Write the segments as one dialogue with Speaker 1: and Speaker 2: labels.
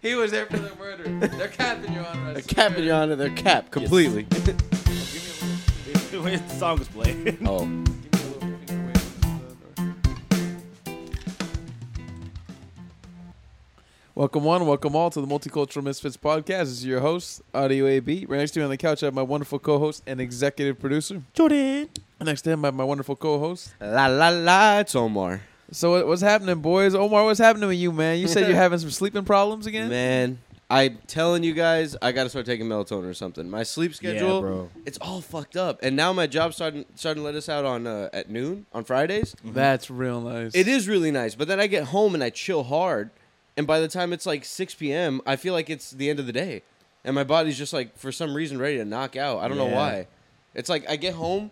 Speaker 1: He was there for the murder. They're capping you on
Speaker 2: They're
Speaker 1: Russ.
Speaker 2: capping you onto their cap completely.
Speaker 3: when the song was playing.
Speaker 2: oh, welcome one, welcome all to the Multicultural Misfits podcast. This is your host Audio AB. Right next to me on the couch, I have my wonderful co-host and executive producer.
Speaker 3: Jordan.
Speaker 2: Next to him, I have my wonderful co-host.
Speaker 4: La la la, it's Omar.
Speaker 2: So what- what's happening, boys? Omar, what's happening with you, man? You said you're having some sleeping problems again.
Speaker 4: Man, I'm telling you guys, I gotta start taking melatonin or something. My sleep schedule,
Speaker 3: bro.
Speaker 4: it's all fucked up. And now my job starting starting to let us out on uh, at noon on Fridays.
Speaker 2: That's real nice.
Speaker 4: It is really nice, but then I get home and I chill hard, and by the time it's like 6 p.m., I feel like it's the end of the day, and my body's just like for some reason ready to knock out. I don't know
Speaker 3: Yeah.
Speaker 4: why. It's like I get home,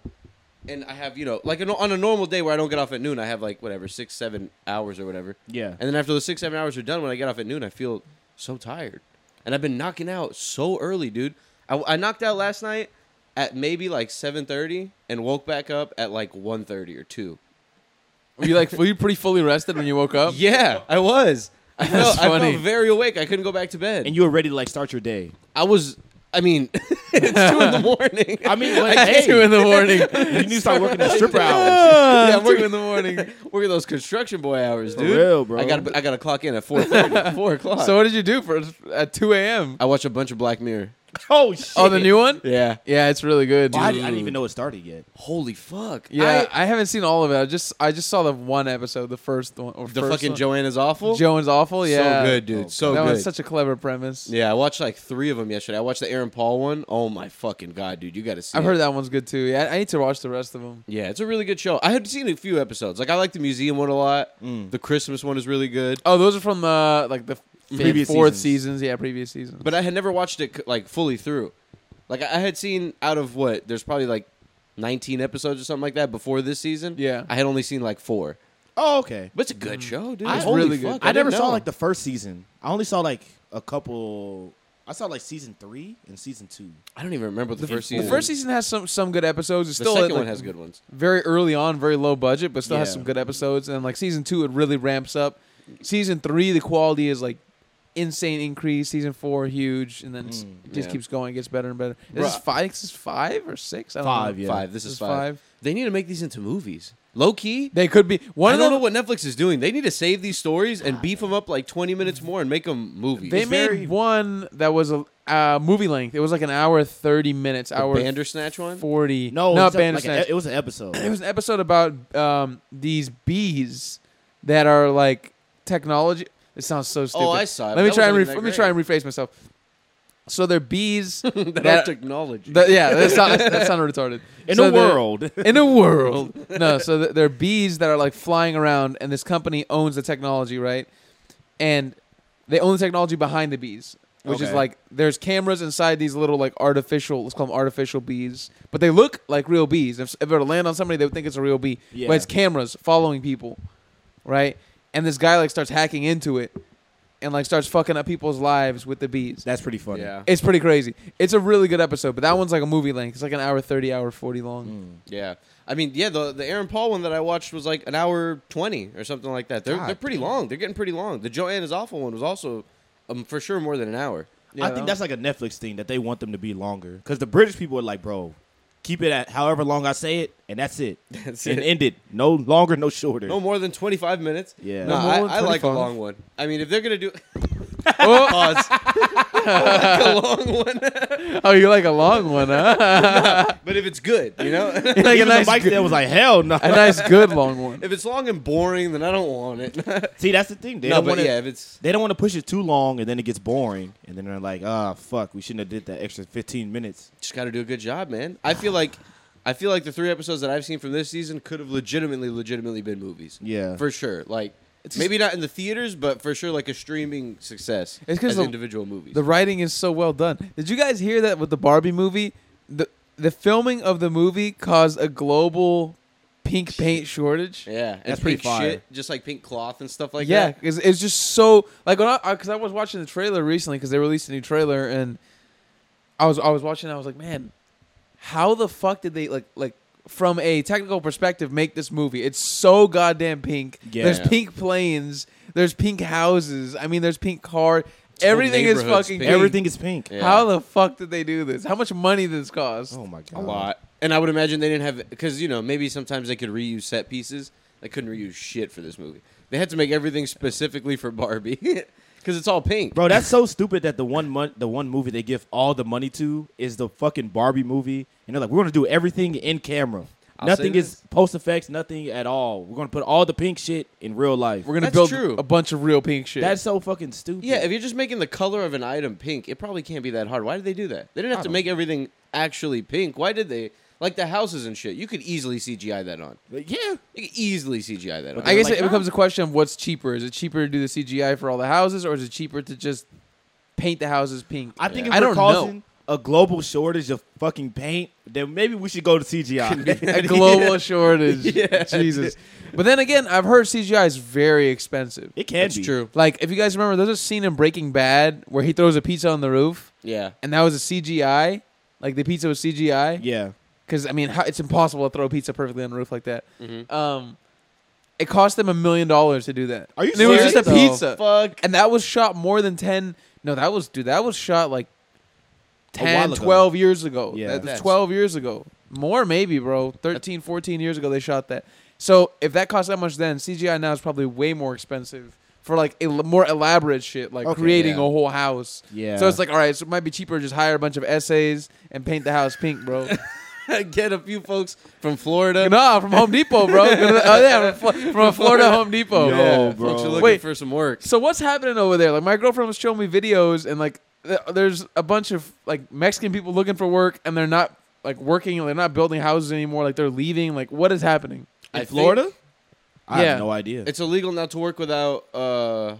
Speaker 4: and I have you know like an, on a normal day where I don't get off at noon, I have like whatever six seven hours or whatever.
Speaker 3: Yeah.
Speaker 4: And then after the six, seven hours are done, when I get off at noon, I feel so tired. And I've been knocking out so early, dude. I, I knocked out last night at maybe like 7.30 and woke back up at like 1.30 or 2.
Speaker 2: Were you like were you pretty fully rested when you woke up?
Speaker 4: Yeah, I was. I
Speaker 2: That's
Speaker 4: felt, I
Speaker 2: funny.
Speaker 4: felt very awake. I couldn't go back to bed.
Speaker 3: And you were ready to like start your day.
Speaker 4: I was, I mean, it's 2 in the morning.
Speaker 3: I mean, like,
Speaker 2: At two
Speaker 3: hey,
Speaker 2: in the morning.
Speaker 3: you need to start working the stripper hours.
Speaker 2: yeah,
Speaker 4: I'm working
Speaker 2: in the morning.
Speaker 4: Working those construction boy hours, dude.
Speaker 3: real, bro.
Speaker 4: I got I got to clock in at 4.30, 4 o'clock.
Speaker 2: So what did you do for at 2 a.m.?
Speaker 4: I watch a bunch of Black Mirror.
Speaker 3: Oh shit!
Speaker 2: Oh, the new one?
Speaker 4: Yeah.
Speaker 2: Yeah, it's really good.
Speaker 3: Well, I, I
Speaker 2: dude.
Speaker 3: didn't even know it started yet.
Speaker 4: Holy fuck.
Speaker 2: Yeah, I, haven't seen all of it. I just I just saw the one episode, the first one. Or
Speaker 4: The
Speaker 2: first
Speaker 4: fucking
Speaker 2: one.
Speaker 4: Joanna's awful.
Speaker 2: Joan's awful. Yeah, Oh,
Speaker 4: So good, dude. so
Speaker 2: that
Speaker 4: good.
Speaker 2: was such a clever premise.
Speaker 4: yeah, I watched like three of them yesterday. I watched the Aaron Paul one. Oh my fucking god, dude, you got to see.
Speaker 2: I've
Speaker 4: it.
Speaker 2: heard that one's good too. Yeah, I, I need to watch the rest of them.
Speaker 4: Yeah, it's a really good show. I had seen a few episodes. Like I like the museum one a lot.
Speaker 2: Mm.
Speaker 4: The Christmas one is really good.
Speaker 2: Oh, those are from the like the fifth,
Speaker 3: Previous
Speaker 2: fourth
Speaker 3: seasons.
Speaker 2: seasons. Yeah, previous seasons.
Speaker 4: But I had never watched it c- like fully through. Like I I had seen out of what there's probably like 19 episodes or something like that before this season.
Speaker 2: Yeah.
Speaker 4: I had only seen like four.
Speaker 3: Oh, okay.
Speaker 4: But it's a good show, dude.
Speaker 3: I-
Speaker 2: It's
Speaker 4: Holy
Speaker 2: Mm. really good.
Speaker 4: fuck,
Speaker 3: I, never
Speaker 4: didn't
Speaker 3: saw
Speaker 4: know.
Speaker 3: like the first season. I only saw like a couple. I saw like season three and season two.
Speaker 4: I don't even remember what the, first
Speaker 2: the
Speaker 4: season.
Speaker 2: first season has some some good episodes. It's
Speaker 4: The
Speaker 2: still
Speaker 4: second
Speaker 2: like,
Speaker 4: one has good ones.
Speaker 2: very early on, very low budget, but still has
Speaker 3: Yeah.
Speaker 2: some good episodes. And like season two, it really ramps up. Season three, the quality is like insane increase. Season four, huge, and then it's- it just
Speaker 4: Mm, yeah.
Speaker 2: kees going, gets better and better. Is this
Speaker 4: Bruh.
Speaker 2: five? Is this five or six? I don't
Speaker 3: Five,
Speaker 2: know.
Speaker 3: yeah.
Speaker 4: Five. This,
Speaker 2: This
Speaker 4: is
Speaker 2: is
Speaker 4: five.
Speaker 2: five.
Speaker 4: They need to make these into movies. Low key,
Speaker 2: They could be one
Speaker 4: I
Speaker 2: of them.
Speaker 4: don't know what Netflix is doing. They need to save these stories and beef them up like 20 minutes more and make them movies.
Speaker 2: they made
Speaker 3: very-
Speaker 2: one that was a uh, movie length. It was like an hour thirty minutes.
Speaker 4: the
Speaker 2: Hour
Speaker 4: Bandersnatch one?
Speaker 2: forty.
Speaker 3: No,
Speaker 2: not
Speaker 3: it's a- like a-
Speaker 4: e-,
Speaker 2: Bandersnatch.
Speaker 3: it was an episode.
Speaker 2: it was an episode about um, these bees that are like technology. It sounds so stupid.
Speaker 4: Oh, I saw it, but
Speaker 2: Let me
Speaker 4: that
Speaker 2: try and
Speaker 4: wasn't
Speaker 2: ref-
Speaker 4: even
Speaker 2: let
Speaker 4: that
Speaker 2: me try and rephrase myself. So they're bees
Speaker 4: that,
Speaker 2: that-
Speaker 4: technology.
Speaker 2: the- yeah, that sound, that sound retarded.
Speaker 3: in
Speaker 2: So
Speaker 3: the
Speaker 2: they're-
Speaker 3: world.
Speaker 2: In a world. No, so th- they're bees that are like flying around, and this company owns the technology, right? And they own the technology behind the bees, which is
Speaker 3: Okay.
Speaker 2: like there's cameras inside these little like artificial, let's call them artificial bees, but they look like real bees. If, if it were to land on somebody, they would think it's a real bee.
Speaker 3: Yeah.
Speaker 2: But it's cameras following people, right? And this guy like starts hacking into it and like starts fucking up people's lives with the bees.
Speaker 3: That's pretty funny.
Speaker 4: yeah.
Speaker 2: It's pretty crazy. It's a really good episode, but that one's like a movie length. It's like an hour thirty, hour forty
Speaker 3: Hmm.
Speaker 2: long.
Speaker 4: Yeah. I mean, yeah, the, the Aaron Paul one that I watched was like an hour 20 or something like that. They're,
Speaker 3: God
Speaker 4: they're pretty long. They're getting pretty long. The Joanne is Awful one was also, um, for sure, more than an hour.
Speaker 2: Yeah,
Speaker 3: I think that's like a Netflix thing that they want them to be longer because the British people are like, bro, keep it at however long I say it, and that's it,
Speaker 4: That's
Speaker 3: and
Speaker 4: it.
Speaker 3: end it no longer, no shorter.
Speaker 4: No more than 25 minutes.
Speaker 3: Yeah.
Speaker 4: No,
Speaker 2: No more than
Speaker 4: I, I like a
Speaker 2: 25.
Speaker 4: long one. I mean, if they're going to do
Speaker 2: Oh,
Speaker 4: pause, I like a long one.
Speaker 2: oh, you like a long one, huh?
Speaker 4: But if it's good, you know?
Speaker 2: like a
Speaker 3: Even
Speaker 2: nice,
Speaker 3: the mic
Speaker 2: good,
Speaker 3: stand was like, hell no.
Speaker 2: a nice, good long one.
Speaker 4: If it's long and boring, then I don't want it.
Speaker 3: See, that's the thing. They
Speaker 4: no,
Speaker 3: don't
Speaker 4: but
Speaker 3: want to.
Speaker 4: yeah, if it's
Speaker 3: They don't want to push it too long, and then it gets boring, and then they're like, ah, fuck, we shouldn't have did that extra fifteen minutes.
Speaker 4: just got to do a good job, man. I feel like, I feel like the three episodes that I've seen from this season could have legitimately, legitimately been movies.
Speaker 3: Yeah.
Speaker 4: for sure. Like
Speaker 2: It's
Speaker 4: maybe not in the theaters, but for sure, like a streaming success
Speaker 2: It's 'cause
Speaker 4: as
Speaker 2: the-
Speaker 4: individual movies.
Speaker 2: The writing is so well done. Did you guys hear that with the Barbie movie? The the filming of the movie caused a global pink paint shortage.
Speaker 4: yeah, and
Speaker 3: That's pretty
Speaker 4: pink
Speaker 3: fire.
Speaker 4: shit, just like pink cloth and stuff like
Speaker 2: yeah,
Speaker 4: that.
Speaker 2: it's, it's just so like when I because I, was watching the trailer recently because they released a new trailer and I was I was watching and I was like, man, how the fuck did they like like from a technical perspective make this movie? It's so goddamn pink.
Speaker 3: Yeah.
Speaker 2: There's pink planes. There's pink houses. I mean, there's pink car. Everything is
Speaker 4: neighborhood's
Speaker 2: fucking
Speaker 4: pink.
Speaker 2: pink.
Speaker 3: Everything is pink.
Speaker 4: Yeah.
Speaker 2: How the fuck did they do this? How much money did this cost?
Speaker 3: Oh my god.
Speaker 4: a lot. And I would imagine they didn't have because you know maybe sometimes they could reuse set pieces. They couldn't reuse shit for this movie. They had to make everything specifically for Barbie because it's all pink.
Speaker 3: Bro, that's so stupid that the one month, the one movie they give all the money to is the fucking Barbie movie, and they're like, we're gonna do everything in camera.
Speaker 4: I'll say
Speaker 3: nothing is
Speaker 4: this.
Speaker 3: post effects, nothing at all. We're gonna put all the pink shit in real life.
Speaker 2: We're gonna
Speaker 4: That's
Speaker 2: build
Speaker 4: true.
Speaker 2: a bunch of real pink shit.
Speaker 3: that's so fucking stupid.
Speaker 4: Yeah, if you're just making the color of an item pink, it probably can't be that hard. Why did they do that? They didn't have to make everything actually pink. Why did they like the houses and shit? You could easily CGI that on.
Speaker 3: But yeah.
Speaker 4: You could easily CGI that on.
Speaker 2: I guess
Speaker 3: like, "Ah."
Speaker 2: it becomes a question of what's cheaper. Is it cheaper to do the CGI for all the houses, or is it cheaper to just paint the houses pink?
Speaker 3: I think
Speaker 2: Yeah.
Speaker 3: if
Speaker 2: I
Speaker 3: we're
Speaker 2: don't
Speaker 3: causing a global shortage of fucking paint, then maybe we should go to CGI.
Speaker 2: know. A global shortage. Jesus. But then again, I've heard CGI is very expensive.
Speaker 3: it can
Speaker 4: That's
Speaker 3: be
Speaker 4: true.
Speaker 2: Like if you guys remember, there's a scene in Breaking Bad where he throws a pizza on the roof,
Speaker 4: Yeah.
Speaker 2: and that was a CGI. Like the pizza was CGI.
Speaker 3: Yeah.
Speaker 2: because I mean, how, it's impossible to throw pizza perfectly on a roof like that.
Speaker 3: Mm-hmm.
Speaker 2: Um, it cost them a million dollars to do that.
Speaker 3: Are you
Speaker 2: And it was just a
Speaker 3: serious? The
Speaker 2: pizza,
Speaker 4: fuck?
Speaker 2: and that was shot more than ten. No, that was dude. That was shot like
Speaker 3: while
Speaker 2: 10,
Speaker 3: ago.
Speaker 2: 12 years ago.
Speaker 3: Yeah.
Speaker 2: Yeah, that was
Speaker 4: That's-
Speaker 2: twelve years ago, more maybe, bro. 13, 14 years ago they shot that. So if that cost that much then, CGI now is probably way more expensive. For like el- more elaborate shit, like
Speaker 3: Okay,
Speaker 2: creating
Speaker 4: yeah.
Speaker 2: a whole house.
Speaker 3: Yeah.
Speaker 2: So it's like, all right, so it might be cheaper to just hire a bunch of essays and paint the house pink, bro.
Speaker 4: Get a few folks from Florida.
Speaker 2: No, from Home Depot, bro. oh yeah, from, Flo- from a Florida Home Depot.
Speaker 3: Yo,
Speaker 4: Yeah,
Speaker 3: bro.
Speaker 4: Oh, folks are looking
Speaker 2: Wait.
Speaker 4: for some work.
Speaker 2: So what's happening over there? Like my girlfriend was showing me videos, and like th- there's a bunch of like Mexican people looking for work, and they're not like working, they're not building houses anymore. Like they're leaving. Like what is happening?
Speaker 4: I
Speaker 3: In
Speaker 4: think
Speaker 3: Florida? I
Speaker 2: Yeah.
Speaker 3: have no idea.
Speaker 4: It's illegal now to work without uh,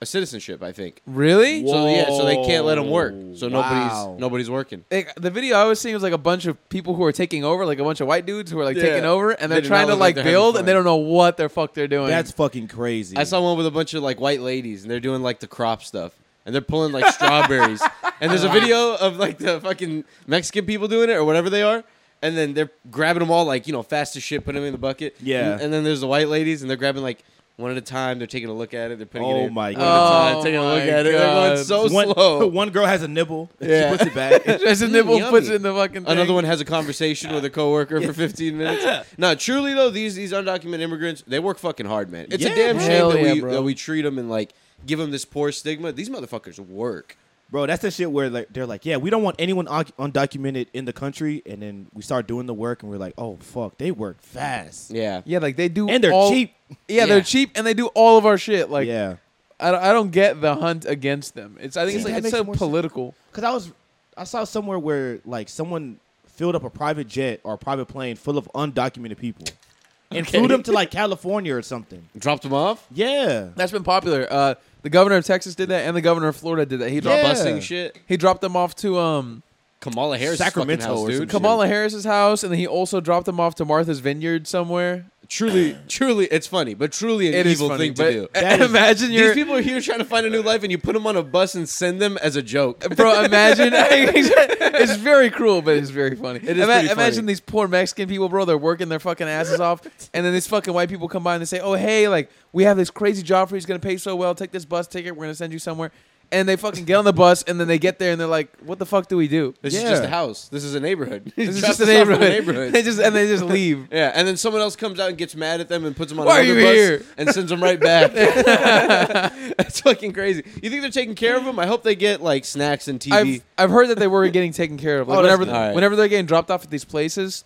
Speaker 4: a citizenship. I think.
Speaker 2: Really?
Speaker 4: So yeah, so they can't let them
Speaker 3: Whoa.
Speaker 4: work. So nobody's
Speaker 3: Wow.
Speaker 4: nobody's working.
Speaker 2: Like, the video I was seeing was like a bunch of people who are taking over, like a bunch of white dudes who are like
Speaker 4: Yeah.
Speaker 2: taking over, and
Speaker 4: They
Speaker 2: they're
Speaker 4: do not
Speaker 2: trying to
Speaker 4: look like
Speaker 2: like
Speaker 4: they're having
Speaker 2: build, and they
Speaker 4: fun.
Speaker 2: don't know what the fuck they're doing.
Speaker 3: That's fucking crazy.
Speaker 4: I saw one with a bunch of like white ladies, and they're doing like the crop stuff, and they're pulling like strawberries. And there's a
Speaker 3: Uh-huh.
Speaker 4: video of like the fucking Mexican people doing it or whatever they are, and then they're grabbing them all like you know fast as shit, putting them in the bucket.
Speaker 3: Yeah.
Speaker 4: And, and then there's the white ladies, and they're grabbing like one at a time. They're taking a look at it. They're putting it.
Speaker 3: Oh
Speaker 4: in.
Speaker 3: my
Speaker 4: One at a
Speaker 3: god.
Speaker 4: time,
Speaker 2: Oh
Speaker 4: taking a look
Speaker 2: my
Speaker 4: at it. They're going
Speaker 2: God.
Speaker 4: so
Speaker 3: one,
Speaker 4: slow.
Speaker 3: one girl has a nibble.
Speaker 4: Yeah.
Speaker 3: She puts it back.
Speaker 2: Just a
Speaker 4: Mm,
Speaker 2: nibble puts
Speaker 4: yummy.
Speaker 2: it in the fucking. Thing.
Speaker 4: Another one has a conversation with a coworker for 15 minutes. No, truly though, these these undocumented immigrants, they work fucking hard, man. It's
Speaker 3: Yeah,
Speaker 4: a damn
Speaker 2: bro.
Speaker 4: shame
Speaker 2: Hell
Speaker 4: that,
Speaker 2: yeah,
Speaker 4: we,
Speaker 2: bro.
Speaker 4: that we treat them and like give them this poor stigma. These motherfuckers work.
Speaker 3: Bro, that's the shit where like they're like, yeah, we don't want anyone un- undocumented in the country, and then we start doing the work, and we're like, oh fuck, they work fast,
Speaker 4: Yeah.
Speaker 2: Yeah, like they do,
Speaker 3: and they're
Speaker 2: all-
Speaker 3: cheap.
Speaker 2: Yeah,
Speaker 4: Yeah.
Speaker 2: they're cheap and they do all of our shit. Like,
Speaker 3: yeah,
Speaker 2: I, don't- I don't get the hunt against them. It's I think
Speaker 3: See,
Speaker 2: it's
Speaker 3: that
Speaker 2: like it's
Speaker 3: makes
Speaker 2: so
Speaker 3: more sense.
Speaker 2: political.
Speaker 3: because I was, I saw somewhere where like someone filled up a private jet or a private plane full of undocumented people, and flew them to like California or something.
Speaker 4: Dropped them off?
Speaker 3: Yeah,
Speaker 2: That's been popular. Uh, the governor of Texas did that, and the governor of Florida did that. He dropped
Speaker 3: Yeah.
Speaker 4: Busting shit.
Speaker 2: he dropped them off to um
Speaker 4: Kamala Harris
Speaker 3: Sacramento
Speaker 4: house,
Speaker 3: or some
Speaker 4: dude.
Speaker 3: shit.
Speaker 2: Kamala Harris's house, and then he also dropped them off to Martha's Vineyard somewhere.
Speaker 4: Truly, truly, it's funny, but truly an
Speaker 2: It is
Speaker 4: evil
Speaker 2: funny,
Speaker 4: thing to do.
Speaker 2: but
Speaker 3: That is-
Speaker 2: imagine
Speaker 4: These
Speaker 2: you're.
Speaker 4: people are here trying to find a new life, and you put them on a bus and send them as a joke.
Speaker 2: Bro, imagine it's very cruel, but it's very funny.
Speaker 4: It is pretty funny.
Speaker 2: Imagine these poor Mexican people, bro. They're working their fucking asses off, and then these fucking white people come by and they say, "Oh, hey, like we have this crazy job for you. It's gonna pay so well. Take this bus ticket. We're gonna send you somewhere." And they fucking get on the bus, and then they get there, and they're like, "What the fuck do we do?
Speaker 4: This is
Speaker 3: Yeah.
Speaker 4: just a house. This is a neighborhood.
Speaker 2: This is
Speaker 4: Dropped
Speaker 2: just a
Speaker 4: us off in
Speaker 2: neighborhood." they just and they just leave.
Speaker 4: Yeah, and then someone else comes out and gets mad at them and puts them on
Speaker 2: Why are
Speaker 4: another
Speaker 2: you
Speaker 4: bus
Speaker 2: here?
Speaker 4: and sends them right back. That's fucking crazy. You think they're taking care of them? I hope they get like snacks and TV.
Speaker 2: I've I've heard that they were getting taken care of. Like
Speaker 3: Oh, that's
Speaker 2: whenever
Speaker 3: good.
Speaker 4: All right.
Speaker 2: whenever they're getting dropped off at these places,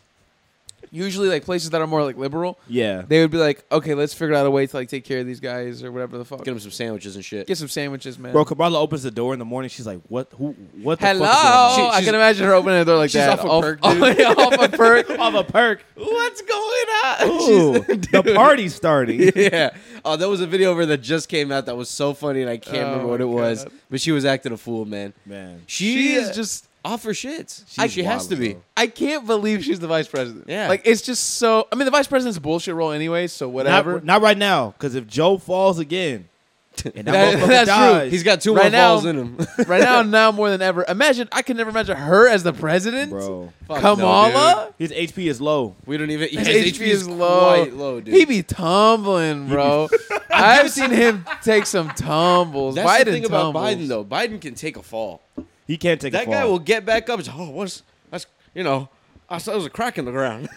Speaker 2: usually like places that are more like liberal,
Speaker 3: yeah.
Speaker 2: they would be like, okay, let's figure out a way to like take care of these guys or whatever the fuck.
Speaker 4: Get them some sandwiches and shit.
Speaker 2: Get some sandwiches, man.
Speaker 3: Bro, Kamala opens the door in the morning. She's like, what? Who? What? The
Speaker 2: Hello.
Speaker 3: Fuck is going on?
Speaker 2: I
Speaker 4: she's-
Speaker 2: can imagine her opening the door like
Speaker 4: she's
Speaker 2: that. Oh,
Speaker 4: off a perk, dude.
Speaker 2: yeah, off a perk.
Speaker 3: Of a perk.
Speaker 4: What's going on?
Speaker 3: Ooh, the party's starting.
Speaker 4: yeah. Oh, there was a video of her that just came out that was so funny, and I can't
Speaker 2: Oh
Speaker 4: remember what
Speaker 2: my
Speaker 4: it was.
Speaker 2: God.
Speaker 4: But she was acting a fool, man.
Speaker 3: Man,
Speaker 4: She,
Speaker 2: She is just.
Speaker 4: off her shits. She,
Speaker 3: She's
Speaker 4: she has
Speaker 3: wild,
Speaker 4: to be.
Speaker 3: bro.
Speaker 2: I can't believe she's the vice president.
Speaker 4: Yeah.
Speaker 2: Like it's just so. I mean, the vice president's a bullshit role anyway. So whatever.
Speaker 3: Not, not right now, because if Joe falls again, And that,
Speaker 2: That-
Speaker 3: motherfucker
Speaker 2: that's true.
Speaker 3: dies.
Speaker 4: He's got two
Speaker 2: Right
Speaker 4: more
Speaker 2: now-
Speaker 4: balls in him.
Speaker 2: right now, now more than ever. Imagine I could never imagine her as the president.
Speaker 3: bro.
Speaker 4: Fuck no,
Speaker 2: Kamala.
Speaker 3: His HP is low.
Speaker 4: dude. we don't even.
Speaker 2: His
Speaker 4: yeah, his
Speaker 2: HP is low.
Speaker 4: Quite low, dude.
Speaker 2: He be tumbling, bro. I've seen him take some tumbles.
Speaker 4: That's
Speaker 2: Biden
Speaker 4: the thing about
Speaker 2: tumbles.
Speaker 4: Biden though. Biden can take a fall.
Speaker 3: He can't take a
Speaker 4: That
Speaker 3: fall.
Speaker 4: guy will get back up. It's, oh, what's that's? You know, I saw there was a crack in the ground.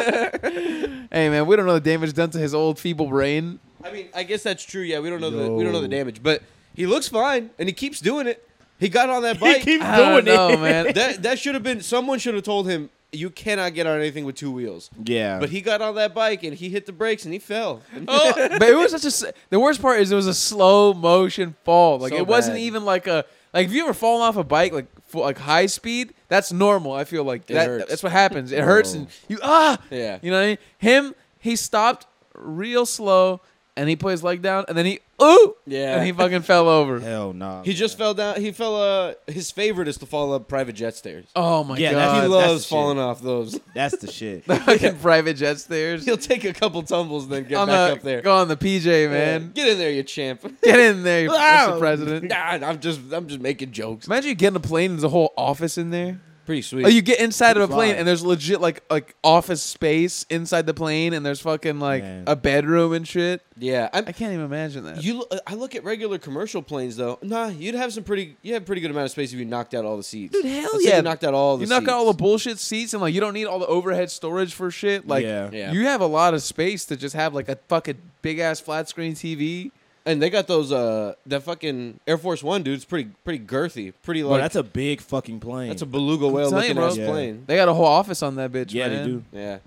Speaker 2: Hey man, we don't know the damage done to his old feeble brain.
Speaker 4: I mean, I guess that's true. Yeah, we don't know the we don't know the damage, but he looks fine and he keeps doing it. He got on that
Speaker 3: He
Speaker 4: bike.
Speaker 3: keeps
Speaker 2: I don't
Speaker 3: doing
Speaker 2: know,
Speaker 3: it.
Speaker 2: man.
Speaker 4: that that should have been someone should have told him you cannot get on anything with two wheels.
Speaker 3: Yeah.
Speaker 4: But he got on that bike and he hit the brakes and he fell.
Speaker 2: Oh, but it was such a. s- The worst part is it was a slow motion fall. Like
Speaker 4: So
Speaker 2: it wasn't
Speaker 4: bad.
Speaker 2: even like a like if you ever fallen off a bike like full, like high speed. That's normal. I feel like
Speaker 4: It
Speaker 2: that,
Speaker 4: hurts. Oh.
Speaker 2: that's what happens. It hurts and you ah
Speaker 4: Yeah.
Speaker 2: You know what I mean? Him he stopped real slow and he put his leg down and then he ooh
Speaker 4: Yeah.
Speaker 2: and he fucking fell over.
Speaker 3: Hell nah.
Speaker 4: He just fell down. He fell. Uh, his favorite is to fall up private jet stairs.
Speaker 2: Oh my
Speaker 3: Yeah, that's-
Speaker 4: he
Speaker 2: god!
Speaker 3: the
Speaker 4: loves
Speaker 3: shit.
Speaker 4: falling off those.
Speaker 3: That's the shit.
Speaker 2: fucking private jet stairs.
Speaker 4: He'll take a couple tumbles and then get
Speaker 2: I'm
Speaker 4: back
Speaker 2: a-
Speaker 4: up there.
Speaker 2: Go on the PJ, man.
Speaker 4: Get in there, you champ.
Speaker 2: Get in there, Mr. President.
Speaker 4: Oh. nah, I'm just I'm just making jokes.
Speaker 2: Imagine you get in a plane and there's a whole office in there.
Speaker 4: Pretty sweet.
Speaker 2: Oh, you get inside of a
Speaker 3: Fly.
Speaker 2: plane and there's legit like like office space inside the plane and there's fucking like
Speaker 3: Man.
Speaker 2: a bedroom and shit.
Speaker 4: yeah, I'm,
Speaker 2: I can't even imagine that.
Speaker 4: You, lo- I look at regular commercial planes though. Nah, you'd have some pretty, you have a pretty good amount of space if you knocked out all the seats.
Speaker 2: Dude, hell
Speaker 4: Let's say
Speaker 2: yeah.
Speaker 4: You knocked out all the.
Speaker 2: you knock
Speaker 4: seats.
Speaker 2: out all the bullshit seats and like you don't need all the overhead storage for shit. Like
Speaker 3: Yeah.
Speaker 4: Yeah.
Speaker 2: you have a lot of space to just have like a fucking big ass flat screen TV.
Speaker 4: and they got those. Uh, that fucking Air Force One dude's pretty, pretty girthy, pretty
Speaker 3: Bro,
Speaker 4: like.
Speaker 3: that's a big fucking plane.
Speaker 4: that's a beluga whale
Speaker 2: telling you,
Speaker 4: looking
Speaker 2: bro.
Speaker 4: ass
Speaker 3: Yeah.
Speaker 4: plane.
Speaker 2: They got a whole office on that bitch.
Speaker 3: yeah,
Speaker 2: man.
Speaker 3: they do.
Speaker 4: Yeah.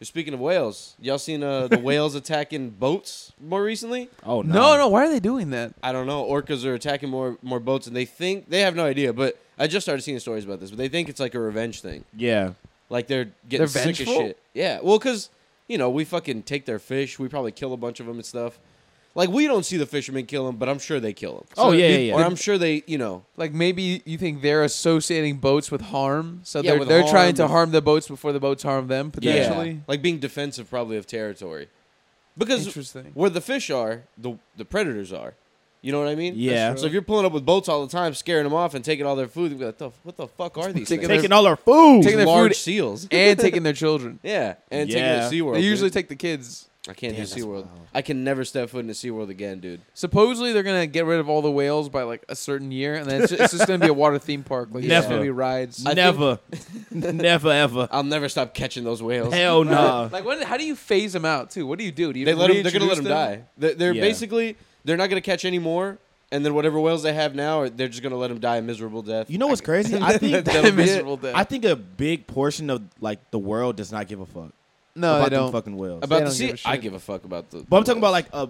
Speaker 4: Speaking of whales, y'all seen uh, the whales attacking boats more recently?
Speaker 3: Oh
Speaker 2: No, no, why are they doing that?
Speaker 4: I don't know. Orcas are attacking more more boats, and they think they have no idea. But I just started seeing stories about this. But they think it's like a revenge thing.
Speaker 3: Yeah.
Speaker 4: Like they're getting
Speaker 2: They're
Speaker 4: sick
Speaker 2: vengeful?
Speaker 4: of shit. Yeah. Well, because you know we fucking take their fish. We probably kill a bunch of them and stuff. Like we don't see the fishermen kill them, but I'm sure they kill them.
Speaker 3: oh yeah, yeah. yeah.
Speaker 4: Or I'm sure they, you know,
Speaker 2: Like maybe you think they're associating boats with harm, so
Speaker 4: Yeah,
Speaker 2: they're
Speaker 4: with
Speaker 2: they're
Speaker 4: harm
Speaker 2: trying to
Speaker 4: and-
Speaker 2: harm the boats before the boats harm them potentially.
Speaker 4: yeah, like being defensive probably of territory, because
Speaker 2: Interesting.
Speaker 4: where the fish are, the the predators are. You know what I mean?
Speaker 3: Yeah.
Speaker 4: So if you're pulling up with boats all the time, scaring them off and taking all their food, they'd be like, "The- "What the fuck are these?"
Speaker 2: Taking their-
Speaker 4: things? These
Speaker 3: taking all our food.
Speaker 2: Taking their
Speaker 4: large
Speaker 2: food
Speaker 4: seals.
Speaker 2: and taking their children.
Speaker 4: yeah, and
Speaker 3: Yeah.
Speaker 4: taking them to SeaWorld.
Speaker 2: They usually
Speaker 4: dude.
Speaker 2: take the kids.
Speaker 4: I can't
Speaker 3: Damn,
Speaker 4: do
Speaker 3: that's
Speaker 4: SeaWorld.
Speaker 3: wild.
Speaker 4: I can never step foot into SeaWorld again, dude.
Speaker 2: Supposedly they're gonna get rid of all the whales by like a certain year, and then it's just, it's just gonna be a water theme park. Like it's just
Speaker 3: Never.
Speaker 2: gonna be rides.
Speaker 4: I
Speaker 3: never, never ever.
Speaker 4: I'll never stop catching those whales.
Speaker 3: Hell no.
Speaker 2: Like when, how do you phase them out too? What do you do? Do you
Speaker 4: They let 'em- they're gonna let
Speaker 2: reintroduce
Speaker 4: them die. They're, they're
Speaker 3: Yeah.
Speaker 4: basically they're not gonna catch any more, and then whatever whales they have now, are- they're just gonna let them die a miserable death.
Speaker 3: You know what's crazy? I think
Speaker 2: That
Speaker 4: That'll be it.
Speaker 2: miserable death.
Speaker 3: I think a big portion of like the world does not give a fuck
Speaker 2: no,
Speaker 3: about
Speaker 2: they
Speaker 3: them
Speaker 2: don't.
Speaker 3: fucking whales.
Speaker 4: about
Speaker 2: They
Speaker 4: the
Speaker 2: don't
Speaker 4: sea.
Speaker 2: give a
Speaker 4: I
Speaker 2: shit.
Speaker 4: give a fuck about the.
Speaker 3: but I'm talking about like a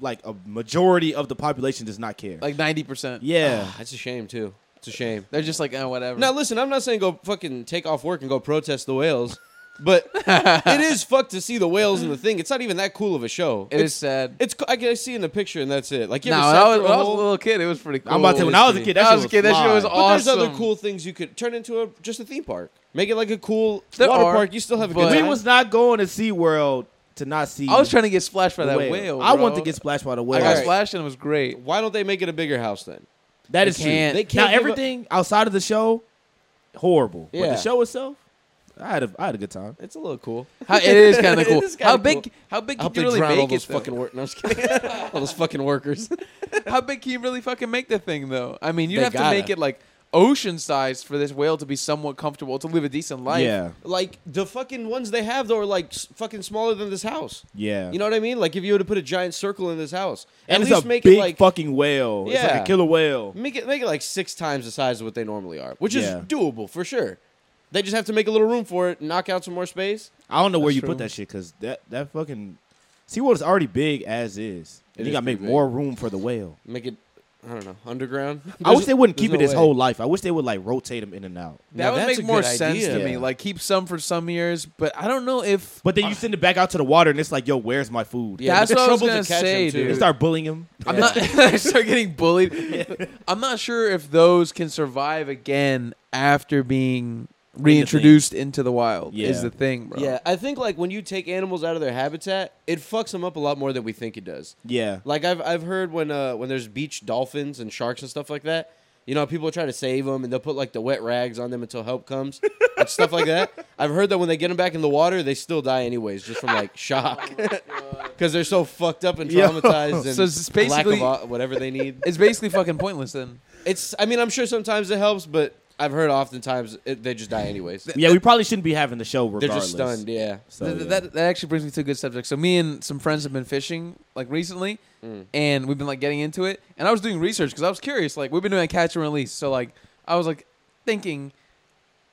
Speaker 3: like a majority of the population does not care.
Speaker 2: Like ah, ninety percent.
Speaker 3: yeah,
Speaker 4: Ah, It's a shame too. It's a shame.
Speaker 2: They're just like, oh, whatever.
Speaker 4: Now listen, I'm not saying go fucking take off work and go protest the whales, but it is fucked to see the whales in the thing. It's not even that cool of a show.
Speaker 2: it is sad.
Speaker 4: It's co- I can see in the picture and that's it. Like you
Speaker 2: No,
Speaker 4: ever
Speaker 2: when
Speaker 4: sat
Speaker 2: I was,
Speaker 4: through a
Speaker 2: when I was a
Speaker 4: whole-
Speaker 2: little kid, it was pretty cool.
Speaker 3: I'm about to. When I was a kid, that
Speaker 2: I
Speaker 3: shit
Speaker 2: was a
Speaker 3: was
Speaker 2: kid, that shit
Speaker 3: fly.
Speaker 2: was
Speaker 4: But there's other
Speaker 2: Awesome.
Speaker 4: cool things you could turn into a just a theme park. Make it like a cool
Speaker 2: There
Speaker 4: water
Speaker 2: are,
Speaker 4: park. You still have a
Speaker 2: but-
Speaker 4: good
Speaker 3: we
Speaker 4: time.
Speaker 3: was not going to SeaWorld to not see.
Speaker 2: I was trying to get splashed by
Speaker 3: the
Speaker 2: that whale.
Speaker 3: I
Speaker 2: bro.
Speaker 3: want to get splashed by the
Speaker 2: I
Speaker 3: whale.
Speaker 2: got
Speaker 4: Alright.
Speaker 2: splashed and it was great.
Speaker 4: Why don't they make it a bigger house then?
Speaker 3: That
Speaker 2: They
Speaker 3: is
Speaker 2: can't-
Speaker 3: true.
Speaker 4: They can't
Speaker 3: now
Speaker 4: give a-
Speaker 3: everything outside of the show, horrible. But
Speaker 4: Yeah.
Speaker 3: the show itself, I had a, I had a good time.
Speaker 4: It's a little cool.
Speaker 2: How, it is kind of
Speaker 4: It
Speaker 2: cool.
Speaker 4: is kinda
Speaker 2: How big?
Speaker 4: cool.
Speaker 2: How big can
Speaker 4: I hope
Speaker 2: you
Speaker 4: they
Speaker 2: really
Speaker 4: drown all
Speaker 2: make it?
Speaker 4: those
Speaker 2: though?
Speaker 4: fucking workers. No, I'm just kidding. all those fucking workers.
Speaker 2: How big can you really fucking make the thing though? I mean, you
Speaker 4: They
Speaker 2: have to
Speaker 4: gotta.
Speaker 2: make it like ocean sized for this whale to be somewhat comfortable to live a decent life.
Speaker 3: Yeah,
Speaker 4: Like the fucking ones they have though are like s- fucking smaller than this house.
Speaker 3: yeah.
Speaker 4: You know what I mean? Like if you were to put a giant circle in this house,
Speaker 3: and
Speaker 4: at
Speaker 3: it's
Speaker 4: least
Speaker 3: a
Speaker 4: make
Speaker 3: big
Speaker 4: it like
Speaker 3: fucking whale. It's like
Speaker 4: Yeah. Mm-hmm.
Speaker 3: a killer whale.
Speaker 4: make it make it like six times the size of what they normally are, which
Speaker 3: Yeah.
Speaker 4: is doable for sure. They just have to make a little room for it, knock out some more space.
Speaker 3: I don't know where
Speaker 2: That's
Speaker 3: you
Speaker 2: true.
Speaker 3: put that shit because that that fucking SeaWorld is already big as is.
Speaker 4: It
Speaker 3: And you
Speaker 4: is
Speaker 3: gotta make
Speaker 4: pretty big.
Speaker 3: more room for the whale.
Speaker 4: Make it, I don't know, underground.
Speaker 3: I wish they wouldn't
Speaker 4: There's
Speaker 3: keep it
Speaker 4: no
Speaker 3: his
Speaker 4: way.
Speaker 3: whole life. I wish they would like rotate him in and out.
Speaker 2: That
Speaker 4: Now
Speaker 2: would
Speaker 4: that's
Speaker 2: make
Speaker 4: a
Speaker 2: more
Speaker 4: good
Speaker 2: sense to
Speaker 4: idea.
Speaker 2: me.
Speaker 3: Yeah.
Speaker 2: Like keep some for some years, but I don't know if.
Speaker 3: But then you send it back out to the water and it's like, yo, where's my food?
Speaker 4: Ah. Yeah, but
Speaker 2: That's
Speaker 4: the
Speaker 2: what I was
Speaker 4: trouble to
Speaker 2: gonna
Speaker 4: catch 'em,
Speaker 2: say,
Speaker 4: too.
Speaker 3: They
Speaker 2: dude.
Speaker 3: start bullying him.
Speaker 2: I'm not. I start getting bullied. I'm not sure if those can survive again after being reintroduced into the wild
Speaker 3: Yeah.
Speaker 2: is the thing, bro.
Speaker 4: Yeah, I think like when you take animals out of their habitat, it fucks them up a lot more than we think it does.
Speaker 3: Yeah.
Speaker 4: Like I've I've heard when uh when there's beach dolphins and sharks and stuff like that, you know, people try to save them and they'll put like the wet rags on them until help comes and stuff like that. I've heard that when they get them back in the water, they still die anyways, just from like shock
Speaker 2: Oh
Speaker 4: because they're so fucked up and
Speaker 3: Yo.
Speaker 4: traumatized and
Speaker 2: So it's
Speaker 4: lack
Speaker 2: basically-
Speaker 4: of o- whatever they need.
Speaker 2: It's basically fucking pointless then.
Speaker 4: It's I mean I'm sure sometimes it helps, but I've heard oftentimes it, they just die anyways.
Speaker 3: Yeah, we probably shouldn't be having the show
Speaker 4: They're
Speaker 3: regardless.
Speaker 4: just stunned. Yeah.
Speaker 3: So,
Speaker 2: Th- th-
Speaker 3: yeah.
Speaker 2: that, that actually brings me to a good subject. So me and some friends have been fishing like recently,
Speaker 3: Mm.
Speaker 2: and we've been like getting into it. And I was doing research because I was curious. Like we've been doing catch and release, so like I was like thinking,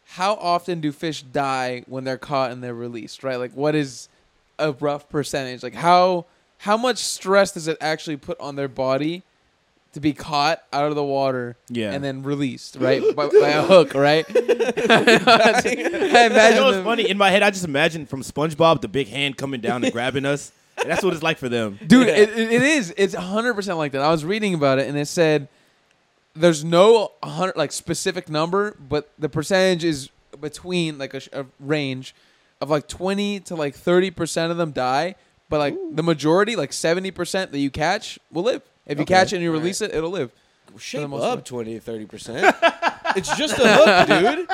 Speaker 2: how often do fish die when they're caught and they're released? Right, like what is a rough percentage? Like how how much stress does it actually put on their body to be caught out of the water
Speaker 3: Yeah.
Speaker 2: and then released right by, by a hook right? I
Speaker 3: You
Speaker 2: imagine
Speaker 3: know what's
Speaker 2: them-
Speaker 3: funny? In my head, I just imagined from SpongeBob the big hand coming down and grabbing us. And that's what it's like for them.
Speaker 2: dude it, it, it is it's 100% like that i was reading about it and it said there's no 100 like specific number but the percentage is between like a, sh- a range of like 20 to like 30% of them die but like the majority like 70% that you catch will live if you
Speaker 4: Okay.
Speaker 2: catch it and you release it it'll live
Speaker 4: shape
Speaker 2: most
Speaker 4: up
Speaker 2: part.
Speaker 4: 20 to 30%. it's just a hook, dude.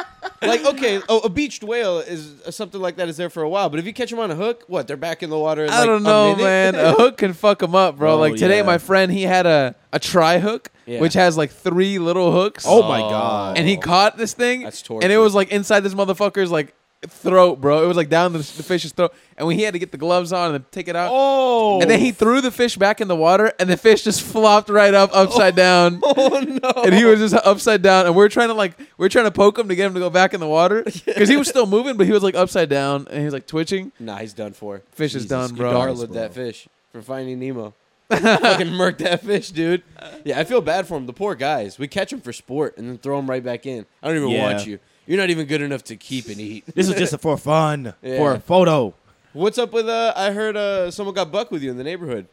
Speaker 4: Like, okay, oh, a beached whale is uh, something like that is there for a while, but if you catch them on a hook, what? They're back in the water. In,
Speaker 2: I
Speaker 4: like,
Speaker 2: don't
Speaker 4: a
Speaker 2: know,
Speaker 4: minute?
Speaker 2: man. A hook can fuck them up, bro.
Speaker 3: Oh,
Speaker 2: like today,
Speaker 3: yeah.
Speaker 2: my friend he had a a tri hook,
Speaker 4: Yeah.
Speaker 2: which has like three little hooks.
Speaker 3: Oh my God.
Speaker 2: and he caught this thing.
Speaker 4: That's
Speaker 2: And it
Speaker 4: torture.
Speaker 2: was like inside this motherfucker's like throat, bro. It was like down the, the fish's throat, and when he had to get the gloves on and take it out.
Speaker 3: Oh.
Speaker 2: And then he threw the fish back in the water, and the fish just flopped right up, upside down.
Speaker 4: Oh, no.
Speaker 2: And he was just upside down, and we are trying to like we are trying to poke him to get him to go back in the water because he was still moving, but he was like upside down and he was like twitching.
Speaker 4: Nah, he's done for.
Speaker 2: Fish is done, bro.
Speaker 4: Darla
Speaker 3: bro.
Speaker 4: that fish for finding Nemo. Fucking murked that fish, dude. Yeah, I feel bad for him. The poor guys. We catch them for sport and then throw them right back in. I don't even
Speaker 3: Yeah.
Speaker 4: want you. You're not even good enough to keep and eat.
Speaker 3: This is just for fun,
Speaker 4: Yeah.
Speaker 3: for a photo.
Speaker 4: What's up with uh? I heard uh someone got buck with you in the neighborhood.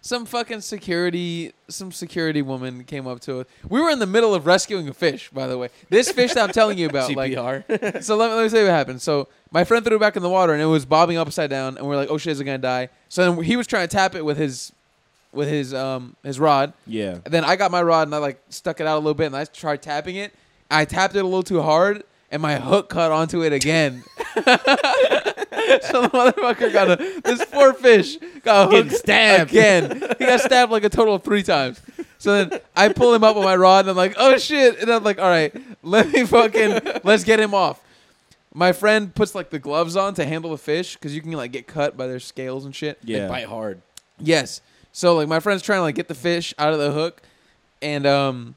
Speaker 2: some fucking security some security woman came up to us. We were in the middle of rescuing a fish, by the way. This fish that I'm telling you about, like
Speaker 4: CPR.
Speaker 2: so let me, let me tell you what happened. So my friend threw it back in the water and it was bobbing upside down, and we are like, "Oh shit, is it gonna die?" So then he was trying to tap it with his with his um his rod.
Speaker 3: Yeah.
Speaker 2: And then I got my rod and I like stuck it out a little bit and I tried tapping it. I tapped it a little too hard and my hook caught onto it again. so the motherfucker got a this poor fish got
Speaker 3: Getting
Speaker 2: hooked
Speaker 3: stabbed.
Speaker 2: again. He got stabbed like a total of three times. So then I pull him up with my rod and I'm like, oh shit. And I'm like, all right, let me fucking let's get him off. My friend puts like the gloves on to handle the fish because you can like get cut by their scales and shit.
Speaker 4: They bite
Speaker 3: Yeah.
Speaker 4: hard.
Speaker 2: Yes. So like my friend's trying to like get the fish out of the hook, and um,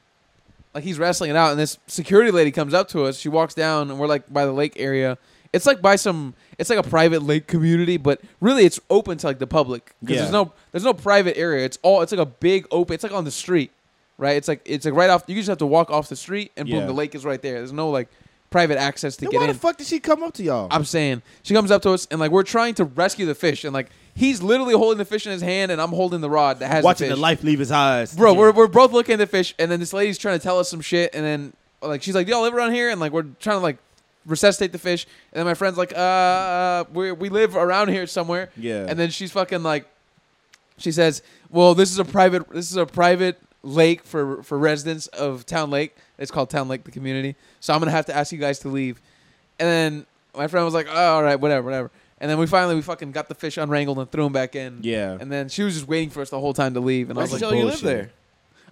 Speaker 2: like he's wrestling it out, and this security lady comes up to us. She walks down, and we're like by the lake area. It's like by some. It's like a private lake community, but really it's open to like the public because
Speaker 3: Yeah.
Speaker 2: there's no there's no private area. It's all it's like a big open. It's like on the street, right? It's like it's like right off. You just have to walk off the street, and boom,
Speaker 3: Yeah.
Speaker 2: the lake is right there. There's no like private access to
Speaker 3: Then
Speaker 2: get
Speaker 3: why
Speaker 2: in.
Speaker 3: the fuck did she come up to y'all?
Speaker 2: I'm saying she comes up to us and like we're trying to rescue the fish and like he's literally holding the fish in his hand and I'm holding the rod that has the
Speaker 3: Watching the
Speaker 2: fish.
Speaker 3: life leave his eyes.
Speaker 2: Bro, we're we're both looking at the fish and then this lady's trying to tell us some shit and then like she's like, "Do y'all live around here?" And like we're trying to like resuscitate the fish and then my friend's like, "Uh, uh we we live around here somewhere."
Speaker 3: Yeah.
Speaker 2: And then she's fucking like she says, "Well, this is a private this is a private lake for for residents of Town Lake. It's called Town Lake the community. So I'm gonna have to ask you guys to leave." And then my friend was like, oh, "All right, whatever, whatever." And then we finally we fucking got the fish unwrangled and threw him back in.
Speaker 3: Yeah.
Speaker 2: And then she was just waiting for us the whole time to leave, and I
Speaker 4: Why
Speaker 2: was
Speaker 4: did
Speaker 2: like,
Speaker 4: you tell you live
Speaker 3: bullshit.
Speaker 4: there?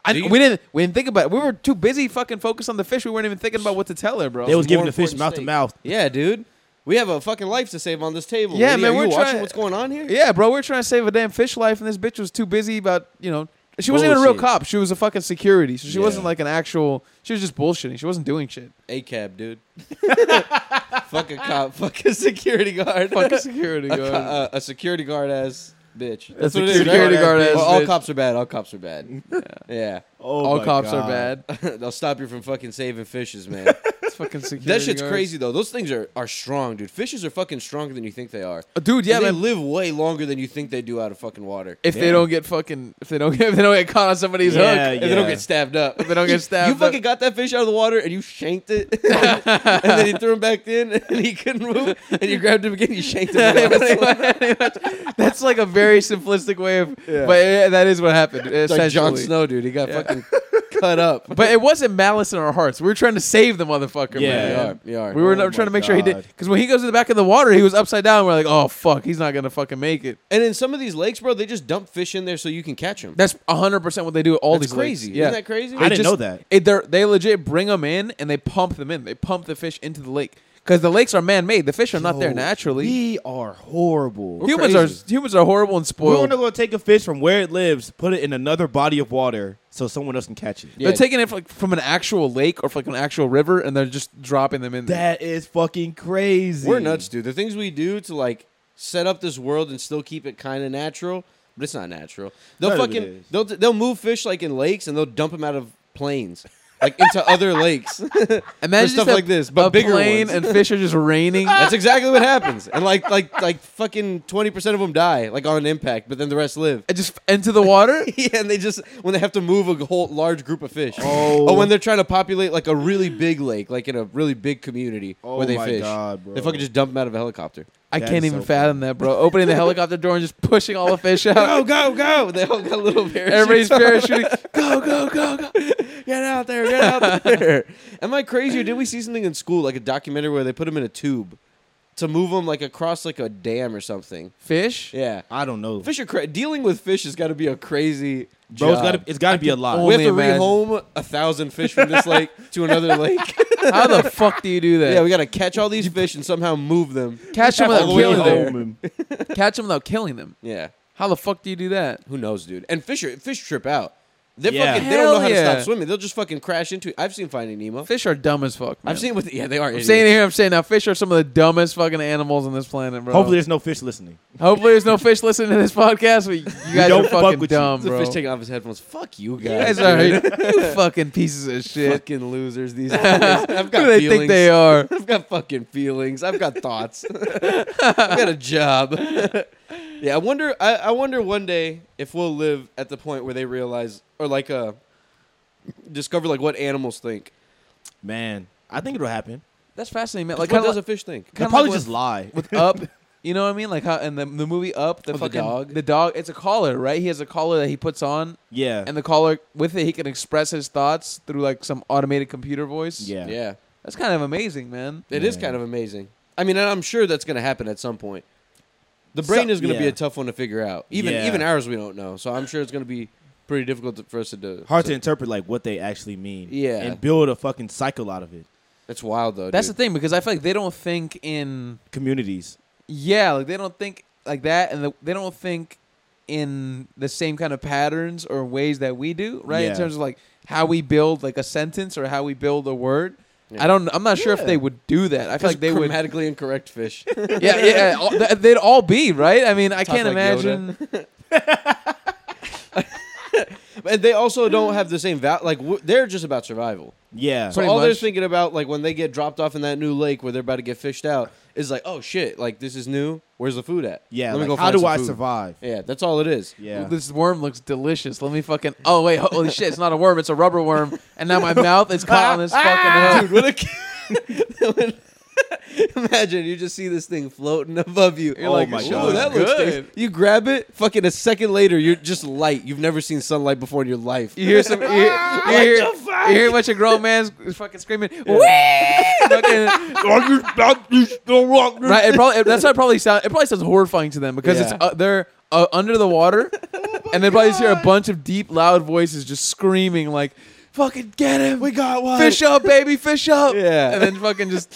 Speaker 2: I,
Speaker 4: Do you-
Speaker 2: "We didn't we didn't think about it. We were too busy fucking focused on the fish. We weren't even thinking about what to tell her, bro."
Speaker 3: They was
Speaker 4: more
Speaker 3: giving the fish
Speaker 4: important
Speaker 3: mouth to
Speaker 4: steak.
Speaker 3: mouth.
Speaker 4: Yeah, dude. We have a fucking life to save on this table.
Speaker 2: Yeah,
Speaker 4: Lady,
Speaker 2: man,
Speaker 4: Are
Speaker 2: we're
Speaker 4: you watching
Speaker 2: trying-
Speaker 4: what's going on here?
Speaker 2: yeah, bro, we were trying to save a damn fish life, and this bitch was too busy about you know. She wasn't even a real
Speaker 4: Bullshit.
Speaker 2: cop. She was a fucking security. So she
Speaker 3: Yeah.
Speaker 2: wasn't like an actual. She was just bullshitting. She wasn't doing shit.
Speaker 4: A cab, dude. fuck a cop. Fuck a security guard.
Speaker 2: Fucking security
Speaker 4: a, co-
Speaker 2: guard.
Speaker 4: uh, a security guard ass bitch. That's
Speaker 2: A
Speaker 4: what it is.
Speaker 2: security
Speaker 4: right?
Speaker 2: guard ass
Speaker 4: Well, all
Speaker 2: bitch.
Speaker 4: cops are bad. All cops are bad. Yeah.
Speaker 3: Oh
Speaker 2: All
Speaker 3: my
Speaker 2: cops are
Speaker 3: God.
Speaker 2: bad.
Speaker 4: They'll stop you from fucking saving fishes, man.
Speaker 2: It's fucking security.
Speaker 4: That shit's
Speaker 2: guards.
Speaker 4: crazy though. Those things are, are strong, dude. Fishes are fucking stronger than you think they are.
Speaker 2: Uh, dude. Yeah,
Speaker 4: And they
Speaker 2: man.
Speaker 4: live way longer than you think they do out of fucking water.
Speaker 2: If they
Speaker 3: Yeah.
Speaker 2: don't get fucking, if they don't get, if they don't get caught on somebody's
Speaker 3: Yeah,
Speaker 2: hook,
Speaker 4: If they don't get stabbed up.
Speaker 2: If they don't get stabbed
Speaker 4: You
Speaker 2: up.
Speaker 4: fucking got that fish out of the water and you shanked it. and then you threw him back in and he couldn't move. And you grabbed him again, you shanked him. again.
Speaker 2: that's like a very simplistic way of,
Speaker 3: Yeah.
Speaker 2: but uh, that is what happened.
Speaker 4: It's
Speaker 2: Essentially.
Speaker 4: like Jon Snow, dude. He got fucking cut up.
Speaker 2: But it wasn't malice in our hearts. We were trying to save the motherfucker.
Speaker 3: Yeah.
Speaker 2: man.
Speaker 4: We are. We are.
Speaker 2: We were
Speaker 3: Oh
Speaker 2: not- trying to
Speaker 3: my
Speaker 2: make sure he did
Speaker 3: God.
Speaker 2: because when he goes to the back of the water, he was upside down. We're like, oh fuck, he's not gonna fucking make it.
Speaker 4: And in some of these lakes, bro, they just dump fish in there so you can catch them.
Speaker 2: That's hundred percent what they do. At all
Speaker 4: That's
Speaker 2: these lakes.
Speaker 4: crazy.
Speaker 2: Yeah.
Speaker 4: Isn't that crazy?
Speaker 3: I
Speaker 2: They
Speaker 3: didn't
Speaker 2: just-
Speaker 3: know that.
Speaker 2: It, they're- they legit bring them in and they pump them in. They pump the fish into the lake because the lakes are man made. The fish are not there
Speaker 3: Yo,
Speaker 2: naturally.
Speaker 3: We are horrible.
Speaker 2: humans
Speaker 4: crazy.
Speaker 2: are humans are horrible and
Speaker 3: We're
Speaker 2: spoiled.
Speaker 3: gonna go take a fish from where it lives, put it in another body of water, so someone else can catch it.
Speaker 4: Yeah.
Speaker 2: They're taking it from, like, from an actual lake or from like, an actual river and they're just dropping them in there.
Speaker 3: That is fucking crazy.
Speaker 4: We're nuts, dude. The things we do to like set up this world and still keep it kind of natural, but it's not natural. They'll
Speaker 3: None of it
Speaker 4: fucking
Speaker 3: is.
Speaker 4: they'll they'll move fish like in lakes and they'll dump them out of planes. Like into other lakes.
Speaker 2: Imagine
Speaker 4: For stuff
Speaker 2: just a-
Speaker 4: like this, but
Speaker 2: a
Speaker 4: bigger
Speaker 2: plane and
Speaker 4: ones.
Speaker 2: fish are just raining.
Speaker 4: That's exactly what happens. And like like like fucking twenty percent of them die, like on impact, but then the rest live.
Speaker 2: and just into the water.
Speaker 4: yeah, and they just when they have to move a whole large group of fish.
Speaker 3: Oh.
Speaker 4: Or when they're trying to populate like a really big lake, like in a really big community
Speaker 3: Oh
Speaker 4: where they
Speaker 3: my
Speaker 4: fish.
Speaker 3: God, bro.
Speaker 4: They fucking just dump them out of a helicopter.
Speaker 2: I
Speaker 3: That
Speaker 2: can't
Speaker 3: is
Speaker 2: even
Speaker 3: so
Speaker 2: fathom that, bro. Opening the helicopter door and just pushing all the fish out.
Speaker 4: go, go! They all got little parachutes.
Speaker 2: Everybody's
Speaker 4: on.
Speaker 2: parachuting. Go, go, go, go.
Speaker 4: Get out there, get out there. Am I crazy or did we see something in school, like a documentary where they put them in a tube to move them like across like a dam or something?
Speaker 2: Fish?
Speaker 4: Yeah.
Speaker 3: I don't know,
Speaker 4: Fish are cra- dealing with fish has got to be a crazy
Speaker 3: bro. It's
Speaker 4: job.
Speaker 3: gotta, it's gotta be a lot.
Speaker 4: we have
Speaker 2: Only
Speaker 4: to
Speaker 2: imagine.
Speaker 4: rehome a thousand fish from this lake to another lake.
Speaker 2: How the fuck do you do that?
Speaker 4: yeah, we got to catch all these fish and somehow move them.
Speaker 2: catch them
Speaker 4: all
Speaker 2: without
Speaker 4: the way
Speaker 2: killing
Speaker 4: home.
Speaker 2: them.
Speaker 3: him.
Speaker 2: Catch them without killing them.
Speaker 4: Yeah,
Speaker 2: How the fuck do you do that?
Speaker 4: who knows, dude? And fish are, fish trip out. They
Speaker 3: Yeah.
Speaker 4: fucking they don't know
Speaker 2: Hell
Speaker 4: how to
Speaker 2: yeah.
Speaker 4: stop swimming. They'll just fucking crash into it. I've seen Finding Nemo.
Speaker 2: Fish are dumb as fuck. Man.
Speaker 4: I've seen with yeah they are.
Speaker 2: I'm
Speaker 4: idiots.
Speaker 2: saying it here. I'm saying now. Fish are some of the dumbest fucking animals on this planet, bro.
Speaker 3: Hopefully, there's no fish listening.
Speaker 2: Hopefully there's no fish listening to this podcast. But you guys
Speaker 3: don't
Speaker 2: are
Speaker 3: fuck
Speaker 2: fucking
Speaker 3: with you.
Speaker 2: dumb,
Speaker 4: the
Speaker 2: bro.
Speaker 4: fish taking off his headphones. Fuck you
Speaker 2: you guys
Speaker 4: guys.
Speaker 2: are
Speaker 4: dude.
Speaker 2: you fucking pieces of shit.
Speaker 4: fucking losers these days.
Speaker 2: Who
Speaker 4: I've got
Speaker 2: do they
Speaker 4: feelings.
Speaker 2: think they are?
Speaker 4: I've got fucking feelings. I've got thoughts. I've got a job. yeah, I wonder. I, I wonder one day if we'll live at the point where they realize, or like, uh, discover like what animals think.
Speaker 3: Man, I think it'll happen.
Speaker 2: That's fascinating, man. Like
Speaker 4: Like, what
Speaker 2: kinda
Speaker 4: does
Speaker 2: like-
Speaker 4: a fish think?
Speaker 3: They
Speaker 2: Kinda
Speaker 3: probably
Speaker 2: like
Speaker 3: just lie.
Speaker 2: with up. You know what I mean? Like how in the, the movie Up, the
Speaker 4: Oh, the
Speaker 2: fucking
Speaker 4: dog?
Speaker 2: the dog. It's a collar, right? He has a collar that he puts on,
Speaker 3: Yeah,
Speaker 2: and the collar with it, he can express his thoughts through like some automated computer voice.
Speaker 4: Yeah,
Speaker 3: yeah.
Speaker 4: it is
Speaker 2: that's kind of amazing, man.
Speaker 3: Yeah.
Speaker 4: kind of amazing. I mean, and I'm sure that's going to happen at some point. The brain
Speaker 3: So-
Speaker 4: is going to be
Speaker 3: yeah.
Speaker 4: a tough one to figure out. Even
Speaker 3: Yeah.
Speaker 4: even ours, we don't know. So I'm sure it's going to be pretty difficult to, for us to do.
Speaker 3: Hard
Speaker 4: so
Speaker 3: to interpret like what they actually mean.
Speaker 4: Yeah.
Speaker 3: and build a fucking cycle out of it.
Speaker 4: That's wild though.
Speaker 2: That's
Speaker 4: dude.
Speaker 2: the thing because I feel like they don't think in
Speaker 3: Communities.
Speaker 2: yeah, like they don't think like that, and the, they don't think in the same kind of patterns or ways that we do, right?
Speaker 3: Yeah.
Speaker 2: In terms of like how we build like a sentence or how we build a word.
Speaker 4: Yeah.
Speaker 2: I don't. I'm not sure
Speaker 3: Yeah.
Speaker 2: if they would do that. I feel like they would.
Speaker 4: grammatically incorrect fish.
Speaker 2: yeah, yeah. All, th- they'd all be right. I mean, I
Speaker 4: Talk
Speaker 2: can't
Speaker 4: like
Speaker 2: imagine.
Speaker 4: and they also don't have the same value. Like w- they're just about survival.
Speaker 3: Yeah.
Speaker 4: So
Speaker 2: Pretty
Speaker 4: all they're
Speaker 2: much.
Speaker 4: thinking about, like when they get dropped off in that new lake where they're about to get fished out, is like, oh shit, like this is new. Where's the food at? Let
Speaker 3: yeah.
Speaker 4: me
Speaker 3: like,
Speaker 4: go
Speaker 3: how
Speaker 4: find
Speaker 3: do
Speaker 4: some
Speaker 3: I
Speaker 4: food.
Speaker 3: survive?
Speaker 4: Yeah, that's all it is.
Speaker 3: Yeah.
Speaker 2: This worm looks delicious. Let me fucking. Oh wait, holy shit! It's not a worm. It's a rubber worm. And now my mouth is caught on this fucking hook.
Speaker 4: Dude, what a Imagine you just see this thing floating above you. You're
Speaker 3: Oh
Speaker 4: like,
Speaker 3: my
Speaker 4: "Ooh,
Speaker 3: God.
Speaker 4: that looks
Speaker 2: Good.
Speaker 4: tasty." You grab it, fucking a second later, you're just light. You've never seen sunlight before in your life.
Speaker 2: You hear some. You hear,
Speaker 4: Ah!
Speaker 2: you hear, you hear a bunch of grown man's fucking screaming. Wee! Fucking- right. It probably. That's how it probably sounds. It probably sounds horrifying to them because it's
Speaker 4: Yeah. Oh
Speaker 2: uh, they're uh, under the water, and they probably just hear a bunch of deep, loud voices just screaming like, "Fucking get him!
Speaker 3: We got one.
Speaker 2: fish up, baby, fish up.
Speaker 4: Yeah.
Speaker 2: And then fucking just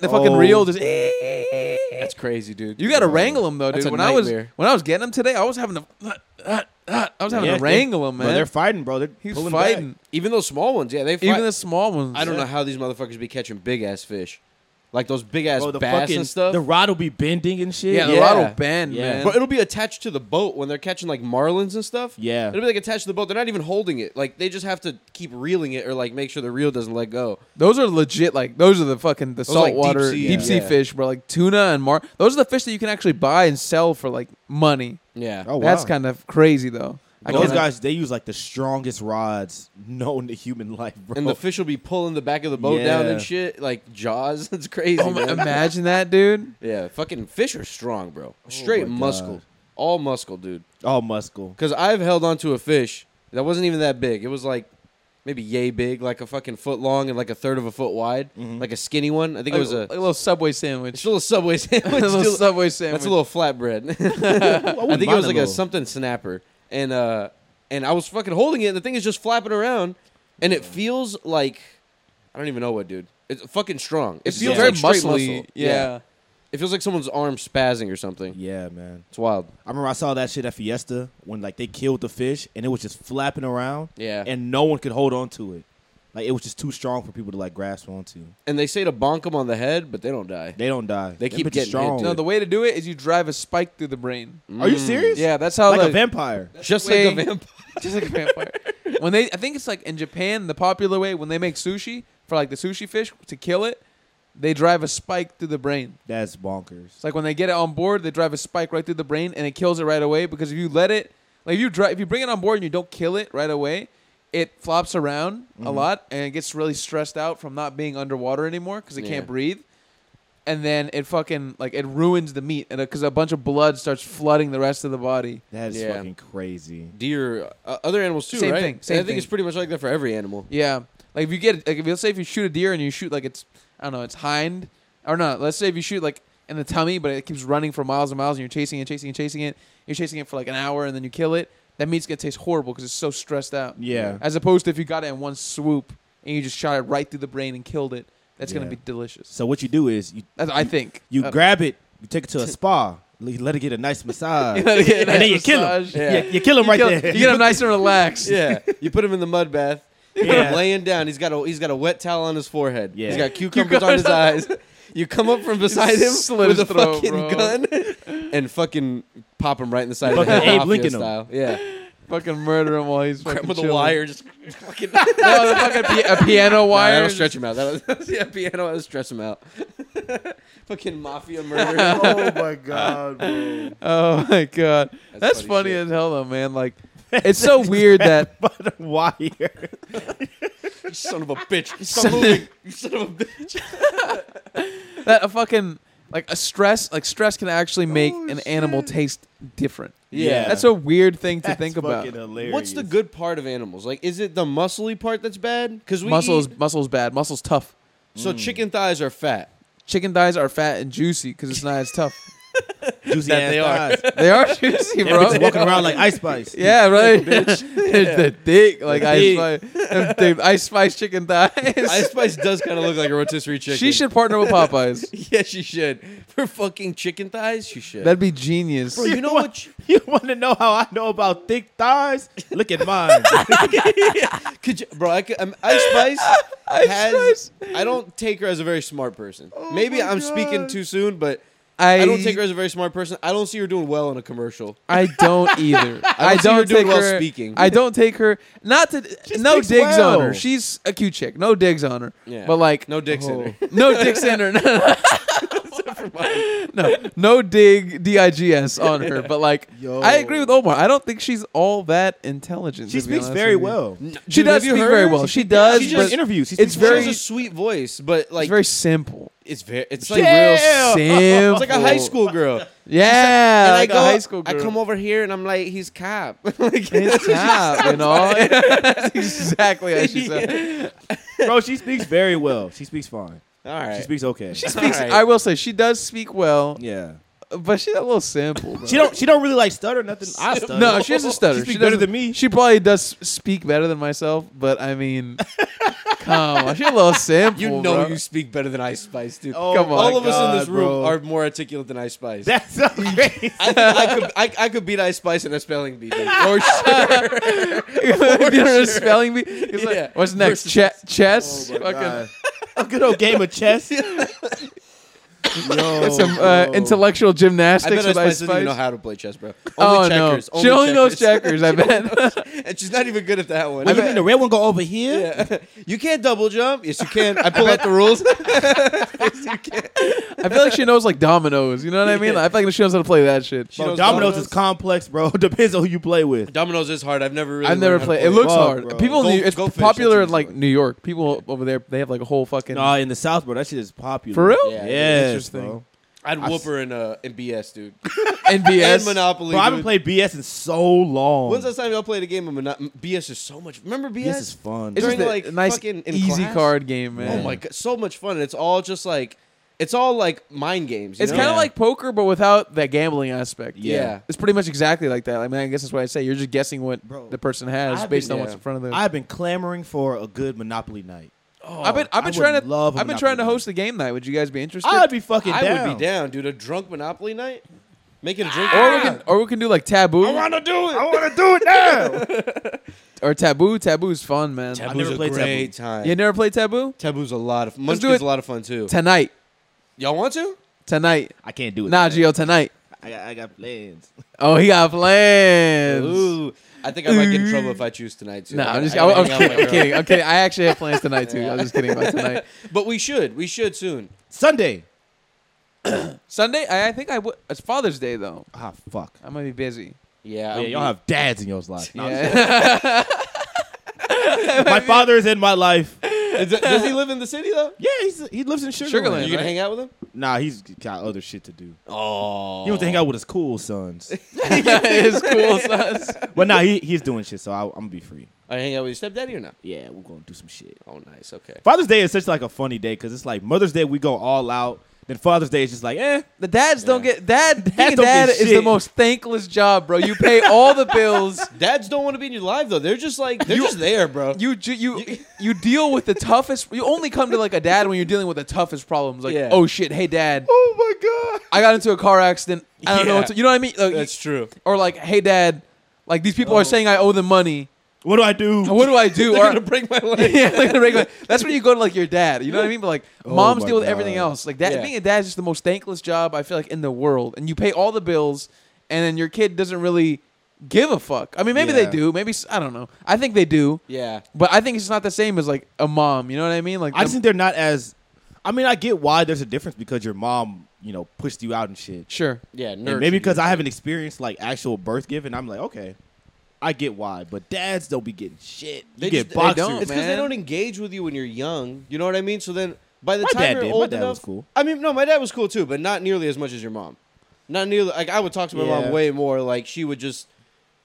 Speaker 2: the fucking
Speaker 3: Oh.
Speaker 2: reel just.
Speaker 4: That's crazy, dude.
Speaker 2: You got to wrangle them though,
Speaker 4: That's
Speaker 2: dude.
Speaker 4: a
Speaker 2: When I was
Speaker 4: nightmare.
Speaker 2: when I was getting them today, I was having to. uh, I was having
Speaker 3: Yeah,
Speaker 2: to wrangle
Speaker 3: they-
Speaker 2: them,
Speaker 3: Bro,
Speaker 2: man.
Speaker 3: they're fighting, bro. They're
Speaker 2: He's
Speaker 3: pulling back.
Speaker 2: fighting,
Speaker 4: even those small ones. Yeah, they fight.
Speaker 2: even the small ones.
Speaker 4: I don't know how these motherfuckers be catching big ass fish. like those big ass
Speaker 3: Bro, Oh, the
Speaker 4: bass
Speaker 3: fucking
Speaker 4: and stuff.
Speaker 3: the rod will be bending and shit.
Speaker 2: Yeah, the
Speaker 4: Yeah.
Speaker 2: rod will bend,
Speaker 3: Yeah.
Speaker 2: man.
Speaker 4: but it'll be attached to the boat when they're catching like marlins and stuff.
Speaker 3: Yeah.
Speaker 4: it'll be like attached to the boat. They're not even holding it. Like they just have to keep reeling it or like make sure the reel doesn't let go.
Speaker 2: Those are legit. Like those are the fucking the
Speaker 4: are, like,
Speaker 2: saltwater
Speaker 4: deep sea-
Speaker 2: deep sea
Speaker 4: yeah.
Speaker 2: fish, bro. Like tuna and mar. Those are the fish that you can actually buy and sell for like money.
Speaker 4: Yeah,
Speaker 3: Oh,
Speaker 2: That's
Speaker 3: wow.
Speaker 2: kind of crazy though. I
Speaker 3: Those
Speaker 2: can't-
Speaker 3: guys, they use like the strongest rods known to human life, bro.
Speaker 4: and the fish will be pulling the back of the boat down
Speaker 3: Yeah.
Speaker 4: and shit like jaws. it's crazy.
Speaker 2: Oh,
Speaker 4: man.
Speaker 2: ma- imagine that, dude.
Speaker 4: Yeah, fucking fish are strong, bro. Straight
Speaker 3: my
Speaker 4: muscle,
Speaker 3: God.
Speaker 4: all muscle, dude.
Speaker 3: oh, muscle.
Speaker 4: Because I've held onto a fish that wasn't even that big. It was like maybe yay big, like a fucking foot long and like a third of a foot wide, like a skinny one. I think it was a.
Speaker 2: like a little subway
Speaker 4: It's
Speaker 2: sandwich.
Speaker 4: still a subway sandwich.
Speaker 2: a little
Speaker 4: still-
Speaker 2: subway sandwich.
Speaker 4: that's a little flatbread. I
Speaker 3: wouldn't
Speaker 4: think it
Speaker 3: mind
Speaker 4: was
Speaker 3: a
Speaker 4: like a
Speaker 3: little.
Speaker 4: something snapper, and uh, and I was fucking holding it, and the thing is just flapping around, and it feels like I don't even know what, dude. It's fucking strong. It
Speaker 2: It's
Speaker 4: feels
Speaker 2: very
Speaker 4: like straight
Speaker 2: muscly.
Speaker 4: muscle.
Speaker 2: Yeah.
Speaker 4: it feels like someone's arm spazzing or something.
Speaker 3: Yeah, man.
Speaker 4: It's wild.
Speaker 3: I remember I saw that shit at Fiesta when like they killed the fish and it was just flapping around.
Speaker 4: Yeah.
Speaker 3: And no one could hold on to it. Like it was just too strong for people to like grasp onto.
Speaker 4: And they say to bonk them on the head, but they don't die.
Speaker 3: They don't die.
Speaker 4: They
Speaker 3: Them
Speaker 4: keep
Speaker 3: bitches
Speaker 4: getting hit,
Speaker 3: strong.
Speaker 2: No, the way to do it is you drive a spike through the brain.
Speaker 3: Are you serious?
Speaker 2: Mm, Yeah, that's how
Speaker 3: Like a
Speaker 2: the-
Speaker 3: vampire.
Speaker 4: Just
Speaker 2: way-
Speaker 4: like a vampire.
Speaker 2: just like a vampire. When they, I think it's like in Japan, the popular way when they make sushi for like the sushi fish to kill it, they drive a spike through the brain.
Speaker 3: That's bonkers.
Speaker 2: It's like when they get it on board, they drive a spike right through the brain and it kills it right away because if you let it, like if you drive, if you bring it on board and you don't kill it right away, it flops around a
Speaker 3: Mm-hmm.
Speaker 2: lot and it gets really stressed out from not being underwater anymore because it
Speaker 4: Yeah.
Speaker 2: can't breathe. And then it fucking like it ruins the meat, and because a bunch of blood starts flooding the rest of the body.
Speaker 3: That is
Speaker 4: Yeah.
Speaker 3: fucking crazy.
Speaker 4: Deer, uh, other animals too,
Speaker 2: Same
Speaker 4: right?
Speaker 2: thing, same
Speaker 4: I think
Speaker 2: thing.
Speaker 4: it's pretty much like that for every animal.
Speaker 2: Yeah, like if you get like if let's say if you shoot a deer and you shoot like it's I don't know it's hind or not. Let's say if you shoot like in the tummy, but it keeps running for miles and miles, and you're chasing it, chasing it, chasing it. You're chasing it for like an hour, and then you kill it. That meat's gonna taste horrible because it's so stressed out.
Speaker 3: Yeah.
Speaker 2: As opposed to if you got it in one swoop and you just shot it right through the brain and killed it, that's gonna
Speaker 3: Yeah.
Speaker 2: be delicious.
Speaker 3: So what you do is you
Speaker 2: That's, I think
Speaker 3: you
Speaker 2: Uh,
Speaker 3: grab it, you take it to a spa, you let it get a nice massage,
Speaker 2: let it get a
Speaker 3: and
Speaker 2: nice
Speaker 3: then you kill him.
Speaker 2: massage.
Speaker 4: Yeah.
Speaker 3: You, you kill him
Speaker 2: you
Speaker 3: right
Speaker 2: kill-
Speaker 3: there.
Speaker 2: You get him nice and relaxed.
Speaker 4: Yeah, you put him in the mud bath. You put
Speaker 3: Yeah.
Speaker 4: him laying down. He's got a he's got a wet towel on his forehead.
Speaker 3: Yeah.
Speaker 4: He's got cucumbers on his eyes. You come up from beside him
Speaker 2: slit
Speaker 4: with a
Speaker 2: his throat,
Speaker 4: fucking
Speaker 2: bro.
Speaker 4: gun and fucking pop him right in the side of the
Speaker 3: Fucking
Speaker 4: head,
Speaker 3: Abe
Speaker 4: mafia
Speaker 3: Lincoln him.
Speaker 4: style. Yeah,
Speaker 2: Fucking murder him while he's
Speaker 4: grab
Speaker 2: fucking
Speaker 4: him with a
Speaker 2: chilling.
Speaker 4: wire. Just fucking
Speaker 2: No, the fucking pi- a piano
Speaker 4: Nah,
Speaker 2: wire.
Speaker 4: that'll stretch him out. That'll, yeah, piano. That'll stress him out. fucking mafia murder.
Speaker 3: oh my god, bro.
Speaker 2: Oh my god, that's,
Speaker 4: funny
Speaker 2: funny,
Speaker 4: shit.
Speaker 2: as hell though, man. Like, it's so weird that
Speaker 3: But a wire.
Speaker 4: you son of a bitch. Stop moving. You son of a bitch.
Speaker 2: that a fucking like a stress like stress can actually make
Speaker 4: Oh,
Speaker 2: an
Speaker 4: shit.
Speaker 2: animal taste different.
Speaker 3: Yeah.
Speaker 2: That's a weird thing to
Speaker 3: That's
Speaker 2: think about.
Speaker 3: fucking Hilarious.
Speaker 4: What's the good part of animals? Like, is it the muscly part that's bad? Because we
Speaker 2: Muscles,
Speaker 4: eat-
Speaker 2: muscles bad. Muscles tough.
Speaker 4: so chicken thighs are fat.
Speaker 2: Chicken thighs are fat and juicy because it's not as tough.
Speaker 3: juicy
Speaker 4: that
Speaker 3: ass
Speaker 4: they are.
Speaker 3: thighs?
Speaker 2: they are juicy,
Speaker 3: Them bitches
Speaker 2: bro.
Speaker 3: walking around like Ice Spice.
Speaker 2: Yeah, right. It's the dick, like ice
Speaker 3: Dick.
Speaker 2: spice, them thick ice spice chicken thighs.
Speaker 4: Ice Spice does kind of look like a rotisserie chicken.
Speaker 2: she should partner with Popeyes.
Speaker 4: Yeah, she should. For fucking chicken thighs, she should.
Speaker 2: That'd be genius.
Speaker 4: Bro, you know
Speaker 3: want-
Speaker 4: what? ch-
Speaker 3: You want to know how I know about thick thighs? Look at mine.
Speaker 4: Could you, bro, I could, um, Ice Spice has.
Speaker 2: Spice. Oh
Speaker 4: I don't take her as a very smart person. Maybe
Speaker 3: my
Speaker 4: I'm speaking
Speaker 3: God.
Speaker 4: too soon, but I, don't take her as a very smart person. I don't see her doing well in a commercial.
Speaker 2: I don't either. I
Speaker 4: don't see her
Speaker 2: don't
Speaker 4: doing
Speaker 2: take
Speaker 4: well
Speaker 2: her.
Speaker 4: speaking.
Speaker 2: I don't take her. Not to no
Speaker 3: speaks
Speaker 2: digs on
Speaker 3: well.
Speaker 2: her. She's a cute chick. No digs on her.
Speaker 4: Yeah.
Speaker 2: But like oh.
Speaker 4: No dicks in her.
Speaker 2: no dicks in her. No, no, no dig d i g s on her. But like
Speaker 3: Yo.
Speaker 2: I agree with Omar. I don't think she's all that intelligent.
Speaker 3: She
Speaker 2: to be
Speaker 3: speaks
Speaker 2: honest
Speaker 3: very
Speaker 2: with you.
Speaker 3: well.
Speaker 2: She
Speaker 4: Dude,
Speaker 2: does
Speaker 4: have you
Speaker 2: speak
Speaker 4: heard
Speaker 2: very
Speaker 4: her?
Speaker 2: well.
Speaker 4: She
Speaker 2: She does.
Speaker 4: she
Speaker 3: She
Speaker 4: just
Speaker 2: but
Speaker 3: does interviews. She
Speaker 2: it's
Speaker 3: speaks
Speaker 2: very-
Speaker 4: she has a sweet voice, but like
Speaker 2: it's very simple.
Speaker 4: It's very. It's
Speaker 2: Like
Speaker 4: like
Speaker 2: real
Speaker 3: Yeah.
Speaker 2: simple.
Speaker 4: It's like a high school girl.
Speaker 2: Yeah,
Speaker 4: and
Speaker 2: like
Speaker 4: I go,
Speaker 2: a high school girl.
Speaker 4: I come over here and I'm like, he's cop. like,
Speaker 2: It's top, you know. That's exactly how she said. it.
Speaker 3: well. Bro, she speaks very well. She speaks fine.
Speaker 4: all right.
Speaker 3: She speaks okay.
Speaker 2: She speaks.
Speaker 4: Alright.
Speaker 2: I will say she does speak well,
Speaker 3: yeah.
Speaker 2: but she's a little simple. Bro.
Speaker 3: She don't. She don't really like stutter nothing. I stutter.
Speaker 2: No, she doesn't stutter.
Speaker 3: She speaks better
Speaker 2: doesn't-
Speaker 3: than me.
Speaker 2: She probably does speak better than myself, but I mean, come on, she's a little simple.
Speaker 4: you know
Speaker 2: bro.
Speaker 4: you speak better than Ice Spice, dude.
Speaker 3: Oh
Speaker 2: Come on.
Speaker 3: my
Speaker 4: All of us in this
Speaker 3: God,
Speaker 4: room
Speaker 3: bro.
Speaker 4: are more articulate than Ice Spice.
Speaker 3: That's so crazy.
Speaker 4: I think I could I, I could beat Ice Spice in a spelling bee. dude. For sure.
Speaker 2: you know the spelling bee. It's like,
Speaker 4: Yeah.
Speaker 2: What's next?
Speaker 4: Versus-
Speaker 2: Che- chess.
Speaker 3: Oh my
Speaker 2: Fucking-
Speaker 3: God. a good old game of chess. Yo,
Speaker 2: Some uh,
Speaker 3: yo.
Speaker 2: intellectual
Speaker 4: Oh. I
Speaker 2: gymnastics
Speaker 4: bet Ice
Speaker 2: with Ice
Speaker 4: Spice doesn't even know
Speaker 2: Spice.
Speaker 4: how to play chess, bro.
Speaker 2: oh
Speaker 4: Only checkers.
Speaker 2: no, she only knows checkers. I bet.
Speaker 4: and she's not even good at that one.
Speaker 3: What, you mean the red one go over here?
Speaker 4: Yeah. you can't double jump. Yes, you can. I pull out the rules.
Speaker 2: I feel like she knows like dominoes. You know what I mean? Like, I feel like she knows how to play that shit.
Speaker 4: She
Speaker 3: Bro,
Speaker 4: knows
Speaker 3: dominoes, is complex, bro. Depends on who you play with.
Speaker 4: Dominoes is hard. I've never really.
Speaker 2: I've never
Speaker 4: learned how to
Speaker 2: played. It looks
Speaker 3: Fuck,
Speaker 2: hard.
Speaker 3: bro.
Speaker 2: People, in
Speaker 4: Go-
Speaker 2: New, it's
Speaker 4: go fish,
Speaker 2: popular
Speaker 4: that's
Speaker 2: in like
Speaker 4: easy.
Speaker 2: New York. People over there, they have like a whole fucking.
Speaker 3: Nah, in the South, bro, that shit is popular.
Speaker 2: For real?
Speaker 4: Yeah,
Speaker 3: Yeah,
Speaker 4: dude,
Speaker 2: interesting.
Speaker 3: bro.
Speaker 4: I'd
Speaker 2: I've
Speaker 4: whoop
Speaker 2: s-
Speaker 4: her in uh, in BS, dude. And
Speaker 2: NBS.
Speaker 4: Monopoly.
Speaker 3: Bro, I haven't
Speaker 4: dude.
Speaker 3: played BS in so long.
Speaker 4: When's the last time y'all played a game of Monopoly? BS is so much. Remember BS?
Speaker 3: This is fun.
Speaker 2: It's
Speaker 4: During,
Speaker 2: just a,
Speaker 4: like,
Speaker 2: a nice,
Speaker 4: fucking in
Speaker 2: easy
Speaker 4: class?
Speaker 2: card game, man.
Speaker 4: Oh my god, so much fun! And it's all just like, it's all like mind games. you
Speaker 2: It's
Speaker 4: know?
Speaker 2: kind of like poker, but without that gambling aspect.
Speaker 4: Yeah. Yeah.
Speaker 2: it's pretty much exactly like that. I mean, I guess that's what I say. You're just guessing what
Speaker 3: Bro,
Speaker 2: the person has
Speaker 3: I've
Speaker 2: based
Speaker 3: been-
Speaker 2: on what's
Speaker 4: yeah.
Speaker 2: in front of them.
Speaker 3: I've been clamoring for a good Monopoly night.
Speaker 2: I've been, I've been
Speaker 3: I would
Speaker 2: trying to,
Speaker 3: love a
Speaker 2: I've been trying to
Speaker 3: Monopoly.
Speaker 2: host a game night. Would you guys be interested?
Speaker 3: I'd be fucking
Speaker 4: I
Speaker 3: down.
Speaker 4: would be down, dude. A drunk Monopoly night, make it a drink.
Speaker 2: or we can, or we can do like taboo
Speaker 4: to do it.
Speaker 3: want to do it now.
Speaker 2: or taboo. Taboo's fun, man.
Speaker 4: Taboo's
Speaker 3: never
Speaker 4: a
Speaker 3: played
Speaker 4: great
Speaker 3: Taboo.
Speaker 4: time.
Speaker 2: You never played taboo?
Speaker 4: Taboo's a lot of.
Speaker 2: Let's do
Speaker 4: Munchkin's
Speaker 2: it.
Speaker 4: a lot of fun too.
Speaker 2: Tonight,
Speaker 4: Y'all want to?
Speaker 2: tonight,
Speaker 3: I can't do it.
Speaker 2: nah,
Speaker 3: man.
Speaker 2: Gio, tonight.
Speaker 3: I got, I got plans.
Speaker 2: Oh, he got plans.
Speaker 4: Ooh, I think I might get in trouble if I choose tonight too.
Speaker 2: No, I'm just
Speaker 4: I gotta
Speaker 2: I'm
Speaker 4: hang out
Speaker 2: kidding.
Speaker 4: with
Speaker 2: I'm
Speaker 4: my
Speaker 2: kidding. I'm kidding. I actually have plans tonight too. I'm just kidding about tonight.
Speaker 4: girl. But we should. We should soon.
Speaker 3: Sunday.
Speaker 2: Sunday, I, I think I would. It's Father's Day though.
Speaker 3: Ah, fuck.
Speaker 2: I'm gonna be busy.
Speaker 4: Yeah.
Speaker 3: Yeah,
Speaker 4: I'm-
Speaker 3: y'all have dads in your life.
Speaker 2: Yeah.
Speaker 3: my father is in my life.
Speaker 4: Is it- Does he live in the city though?
Speaker 3: Yeah, he's, he lives in
Speaker 2: Sugarland.
Speaker 3: Sugarland.
Speaker 4: You gonna hang out with him?
Speaker 3: Nah, he's got other shit to do.
Speaker 4: Oh,
Speaker 3: He wants to hang out with his cool sons.
Speaker 2: it's cool, sus.
Speaker 3: but nah, he, he's doing shit, so I, I'm gonna be free.
Speaker 4: Are you hanging out with your stepdaddy or not?
Speaker 3: Yeah, we're gonna do some shit.
Speaker 4: Oh, nice. Okay.
Speaker 3: Father's Day is such like a funny day because it's like Mother's Day we go all out, then Father's Day is just like eh.
Speaker 2: The dads don't
Speaker 4: Yeah.
Speaker 2: get dad. being a
Speaker 3: don't
Speaker 2: dad
Speaker 3: get
Speaker 2: is the
Speaker 3: shit.
Speaker 2: most thankless job, bro. You pay all the bills.
Speaker 4: Dads don't want to be in your life though. They're just like they're just there, bro.
Speaker 2: You ju- you you deal with the toughest. You only come to like a dad when you're dealing with the toughest problems. Like,
Speaker 4: Yeah.
Speaker 2: oh shit, hey dad,
Speaker 4: oh my god.
Speaker 2: I got into a car accident. I don't know.
Speaker 4: Yeah.
Speaker 2: What to, you know what I mean? Like,
Speaker 4: That's true.
Speaker 2: or like, hey dad, like these people are saying I owe them money.
Speaker 3: What do I do?
Speaker 2: What do I do?
Speaker 4: They're
Speaker 2: Or-
Speaker 4: gonna break my leg.
Speaker 2: yeah, like the regular. That's when you go to like your dad. You know what I mean? But like moms
Speaker 3: Oh my
Speaker 2: deal with
Speaker 3: God.
Speaker 2: everything else. Like that
Speaker 4: Yeah.
Speaker 2: being a dad is just the most thankless job I feel like in the world. And you pay all the bills, and then your kid doesn't really give a fuck. I mean, maybe
Speaker 3: Yeah.
Speaker 2: they do. Maybe s- I don't know. I think they do,
Speaker 4: Yeah.
Speaker 2: but I think it's not the same as like a mom. You know what I mean? Like
Speaker 3: I
Speaker 2: the-
Speaker 3: just think they're not as. I mean, I get why there's a difference because your mom, you know, pushed you out and shit.
Speaker 2: sure.
Speaker 4: Yeah.
Speaker 3: And
Speaker 4: nurture
Speaker 3: maybe
Speaker 4: you.
Speaker 3: because I haven't experienced like actual birth giving, I'm like, okay, I get why. But dads don't be getting shit.
Speaker 4: They
Speaker 3: They get
Speaker 4: just- they
Speaker 3: boxers.
Speaker 2: don't,
Speaker 4: It's because they
Speaker 2: man.
Speaker 4: don't engage with you when you're young. You know what I mean? So then, by the
Speaker 3: My
Speaker 4: time
Speaker 3: dad
Speaker 4: you're
Speaker 3: did. My
Speaker 4: old
Speaker 3: dad
Speaker 4: enough,
Speaker 3: was cool.
Speaker 4: I mean, no, my dad was cool too, but not nearly as much as your mom. Not nearly. Like I would talk to my
Speaker 3: Yeah.
Speaker 4: mom way more. Like she would just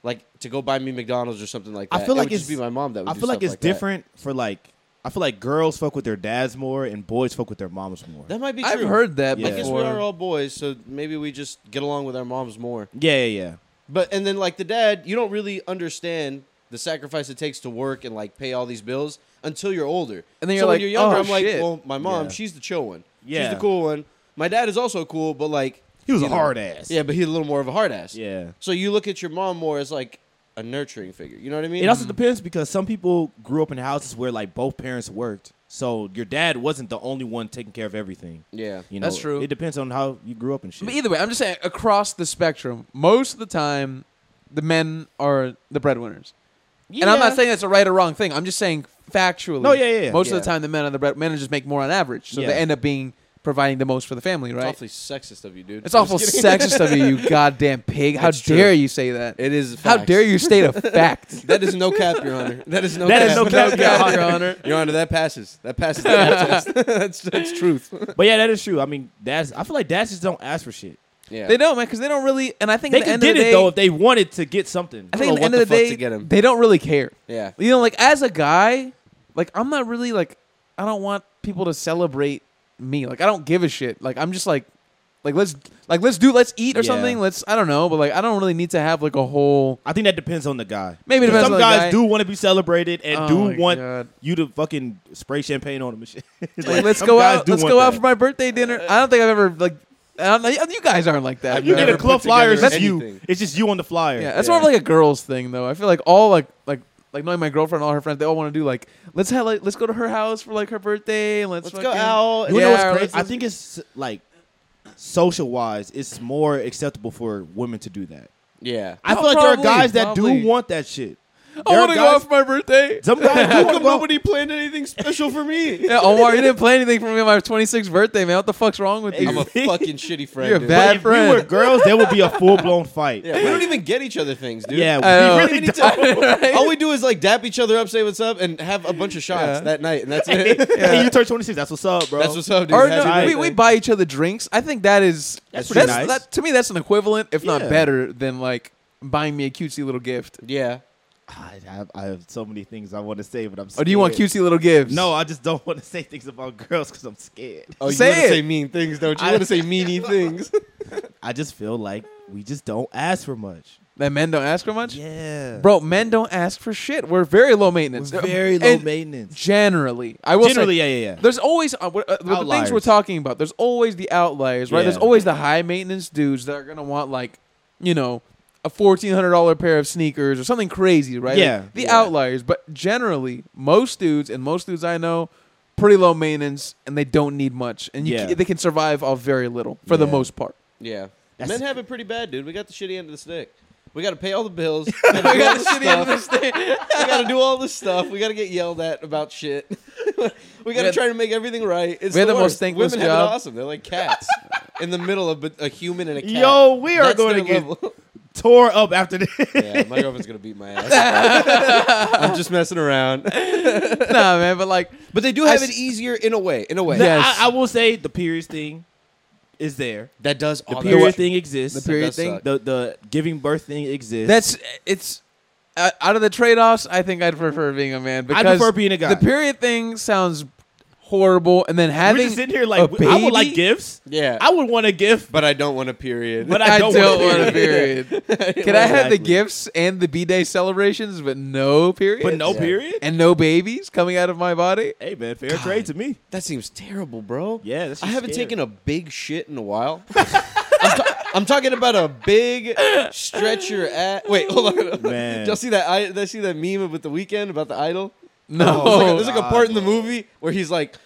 Speaker 4: like to go buy me McDonald's or something like that.
Speaker 3: I feel
Speaker 4: It
Speaker 3: like
Speaker 4: would just
Speaker 3: it's-
Speaker 4: be my mom that. Would
Speaker 3: I
Speaker 4: do
Speaker 3: feel like
Speaker 4: stuff
Speaker 3: it's
Speaker 4: that.
Speaker 3: different for like. I feel like girls fuck with their dads more and boys fuck with their moms more.
Speaker 4: That might be.
Speaker 2: I've
Speaker 4: true.
Speaker 2: heard that
Speaker 3: Yeah.
Speaker 4: I guess we
Speaker 2: before.
Speaker 4: are all boys, so maybe we just get along with our moms more.
Speaker 3: yeah, yeah, yeah.
Speaker 4: But and then like the dad, you don't really understand the sacrifice it takes to work and like pay all these bills until you're older.
Speaker 2: And then
Speaker 4: So
Speaker 2: you're
Speaker 4: when
Speaker 2: like,
Speaker 4: you're younger,
Speaker 2: "Oh,
Speaker 4: I'm like,
Speaker 2: shit."
Speaker 4: well, my mom,
Speaker 3: Yeah.
Speaker 4: she's the chill one.
Speaker 3: Yeah.
Speaker 4: She's the cool one. My dad is also cool, but like
Speaker 3: He was
Speaker 4: you
Speaker 3: a
Speaker 4: know.
Speaker 3: hard ass.
Speaker 4: Yeah, but he's a little more of a hard ass.
Speaker 3: yeah.
Speaker 4: So you look at your mom more as like a nurturing figure. You know what I mean?
Speaker 3: It
Speaker 2: Mm.
Speaker 3: also depends because some people grew up in houses where like both parents worked, so your dad wasn't the only one taking care of everything.
Speaker 4: yeah.
Speaker 3: You know,
Speaker 2: That's true.
Speaker 3: It depends on how you grew up and shit.
Speaker 2: But either way, I'm just saying across the spectrum, most of the time, the men are the breadwinners. And I'm not
Speaker 3: Yeah.
Speaker 2: saying that's a right or wrong thing. I'm just saying factually.
Speaker 3: No, yeah, yeah, yeah.
Speaker 2: Most of
Speaker 4: Yeah.
Speaker 2: the time, the men on the bread men just make more on average, so
Speaker 3: Yeah.
Speaker 2: they end up being providing the most for the family,
Speaker 4: It's
Speaker 2: right?
Speaker 4: awfully sexist of you, dude.
Speaker 2: It's
Speaker 4: I'm
Speaker 2: awful
Speaker 4: just kidding.
Speaker 2: sexist of you, you goddamn pig! How
Speaker 4: That's true.
Speaker 2: dare you say that?
Speaker 4: It is.
Speaker 2: How
Speaker 4: facts.
Speaker 2: dare you state a fact?
Speaker 4: That is no cap, Your Honor. That is no.
Speaker 3: That
Speaker 4: cap.
Speaker 3: is no cap, Your
Speaker 2: Your Honor.
Speaker 4: Your Honor, that passes. That passes. The cap test. that's that's truth.
Speaker 3: But yeah, that is true. I mean, dads. I feel like dads just don't ask for shit.
Speaker 4: Yeah.
Speaker 2: They don't, man, because they don't really. And I think
Speaker 3: They
Speaker 2: at the
Speaker 3: could
Speaker 2: end of
Speaker 3: get
Speaker 2: the
Speaker 3: it
Speaker 2: day,
Speaker 3: though if they wanted to get something.
Speaker 2: I think at
Speaker 4: know
Speaker 2: the
Speaker 4: what
Speaker 2: end
Speaker 4: the
Speaker 2: of the
Speaker 4: fuck to
Speaker 2: day,
Speaker 4: get 'em.
Speaker 2: they don't really care.
Speaker 4: Yeah.
Speaker 2: You know, like as a guy, like I'm not really like I don't want people to celebrate me. Like I don't give a shit. Like I'm just like like let's like let's do let's eat or
Speaker 3: Yeah.
Speaker 2: something. Let's I don't know, but like I don't really need to have like a whole
Speaker 3: I think that depends on the guy.
Speaker 2: Maybe it
Speaker 3: Because
Speaker 2: depends
Speaker 3: some
Speaker 2: on the
Speaker 3: guys
Speaker 2: guy.
Speaker 3: do want to be celebrated and
Speaker 2: Oh my
Speaker 3: do want
Speaker 2: God.
Speaker 3: you to fucking spray champagne on them and shit. Like,
Speaker 2: like let's
Speaker 3: some
Speaker 2: go
Speaker 3: guys
Speaker 2: out
Speaker 3: do
Speaker 2: let's
Speaker 3: want
Speaker 2: go out
Speaker 3: that.
Speaker 2: for my birthday dinner. I don't think I've ever like I don't know, you guys aren't like that.
Speaker 4: I've
Speaker 3: you
Speaker 2: bro.
Speaker 3: get
Speaker 4: never
Speaker 3: a club
Speaker 4: put together
Speaker 3: flyer. It's you.
Speaker 4: anything.
Speaker 3: It's just you on the flyer.
Speaker 2: Yeah, that's more of like a girls thing though. I feel like all like like like knowing my girlfriend, and all her friends, they all want to do like let's have like let's go to her house for like her birthday and let's,
Speaker 4: Let's go
Speaker 2: fucking-
Speaker 4: out.
Speaker 3: You
Speaker 2: yeah,
Speaker 3: know what's
Speaker 2: or
Speaker 3: crazy?
Speaker 2: let's
Speaker 3: Oh, I
Speaker 2: just-
Speaker 3: think it's like social wise, it's more acceptable for women to do that.
Speaker 4: Yeah.
Speaker 3: I
Speaker 2: Oh,
Speaker 3: feel like
Speaker 2: probably,
Speaker 3: there are guys that
Speaker 2: probably.
Speaker 3: do want that shit.
Speaker 2: I
Speaker 3: There are
Speaker 2: want to go
Speaker 3: guys-
Speaker 2: out for my birthday.
Speaker 3: Some guys do wanna go-
Speaker 4: planned anything special for me?
Speaker 2: Yeah, Omar, you didn't play anything for me on my 26th birthday, man. What the fuck's wrong with you?
Speaker 4: I'm a fucking shitty friend.
Speaker 2: You're a
Speaker 4: dude.
Speaker 2: bad
Speaker 3: But if we were
Speaker 2: friend.
Speaker 3: girls, there would be a full blown fight.
Speaker 4: Yeah, we don't even get each other things, dude.
Speaker 3: Yeah,
Speaker 2: I know.
Speaker 3: we really
Speaker 4: Any
Speaker 3: don't.
Speaker 4: time- All we do is like dap each other up, say what's up, and have a bunch of shots
Speaker 2: Yeah.
Speaker 4: that night, and that's it.
Speaker 3: Hey, you turn 26. That's what's up, bro.
Speaker 4: That's what's up, dude.
Speaker 2: Or
Speaker 4: Happy
Speaker 2: no, we,
Speaker 4: birthday.
Speaker 2: we buy each other drinks. I think that is
Speaker 3: That's pretty nice.
Speaker 2: That, to me, that's an equivalent, if not
Speaker 3: Yeah.
Speaker 2: better, than like buying me a cutesy little gift.
Speaker 4: yeah.
Speaker 3: I have, I have so many things I want to say, but I'm scared.
Speaker 2: Or Oh, do you want cutesy little gifts?
Speaker 3: No, I just don't want to say things about girls because I'm scared.
Speaker 4: Oh,
Speaker 2: Say
Speaker 4: you wanna
Speaker 2: it.
Speaker 4: say mean things, don't you? You
Speaker 3: I-
Speaker 4: want to say meany things.
Speaker 3: I just feel like we just don't ask for much.
Speaker 2: that men don't ask for much.
Speaker 3: Yeah.
Speaker 2: Bro, men don't ask for shit. We're very low
Speaker 3: It's
Speaker 2: maintenance.
Speaker 3: very
Speaker 2: And
Speaker 3: low maintenance.
Speaker 2: Generally, I will
Speaker 3: Generally,
Speaker 2: say,
Speaker 3: yeah, yeah, yeah.
Speaker 2: There's always uh, what- uh, with the things
Speaker 3: Outliers.
Speaker 2: we're talking about. There's always the outliers, right?
Speaker 3: Yeah.
Speaker 2: There's always the high maintenance dudes that are gonna want like, you know, a fourteen hundred dollar pair of sneakers or something crazy, right?
Speaker 3: Yeah.
Speaker 2: Like, the
Speaker 4: Yeah.
Speaker 2: outliers, but generally, most dudes and most dudes I know, pretty low maintenance, and they don't need much, and you
Speaker 3: Yeah.
Speaker 2: ca- they can survive off very little for the
Speaker 3: Yeah.
Speaker 2: most part.
Speaker 4: Yeah.
Speaker 3: That's-
Speaker 4: Men have it pretty bad, dude. We got the shitty end of the stick. We got to pay all the bills. we
Speaker 2: I got
Speaker 4: got
Speaker 2: the shitty end of the stick.
Speaker 4: We got to do all this stuff. We got to get yelled at about shit. we got to
Speaker 2: had-
Speaker 4: try to make everything right. It's
Speaker 2: we had
Speaker 4: the
Speaker 2: the most
Speaker 4: worst.
Speaker 2: thankless
Speaker 4: Women have
Speaker 2: job.
Speaker 4: it awesome. They're like cats in the middle of a, a human and a cat.
Speaker 3: Yo, we are
Speaker 4: That's
Speaker 3: going to
Speaker 4: their
Speaker 3: get
Speaker 4: level.
Speaker 3: tore up after this.
Speaker 4: yeah, my girlfriend's gonna beat my ass. I'm just messing around.
Speaker 2: nah, man, but like,
Speaker 4: But they do
Speaker 2: I
Speaker 4: have
Speaker 2: s-
Speaker 4: it easier in a way. In a way,
Speaker 2: Yeah. Yes.
Speaker 3: I, I will say the periods thing is there.
Speaker 4: that does.
Speaker 3: The
Speaker 4: all that
Speaker 3: period
Speaker 4: shit.
Speaker 3: thing exists.
Speaker 2: The period thing?
Speaker 3: The the giving birth thing exists.
Speaker 2: That's it's uh, out of the trade-offs. I think I'd prefer being a man because
Speaker 3: I prefer being a guy.
Speaker 2: The period thing sounds horrible, and then
Speaker 3: We're
Speaker 2: having
Speaker 3: just sitting here
Speaker 2: a
Speaker 3: like I
Speaker 2: baby?
Speaker 3: would like gifts.
Speaker 4: Yeah,
Speaker 3: I would want a gift,
Speaker 4: but I don't want a period.
Speaker 3: but
Speaker 2: I,
Speaker 3: I
Speaker 2: don't,
Speaker 3: don't, want
Speaker 2: want a
Speaker 3: to period.
Speaker 2: period. Can I have the
Speaker 3: Exactly.
Speaker 2: gifts and the b-day celebrations, but no period?
Speaker 3: But no
Speaker 4: Yeah.
Speaker 3: period.
Speaker 2: and no babies coming out of my body?
Speaker 3: Hey man, fair trade to me.
Speaker 4: that seems terrible, bro.
Speaker 3: Yeah, that's
Speaker 4: I
Speaker 3: just
Speaker 4: haven't
Speaker 3: scary.
Speaker 4: taken a big shit in a while. I'm, ta- I'm talking about a big stretch your ass. Wait, hold on.
Speaker 3: Man.
Speaker 4: Y'all see that? I did I see that meme with the weekend about the idol.
Speaker 2: No,
Speaker 4: There's like a, there's like a
Speaker 3: God,
Speaker 4: part in the
Speaker 3: bro.
Speaker 4: movie where he's like,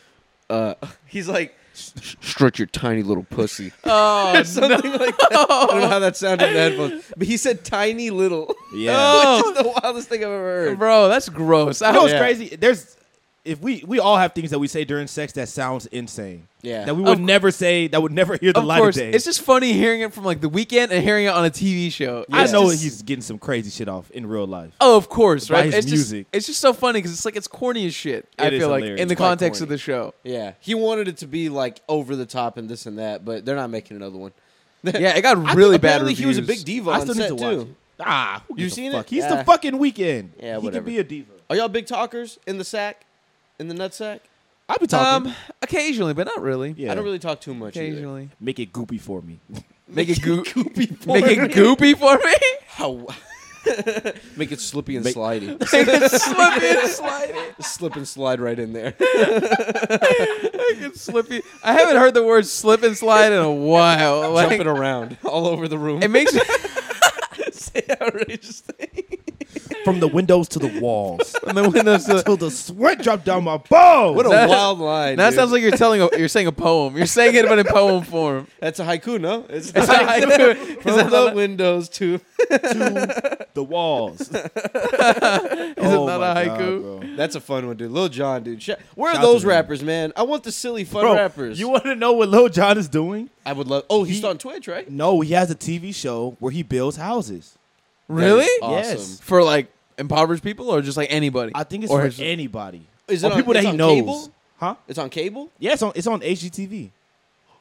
Speaker 4: uh, he's like, stretch your tiny little pussy.
Speaker 2: oh,
Speaker 4: something like that. I don't know how that sounded in the headphones, but he said tiny little.
Speaker 3: Yeah.
Speaker 2: Oh.
Speaker 4: Which is the wildest thing I've ever heard.
Speaker 2: bro, that's gross. I
Speaker 3: You know what's
Speaker 4: Yeah.
Speaker 3: crazy? There's if we we all have things that we say during sex that sounds insane.
Speaker 4: Yeah.
Speaker 3: That we
Speaker 2: Of-
Speaker 3: would never say. That would never hear the
Speaker 2: of
Speaker 3: light
Speaker 2: course,
Speaker 3: of day.
Speaker 2: it's just funny hearing it from like the weekend and hearing it on a TV show.
Speaker 3: I
Speaker 2: It's
Speaker 3: know
Speaker 2: just-
Speaker 3: he's getting some crazy shit off in real life.
Speaker 2: Oh, of course,
Speaker 3: By
Speaker 2: right?
Speaker 3: his
Speaker 2: it's
Speaker 3: music.
Speaker 2: just it's just so funny because it's like it's corny as shit. I
Speaker 3: It is
Speaker 2: feel like
Speaker 3: hilarious.
Speaker 2: in the
Speaker 3: It's quite
Speaker 2: context of
Speaker 3: corny.
Speaker 2: the show.
Speaker 4: Yeah, he wanted it to be like over the top and this and that, but they're not making another one.
Speaker 2: Yeah, it got really bad
Speaker 4: Apparently,
Speaker 2: reviews.
Speaker 4: he was a big diva
Speaker 3: I
Speaker 4: on
Speaker 3: still need
Speaker 4: set
Speaker 3: to watch
Speaker 4: too.
Speaker 3: it. Ah, who gives a
Speaker 4: seen it?
Speaker 3: fuck? He's
Speaker 4: Yeah.
Speaker 3: the fucking weekend.
Speaker 4: Yeah,
Speaker 3: he
Speaker 4: whatever.
Speaker 3: could be a diva.
Speaker 4: Are y'all big talkers in the sack, in the nut sack?
Speaker 3: I've been talking.
Speaker 2: Um, occasionally, but not really.
Speaker 3: yeah,
Speaker 4: I don't really talk too much. either.
Speaker 2: occasionally.
Speaker 3: make it goopy for me.
Speaker 2: Make it goo-
Speaker 4: goopy. For
Speaker 2: make it
Speaker 4: me.
Speaker 2: goopy for me.
Speaker 4: How? Make it slippy and
Speaker 3: Make-
Speaker 4: slidey.
Speaker 2: Make it slip in, slide in.
Speaker 4: Slip and slide right in there.
Speaker 2: Make it slippy. I haven't heard the word slip and slide in a while. Like,
Speaker 4: Jumping around all over the room.
Speaker 2: it makes me
Speaker 4: Say outrageous thing.
Speaker 3: From the windows to the walls,
Speaker 2: from the windows. To
Speaker 3: till the sweat dropped down my balls.
Speaker 4: What a
Speaker 2: That-
Speaker 4: wild line.
Speaker 2: now it
Speaker 4: dude.
Speaker 2: sounds like you're telling a, you're saying a poem. You're saying it but in poem form.
Speaker 4: That's a haiku, no? It's,
Speaker 2: It's
Speaker 4: like
Speaker 2: like-
Speaker 4: from
Speaker 2: is that
Speaker 4: the
Speaker 2: not-
Speaker 4: windows to.
Speaker 3: to the walls. Oh Is
Speaker 2: not a haiku?
Speaker 4: That's a fun one, dude. Lil John, dude. Sh- Where
Speaker 3: Shout
Speaker 4: are
Speaker 3: out
Speaker 4: those
Speaker 3: to him.
Speaker 4: rappers, man? I want the silly fun
Speaker 3: Bro,
Speaker 4: rappers.
Speaker 3: you want to know what Lil Jon is doing?
Speaker 4: I would love. Oh, he's
Speaker 3: He-
Speaker 4: on Twitch, right?
Speaker 3: No, he has a TV show where he builds houses.
Speaker 2: Really?
Speaker 4: That is awesome.
Speaker 3: Yes.
Speaker 2: For like impoverished people or just like anybody?
Speaker 3: I think it's
Speaker 2: Or
Speaker 3: for
Speaker 2: it's-
Speaker 3: anybody.
Speaker 4: Is
Speaker 3: Or
Speaker 4: it on-
Speaker 3: people
Speaker 4: it's
Speaker 3: that he
Speaker 4: on
Speaker 3: knows?
Speaker 4: cable?
Speaker 3: Huh?
Speaker 4: It's on cable.
Speaker 3: Yeah, it's on it's on HGTV.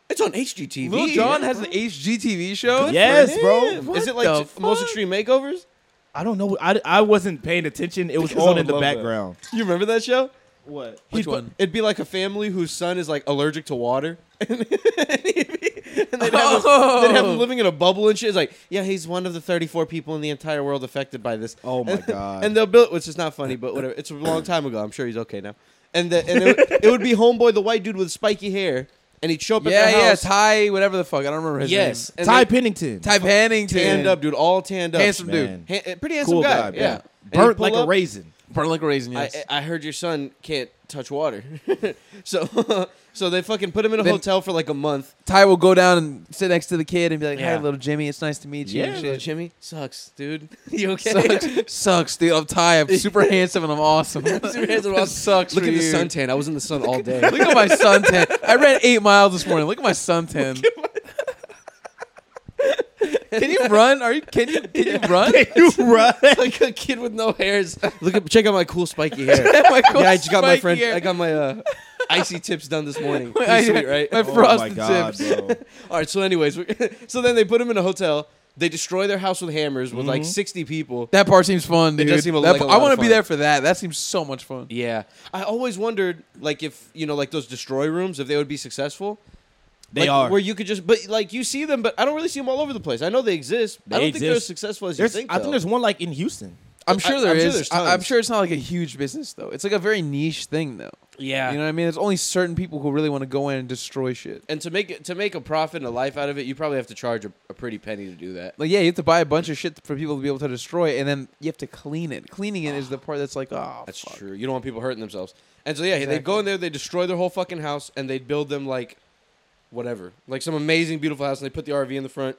Speaker 4: It's on HGTV.
Speaker 2: Lil Jon has an HGTV show.
Speaker 3: yes,
Speaker 4: Damn.
Speaker 3: bro.
Speaker 2: What
Speaker 4: Is it like
Speaker 2: the
Speaker 4: t- most
Speaker 2: fuck?
Speaker 4: extreme makeovers?
Speaker 3: I don't know. I, I wasn't paying attention. It was
Speaker 4: Because I
Speaker 3: on
Speaker 4: would
Speaker 3: in the
Speaker 4: love that.
Speaker 3: background.
Speaker 4: You remember that show?
Speaker 3: What?
Speaker 2: Which
Speaker 4: He'd-
Speaker 2: one?
Speaker 4: It'd be like a family whose son is like allergic to water, and they'd have, him, they'd have
Speaker 2: Oh.
Speaker 4: him living in a bubble and shit. It's like, yeah, he's one of the 34 people in the entire world affected by this.
Speaker 3: Oh my
Speaker 4: And-
Speaker 3: God.
Speaker 4: And they'll build, which is not funny, but whatever. It's a long time ago. I'm sure he's okay now. And the, and it, would- it would be homeboy, the white dude with spiky hair, and he'd show up
Speaker 2: Yeah,
Speaker 4: at their
Speaker 2: yeah,
Speaker 4: house.
Speaker 2: Ty, whatever the fuck. I don't remember his
Speaker 4: yes,
Speaker 2: name.
Speaker 4: and
Speaker 3: Ty
Speaker 4: they'd
Speaker 3: Pennington.
Speaker 2: Ty Pennington.
Speaker 4: tanned up, dude, all tanned up,
Speaker 2: Handsome
Speaker 3: Man.
Speaker 2: dude.
Speaker 4: Ha- pretty handsome
Speaker 3: cool
Speaker 4: guy,
Speaker 3: guy.
Speaker 4: yeah.
Speaker 3: man.
Speaker 4: And he'd
Speaker 3: Burnt
Speaker 4: pull
Speaker 3: like
Speaker 4: up-
Speaker 3: a raisin.
Speaker 2: Burn like a raisin, yes.
Speaker 4: I, I heard your son can't touch water, so so they fucking put him in a
Speaker 2: Then-
Speaker 4: hotel for like a month.
Speaker 2: Ty will go down and sit next to the kid and be like,
Speaker 4: Yeah.
Speaker 2: "Hey, little Jimmy, it's nice to meet you." and
Speaker 4: little
Speaker 2: shit.
Speaker 4: Jimmy sucks, dude. You okay?
Speaker 2: Sucks, sucks, dude. I'm Ty. I'm super handsome and I'm awesome.
Speaker 4: Super handsome, awesome.
Speaker 2: Sucks.
Speaker 4: Look
Speaker 2: for
Speaker 4: at the
Speaker 2: you.
Speaker 4: suntan. I was in the sun all day.
Speaker 2: Look at my suntan. I ran eight miles this morning. Look at my suntan. can you run? Are you? Can you? Can you run?
Speaker 4: you
Speaker 3: Oh
Speaker 4: run like a kid with no hairs. Look at check out my cool spiky hair.
Speaker 2: My cool
Speaker 4: yeah, I just got my
Speaker 2: spiky
Speaker 4: friend.
Speaker 2: hair.
Speaker 4: I got my uh, icy tips done this morning. Pretty
Speaker 2: I-
Speaker 4: sweet, right?
Speaker 2: my
Speaker 3: oh my
Speaker 2: frosted
Speaker 3: god,
Speaker 2: tips.
Speaker 3: bro.
Speaker 4: All right. So, anyways, we- so then they put him in a hotel. They destroy their house with hammers with
Speaker 2: Mm-hmm.
Speaker 4: like sixty people.
Speaker 2: That part seems fun,
Speaker 4: It
Speaker 2: dude.
Speaker 4: does seem a-
Speaker 2: That
Speaker 4: like
Speaker 2: pa-
Speaker 4: a lot
Speaker 2: I
Speaker 4: of
Speaker 2: want to be
Speaker 4: fun.
Speaker 2: there for that. That seems so much fun.
Speaker 4: Yeah, I always wondered, like, if you know, like those destroy rooms, if they would be successful.
Speaker 3: They
Speaker 4: Like,
Speaker 3: are.
Speaker 4: where you could just, but like you see them, but I don't really see them all over the place. I know they exist. but I
Speaker 3: They
Speaker 4: don't think they're as
Speaker 3: exist.
Speaker 4: successful as
Speaker 3: There's-
Speaker 4: you think.
Speaker 3: I think
Speaker 4: though.
Speaker 3: there's one like in Houston.
Speaker 2: I'm
Speaker 4: I-
Speaker 2: sure there
Speaker 4: I'm sure
Speaker 2: is.
Speaker 4: there's
Speaker 2: I, am
Speaker 4: tons.
Speaker 2: sure it's not like a huge business though. It's like a very niche thing though.
Speaker 4: yeah,
Speaker 2: You know what I mean? There's only certain people who really want to go in and destroy shit.
Speaker 4: and to make it to make a profit and a life out of it, you probably have to charge a, a pretty penny to do that.
Speaker 2: Like yeah, you have to buy a bunch of shit for people to be able to destroy, and then you have to clean it. Cleaning it is the part that's like, oh,
Speaker 4: That's
Speaker 2: fuck.
Speaker 4: true. You don't want people hurting themselves. And so yeah, they
Speaker 2: Exactly.
Speaker 4: go in there, they destroy their whole fucking house, and they build them like whatever, like some amazing, beautiful house, and they put the RV in the front.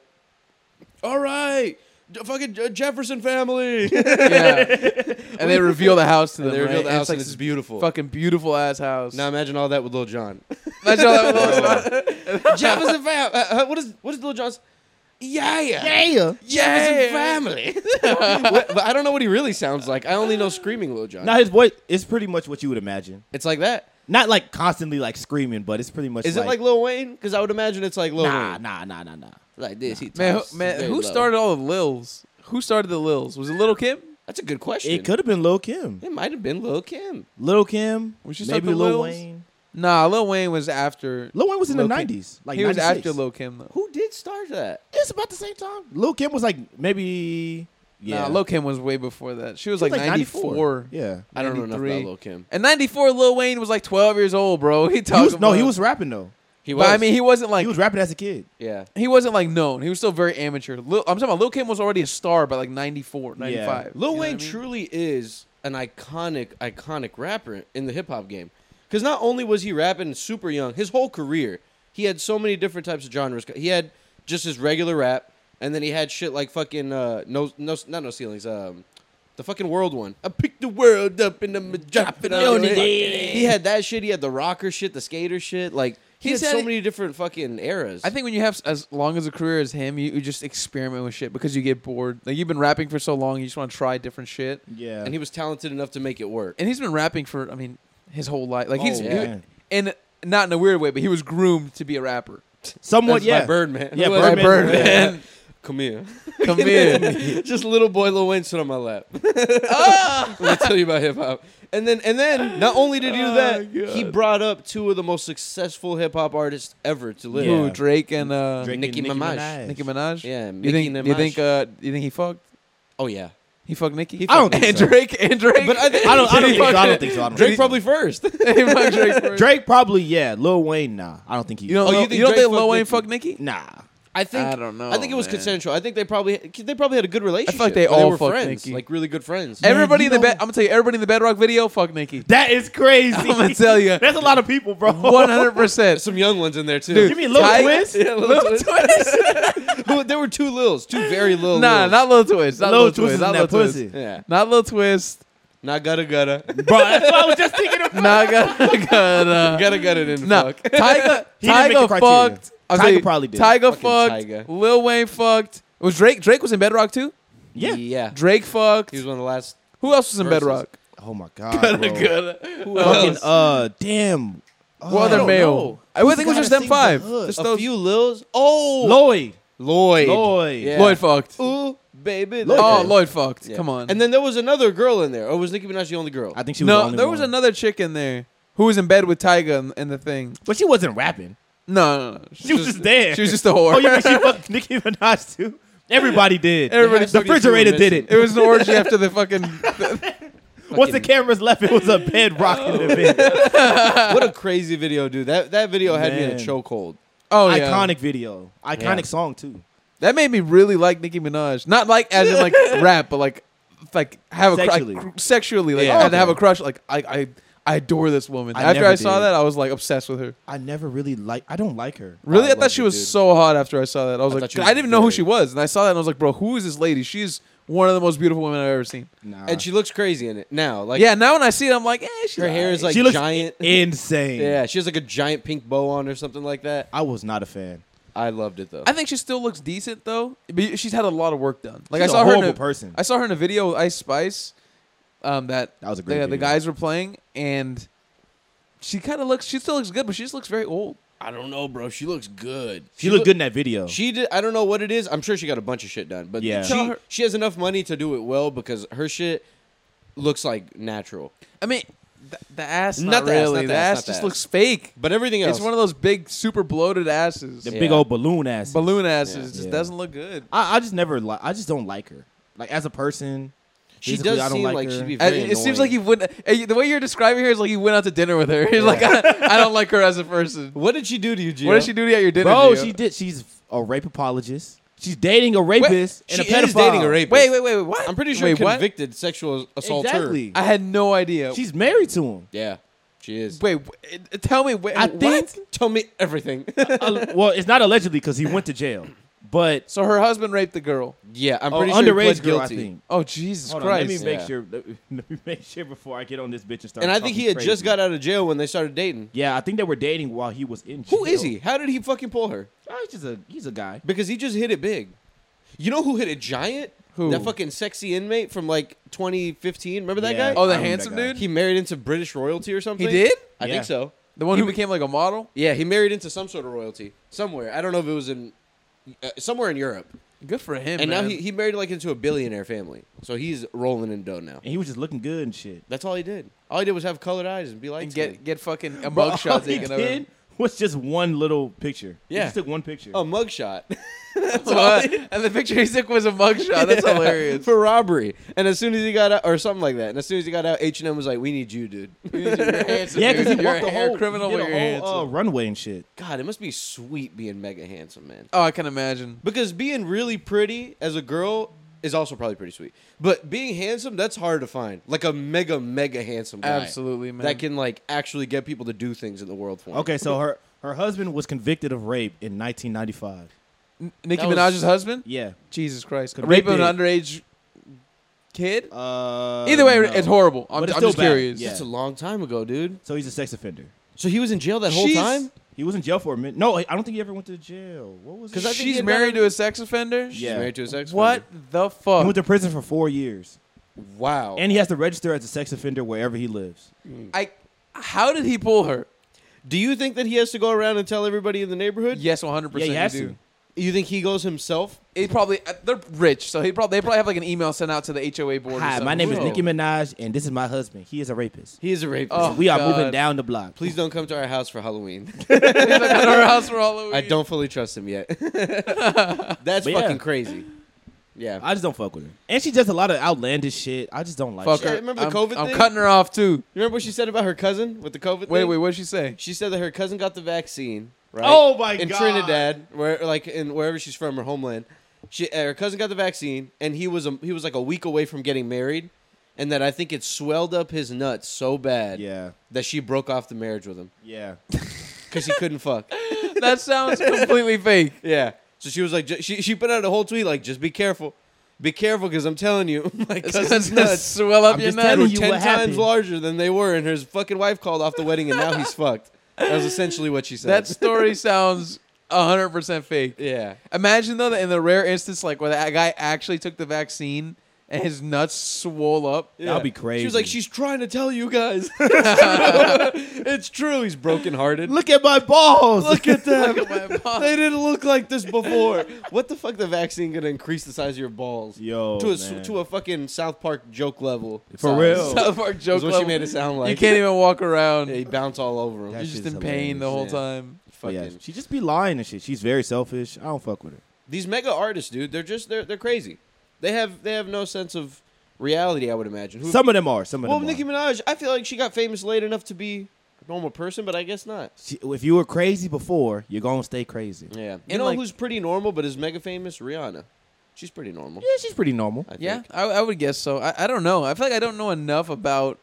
Speaker 4: All right, J- fucking J- Jefferson family.
Speaker 2: Yeah, and they reveal the house to them.
Speaker 4: And they reveal
Speaker 2: right?
Speaker 4: the
Speaker 2: And
Speaker 4: house, and
Speaker 2: it's
Speaker 4: it's
Speaker 2: like
Speaker 4: beautiful.
Speaker 2: this fucking beautiful ass house.
Speaker 4: Now imagine all that with Lil John.
Speaker 2: Imagine all that with all this-
Speaker 4: Jefferson fam. Uh, uh, what is what is Lil John's? Yeah, yeah,
Speaker 3: Yeah.
Speaker 4: Jefferson
Speaker 2: Yeah.
Speaker 4: family. What- but I don't know what he really sounds like. I only know screaming Lil John.
Speaker 3: Now his voice is pretty much what you would imagine.
Speaker 4: it's like that.
Speaker 3: Not like constantly like screaming, but it's pretty much.
Speaker 4: Is it like Lil Wayne? Because I would imagine it's like Lil
Speaker 3: nah,
Speaker 4: Wayne.
Speaker 3: nah, nah, nah, nah.
Speaker 4: Like this. He
Speaker 2: man,
Speaker 4: talks
Speaker 2: who, man,
Speaker 4: very
Speaker 2: who
Speaker 4: low.
Speaker 2: started all the lils? Who started the lils? Was it Little Kim?
Speaker 4: That's a good question.
Speaker 3: It could have been Lil Kim,
Speaker 4: It might have been Lil Kim.
Speaker 3: Lil Kim,
Speaker 2: We should start
Speaker 3: maybe
Speaker 2: the
Speaker 3: Lil
Speaker 2: Lils.
Speaker 3: Wayne.
Speaker 2: Nah, Lil Wayne was after.
Speaker 3: Lil Wayne was in
Speaker 2: Lil
Speaker 3: the
Speaker 2: Kim.
Speaker 3: '90s. Like
Speaker 2: he was
Speaker 3: 96.
Speaker 2: after Lil Kim though.
Speaker 4: Who did start that?
Speaker 3: It's about the same time. Lil Kim was like maybe yeah.
Speaker 2: Nah, Lil Kim was way before that. She was,
Speaker 3: She was
Speaker 2: like, 94.
Speaker 3: Yeah.
Speaker 4: I don't know enough about
Speaker 2: 93.
Speaker 4: Lil Kim.
Speaker 2: And 94, Lil Wayne was like 12 years old, bro. He
Speaker 3: He
Speaker 2: talked
Speaker 3: was, no, he was rapping though.
Speaker 4: He
Speaker 2: But I mean, he wasn't like
Speaker 3: he was rapping as a kid.
Speaker 4: yeah.
Speaker 2: He wasn't like known. He was still very amateur. Lil, I'm talking about Lil Kim was already a star by like 94, 95.
Speaker 3: Yeah.
Speaker 4: Lil
Speaker 2: You know
Speaker 4: Wayne
Speaker 2: what I mean?
Speaker 4: truly is an iconic, iconic rapper in the hip hop game. Because not only was he rapping super young, his whole career, he had so many different types of genres. He had just his regular rap, and then he had shit like fucking uh, no, no, not no ceilings. Um, the fucking world one. I picked the world up and I'm dropping on it. He had that shit. He had the rocker shit, the skater shit. Like he
Speaker 2: He's
Speaker 4: had so
Speaker 2: had-
Speaker 4: many different fucking eras.
Speaker 2: I think when you have s- as long as a career as him, you, you just experiment with shit because you get bored. Like you've been rapping for so long, you just want to try different shit.
Speaker 3: Yeah.
Speaker 4: and he was talented enough to make it work.
Speaker 2: And he's been rapping for, I mean, his whole life. Like he's
Speaker 4: Oh,
Speaker 2: he-
Speaker 4: yeah.
Speaker 2: and not in a weird way, but he was groomed to be a rapper.
Speaker 3: Somewhat
Speaker 4: That's
Speaker 3: yeah.
Speaker 4: by Birdman.
Speaker 3: Yeah,
Speaker 4: Who was-
Speaker 2: By
Speaker 3: Birdman.
Speaker 2: Birdman,
Speaker 4: Come here.
Speaker 2: come in.
Speaker 4: just little boy Lil Wayne stood on my lap. Let me tell you about hip hop. And then and then not only did he do that, he brought up two of the most successful hip hop artists ever to live.
Speaker 3: Yeah.
Speaker 2: Ooh, Drake and uh,
Speaker 3: Drake
Speaker 4: Nicki
Speaker 3: and
Speaker 4: Minaj.
Speaker 2: Nicki Minaj.
Speaker 4: Yeah,
Speaker 2: you think?
Speaker 4: Nicki
Speaker 2: You
Speaker 4: Minaj.
Speaker 2: think? Uh, you think he fucked?
Speaker 4: Oh yeah.
Speaker 2: He fucked Nicki.
Speaker 3: I don't think
Speaker 2: and
Speaker 3: so.
Speaker 2: Drake and Drake.
Speaker 4: But I, think
Speaker 3: I don't. I don't
Speaker 2: He
Speaker 3: think. So. I
Speaker 2: fucking-
Speaker 3: don't think so. I don't
Speaker 4: Drake
Speaker 3: think so.
Speaker 4: probably first.
Speaker 2: He fucked Drake first.
Speaker 3: Drake probably yeah. Lil Wayne nah. I don't think he.
Speaker 2: You don't,
Speaker 4: Oh,
Speaker 2: know,
Speaker 4: you
Speaker 2: you
Speaker 4: think
Speaker 2: don't
Speaker 4: Drake
Speaker 2: think Lil
Speaker 4: fucked
Speaker 2: Wayne
Speaker 4: Nicki?
Speaker 2: fucked Nicki?
Speaker 3: nah.
Speaker 4: I think
Speaker 2: I don't know,
Speaker 4: I think it was
Speaker 2: man.
Speaker 4: consensual. I think they probably they probably had a good relationship.
Speaker 2: like they
Speaker 4: or
Speaker 2: all
Speaker 4: were
Speaker 2: fucked
Speaker 4: friends,
Speaker 2: Nicki.
Speaker 4: like really good friends.
Speaker 3: Man,
Speaker 2: everybody
Speaker 3: you
Speaker 2: in the
Speaker 3: know-
Speaker 2: bed. I'm gonna tell you, everybody in the Bedrock video, fuck Nicki.
Speaker 3: That is crazy.
Speaker 2: I'm gonna tell you,
Speaker 3: That's a lot of people, bro.
Speaker 2: 100. percent
Speaker 4: Some young ones in there too.
Speaker 2: Dude,
Speaker 3: You mean Lil
Speaker 2: Ty-
Speaker 3: Twist?
Speaker 4: Yeah, Lil Twist. Who- there were two Lils, two very Lil.
Speaker 2: Nah,
Speaker 4: Lils.
Speaker 2: not Lil Twist. Not
Speaker 3: Lil
Speaker 2: Lil,
Speaker 3: Twist is
Speaker 2: Twist. Not
Speaker 3: that
Speaker 2: Lil Twist.
Speaker 3: pussy.
Speaker 4: yeah,
Speaker 2: Not Lil Twist.
Speaker 4: not gutta gutta.
Speaker 3: bro. That's what I was just thinking of.
Speaker 2: Not gonna. gonna
Speaker 4: Gotta gut it in.
Speaker 2: no,
Speaker 4: No.
Speaker 2: Tyga.
Speaker 3: He didn't make the
Speaker 2: Tyga
Speaker 3: criteria.
Speaker 2: fucked. I'll
Speaker 3: Tyga
Speaker 2: tell you,
Speaker 3: probably did.
Speaker 2: Tyga
Speaker 4: Fucking
Speaker 2: fucked.
Speaker 4: Tyga.
Speaker 2: Lil Wayne fucked. It was Drake. Drake was in Bedrock too.
Speaker 3: Yeah.
Speaker 4: Yeah.
Speaker 2: Drake fucked.
Speaker 4: He was one of the last.
Speaker 2: Who else was in
Speaker 4: Versus.
Speaker 2: Bedrock?
Speaker 3: Oh my god. Bro.
Speaker 4: Who
Speaker 3: Fucking
Speaker 4: else?
Speaker 3: uh, damn. Oh,
Speaker 2: What
Speaker 3: I
Speaker 2: other
Speaker 3: don't
Speaker 2: male?
Speaker 3: know.
Speaker 2: I would think it was
Speaker 3: gotta
Speaker 2: just them
Speaker 3: sing the
Speaker 2: five.
Speaker 3: hood?
Speaker 2: Just
Speaker 4: a
Speaker 2: those.
Speaker 4: few Lils. Oh,
Speaker 3: Lloyd.
Speaker 4: Lloyd.
Speaker 3: Lloyd.
Speaker 4: Yeah.
Speaker 2: Lloyd fucked.
Speaker 4: Ooh, baby.
Speaker 3: Lloyd.
Speaker 2: Oh,
Speaker 3: Okay.
Speaker 2: Lloyd fucked.
Speaker 4: Yeah.
Speaker 2: Come on.
Speaker 4: And then there was another girl in there. Or was Nicki Minaj the only girl?
Speaker 3: I think she was.
Speaker 2: no,
Speaker 3: the only
Speaker 2: there was
Speaker 3: one.
Speaker 2: another chick in there who was in bed with Tyga and, and the thing.
Speaker 3: but she wasn't rapping.
Speaker 2: No, no, no.
Speaker 3: She was just there.
Speaker 2: She was just a whore.
Speaker 3: Oh, you mean she fucked Nicki Minaj too? Everybody did.
Speaker 2: Everybody
Speaker 3: the
Speaker 4: fucking
Speaker 3: refrigerator
Speaker 4: threw a
Speaker 3: did
Speaker 4: miss.
Speaker 3: it.
Speaker 2: it was an orgy after the fucking.
Speaker 3: Once the cameras left, it was a bed rocking event.
Speaker 4: what a crazy video, dude. That that video had me in a
Speaker 3: Man.
Speaker 4: chokehold.
Speaker 2: Oh yeah,
Speaker 3: Iconic video. Iconic
Speaker 4: Yeah.
Speaker 3: song too.
Speaker 2: That made me really like Nicki Minaj. Not like as in like rap, but like like have a cru- like,
Speaker 3: Sexually.
Speaker 2: cr- sexually like
Speaker 4: Yeah.
Speaker 2: and have a
Speaker 3: Okay.
Speaker 2: crush. Like I I, I adore this woman.
Speaker 3: I
Speaker 2: after
Speaker 3: never
Speaker 2: I saw
Speaker 3: did.
Speaker 2: that, I was like obsessed with her.
Speaker 3: I never really like. I don't like her.
Speaker 2: Really, I,
Speaker 3: love
Speaker 2: thought she
Speaker 3: the
Speaker 2: was
Speaker 3: dude.
Speaker 2: so hot after I saw that. I was
Speaker 4: I
Speaker 2: like,
Speaker 4: thought she was
Speaker 2: I didn't know who
Speaker 4: very-
Speaker 2: she was, and I saw that and I was like, bro, who is this lady? She's one of the most beautiful women I've ever seen.
Speaker 3: Nah.
Speaker 4: and she looks crazy in it now. Like
Speaker 2: yeah, now when I see it, I'm like, eh, she's
Speaker 4: her hair is like
Speaker 3: She looks
Speaker 4: giant.
Speaker 3: insane.
Speaker 4: yeah, she has like a giant pink bow on or something like that.
Speaker 3: I was not a fan.
Speaker 4: I loved it though.
Speaker 2: I think she still looks decent though. But she's had a lot of work done. Like
Speaker 3: She's
Speaker 2: I
Speaker 3: a
Speaker 2: saw her in
Speaker 3: horrible
Speaker 2: a,
Speaker 3: person.
Speaker 2: I saw her in a video with Ice Spice. Um, that
Speaker 3: That was a great
Speaker 2: the, the
Speaker 3: video.
Speaker 2: guys were playing, and she kind of looks. She still looks good, but she just looks very old.
Speaker 4: I don't know, bro. She looks good.
Speaker 3: She, looked good in that video.
Speaker 4: She did. I don't know what it is. I'm sure she got a bunch of shit done, but
Speaker 3: Yeah.
Speaker 2: Tell
Speaker 4: she,
Speaker 2: her-
Speaker 4: she has enough money to do it well because her shit looks like natural.
Speaker 2: I mean, the, the ass
Speaker 4: Not
Speaker 2: not,
Speaker 4: the ass,
Speaker 2: really.
Speaker 4: not the
Speaker 2: the ass,
Speaker 4: ass, not the
Speaker 2: just
Speaker 4: ass.
Speaker 2: looks fake.
Speaker 4: But everything else,
Speaker 2: It's one of those big, super bloated asses,
Speaker 3: the
Speaker 4: Yeah.
Speaker 3: big old balloon ass.
Speaker 2: balloon asses.
Speaker 4: Yeah.
Speaker 2: It just
Speaker 3: Yeah.
Speaker 2: doesn't look good.
Speaker 3: I, I just never like. I just don't like her. Like as a person,
Speaker 4: she
Speaker 3: physically,
Speaker 4: does
Speaker 3: I don't
Speaker 4: seem
Speaker 3: like
Speaker 4: like,
Speaker 3: her.
Speaker 4: she'd be.
Speaker 2: And
Speaker 4: Very
Speaker 2: it seems like
Speaker 4: annoying.
Speaker 2: you went. eh, The way you're describing her is like you went out to dinner with her. He's like, I, don't like her as a person.
Speaker 4: What did she do to you, Gio?
Speaker 2: What did she do to you at your dinner?
Speaker 3: bro.
Speaker 2: Gio?
Speaker 3: She did. She's a rape apologist. She's dating a rapist and
Speaker 4: She
Speaker 3: a pedophile.
Speaker 4: is dating a rapist.
Speaker 2: Wait, wait, wait, wait. What?
Speaker 4: I'm pretty sure
Speaker 2: Wait, what?
Speaker 4: convicted sexual assaulter.
Speaker 3: Exactly.
Speaker 2: I had no idea.
Speaker 3: She's married to him.
Speaker 4: Yeah, she is.
Speaker 2: wait. w- eh, Tell me. Wait,
Speaker 3: I
Speaker 2: what?
Speaker 3: think.
Speaker 4: Tell me everything.
Speaker 3: uh, well, it's not allegedly because he went to jail, but
Speaker 2: so. Her husband raped the girl.
Speaker 4: yeah, I'm
Speaker 3: oh,
Speaker 4: pretty sure he
Speaker 3: underage
Speaker 4: pled
Speaker 3: girl.
Speaker 4: guilty.
Speaker 3: I think.
Speaker 2: Oh Jesus
Speaker 3: Hold on,
Speaker 2: Christ!
Speaker 3: let me make
Speaker 4: Yeah.
Speaker 3: sure. Let, let me make sure before I get on this bitch and start.
Speaker 4: And I think
Speaker 3: talking
Speaker 4: he had
Speaker 3: crazy.
Speaker 4: just got out of jail when they started dating.
Speaker 3: Yeah, I think they were dating while he was in. Jail.
Speaker 4: Who is he? How did he fucking pull her?
Speaker 3: Oh, he's just a he's a guy.
Speaker 4: Because he just hit it big. You know who hit it giant?
Speaker 2: Who?
Speaker 4: That fucking sexy inmate from like 2015. Remember that
Speaker 3: Yeah.
Speaker 4: guy?
Speaker 2: oh, the
Speaker 3: I remember that
Speaker 2: handsome
Speaker 3: guy.
Speaker 2: dude.
Speaker 4: He married into British royalty or something.
Speaker 2: He did.
Speaker 4: I
Speaker 3: Yeah.
Speaker 4: think so.
Speaker 2: The one who became like a model.
Speaker 4: Yeah, he married into some sort of royalty somewhere. I don't know if it was in uh, somewhere in Europe.
Speaker 2: Good for him.
Speaker 4: And now
Speaker 2: man.
Speaker 4: he, he married like into a billionaire family. So he's rolling in dough now.
Speaker 3: And he was just looking good and shit.
Speaker 4: That's all he did. All he did was have colored eyes and be like,
Speaker 2: and get get fucking a
Speaker 3: But all
Speaker 2: mugshot
Speaker 3: he
Speaker 2: taken
Speaker 3: did
Speaker 2: over.
Speaker 3: Was just one little picture. He
Speaker 4: Yeah. Oh,
Speaker 3: just took one picture.
Speaker 4: a mugshot. That's all he-
Speaker 2: and the picture he took was a mugshot. That's
Speaker 4: Yeah,
Speaker 2: hilarious.
Speaker 4: for robbery. And as soon as he got out, or something like that. And as soon as he got out, H and M was like, "We need you, dude."
Speaker 2: yeah,
Speaker 3: yeah, because he
Speaker 2: you're
Speaker 3: walked
Speaker 2: a
Speaker 3: the
Speaker 2: hair
Speaker 3: whole
Speaker 2: criminal,
Speaker 3: he
Speaker 2: but
Speaker 3: did
Speaker 2: you're
Speaker 3: a whole, uh,
Speaker 2: handsome.
Speaker 3: runway and shit.
Speaker 4: God, it must be sweet being mega handsome, man.
Speaker 2: Oh, I can imagine.
Speaker 4: Because being really pretty as a girl is also probably pretty sweet. But being handsome, that's hard to find. Like a mega mega handsome guy.
Speaker 2: Absolutely, man.
Speaker 4: That can like actually get people to do things in the world for. 'em.
Speaker 3: Okay, so her her husband was convicted of rape in 1995.
Speaker 2: Nicki
Speaker 4: that was-
Speaker 2: Minaj's husband.
Speaker 3: Yeah.
Speaker 2: Jesus Christ! Rape
Speaker 3: Convicted.
Speaker 2: of an underage kid.
Speaker 3: Uh,
Speaker 2: Either way,
Speaker 3: no.
Speaker 2: it's horrible. I'm,
Speaker 3: But it's
Speaker 2: I'm
Speaker 3: still
Speaker 2: just
Speaker 3: bad.
Speaker 2: curious.
Speaker 3: Yeah.
Speaker 4: That's a long time ago, dude.
Speaker 3: So he's a sex offender.
Speaker 4: So he was in jail that whole
Speaker 2: She's-
Speaker 4: time.
Speaker 3: He was in jail for a minute. No, I don't think he ever went to jail. What was it?
Speaker 4: Because I think he
Speaker 2: She's
Speaker 4: had
Speaker 2: married
Speaker 4: done-
Speaker 2: to a sex offender.
Speaker 3: Yeah.
Speaker 4: She's married to a sex.
Speaker 2: What
Speaker 4: offender.
Speaker 2: the
Speaker 3: he
Speaker 2: fuck?
Speaker 3: went to prison for four years,
Speaker 4: Wow.
Speaker 3: and he has to register as a sex offender wherever he lives.
Speaker 2: I. How did he pull her?
Speaker 4: do you think that he has to go around and tell everybody in the neighborhood?
Speaker 2: Yes, 100.
Speaker 3: Yeah,
Speaker 2: percent
Speaker 3: he has to.
Speaker 4: You think he goes himself?
Speaker 2: He probably uh, they're rich, so he probably they probably have like an email sent out to the HOA board. or
Speaker 3: Hi, my
Speaker 2: something.
Speaker 3: name is
Speaker 4: Whoa.
Speaker 3: Nicki Minaj, and this is my husband. He is a rapist.
Speaker 4: He is a rapist.
Speaker 2: Oh.
Speaker 3: we are
Speaker 2: God.
Speaker 3: moving down the block.
Speaker 4: Please don't come to our house for Halloween.
Speaker 2: He's like at our house for Halloween.
Speaker 4: I don't fully trust him yet. That's
Speaker 3: But yeah.
Speaker 4: fucking crazy. Yeah.
Speaker 3: I just don't fuck with her. And she does a lot of outlandish shit. I just don't like
Speaker 2: fuck
Speaker 3: shit.
Speaker 2: her.
Speaker 4: Yeah, remember the
Speaker 2: I'm,
Speaker 4: COVID
Speaker 2: I'm
Speaker 4: thing?
Speaker 2: cutting her off too.
Speaker 4: you remember what she said about her cousin with the COVID
Speaker 2: Wait,
Speaker 4: thing?
Speaker 2: wait, what'd she say?
Speaker 4: She said that her cousin got the vaccine, right?
Speaker 3: Oh my
Speaker 4: in
Speaker 3: God.
Speaker 4: Trinidad, where like in wherever she's from, her homeland. She uh, her cousin got the vaccine and he was a, he was like a week away from getting married and that I think it swelled up his nuts so bad
Speaker 3: Yeah.
Speaker 4: that she broke off the marriage with him
Speaker 3: Yeah.
Speaker 4: cuz he couldn't fuck.
Speaker 2: That sounds completely fake.
Speaker 4: Yeah. So she was like, ju- she she put out a whole tweet like, just be careful, be careful, because I'm telling you, my cousin's
Speaker 2: It's
Speaker 4: nuts
Speaker 2: swell up
Speaker 3: I'm
Speaker 2: your
Speaker 3: just telling
Speaker 2: nuts.
Speaker 3: you
Speaker 4: ten
Speaker 3: what
Speaker 4: times
Speaker 3: happened.
Speaker 4: larger than they were, and his fucking wife called off the wedding, and now he's fucked. That was essentially what she said.
Speaker 2: That story sounds 100 percent fake.
Speaker 4: yeah.
Speaker 2: Imagine though that in the rare instance like where that guy actually took the vaccine and his nuts swole up.
Speaker 4: yeah.
Speaker 3: That'd be crazy.
Speaker 4: She was like, she's trying to tell you guys. it's true. He's brokenhearted.
Speaker 3: Look at my balls.
Speaker 4: Look at them.
Speaker 2: Look at my balls.
Speaker 4: They didn't look like this before. what the fuck? The vaccine gonna increase the size of your balls?
Speaker 3: Yo,
Speaker 4: to a
Speaker 3: man.
Speaker 4: to a fucking South Park joke level.
Speaker 3: For
Speaker 4: size.
Speaker 3: real.
Speaker 2: South Park joke.
Speaker 4: Is what she
Speaker 2: level.
Speaker 4: made it sound like.
Speaker 2: You can't even walk around.
Speaker 4: Yeah, he
Speaker 2: You're
Speaker 4: bounce all over him.
Speaker 3: That
Speaker 2: just
Speaker 3: shit's
Speaker 2: in pain the whole
Speaker 4: hilarious.
Speaker 2: time.
Speaker 3: But
Speaker 4: Fucking.
Speaker 3: yeah, she just be lying and shit. She's very selfish. I don't fuck with her.
Speaker 4: These mega artists, dude, they're just they're they're crazy. They have they have no sense of reality, I would imagine. Who,
Speaker 3: Some of them are. Some of
Speaker 4: well,
Speaker 3: them.
Speaker 4: Nicki
Speaker 3: are.
Speaker 4: Minaj, I feel like she got famous late enough to be a normal person, but I guess not.
Speaker 3: She, if you were crazy before, you're gonna stay crazy.
Speaker 4: Yeah. You
Speaker 2: And,
Speaker 4: know
Speaker 2: like-
Speaker 4: who's pretty normal but is mega famous? Rihanna. She's pretty normal.
Speaker 3: Yeah, she's pretty normal.
Speaker 4: I
Speaker 2: yeah,
Speaker 4: think.
Speaker 2: I, I would guess so. I, I don't know. I feel like I don't know enough about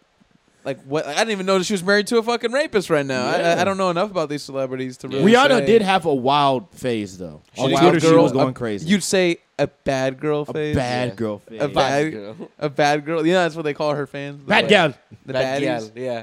Speaker 2: like what I didn't even notice she was married to a fucking rapist right now. I- I,
Speaker 4: Yeah.
Speaker 2: I don't know enough about these celebrities to really.
Speaker 3: Rihanna
Speaker 2: say.
Speaker 3: did have a wild phase though.
Speaker 4: She
Speaker 3: On
Speaker 4: did.
Speaker 3: Twitter, she
Speaker 2: Girl-
Speaker 3: was going
Speaker 2: a-
Speaker 3: crazy.
Speaker 2: You'd say a bad girl
Speaker 3: a
Speaker 2: phase.
Speaker 3: bad
Speaker 4: yeah.
Speaker 3: girl phase.
Speaker 2: A
Speaker 4: Bad
Speaker 2: bad-
Speaker 4: girl.
Speaker 2: A bad girl. Yeah, that's what they call her fans. The
Speaker 3: bad
Speaker 2: ba-
Speaker 3: gal.
Speaker 2: The
Speaker 4: Bad
Speaker 2: baddies.
Speaker 4: gal, Yeah.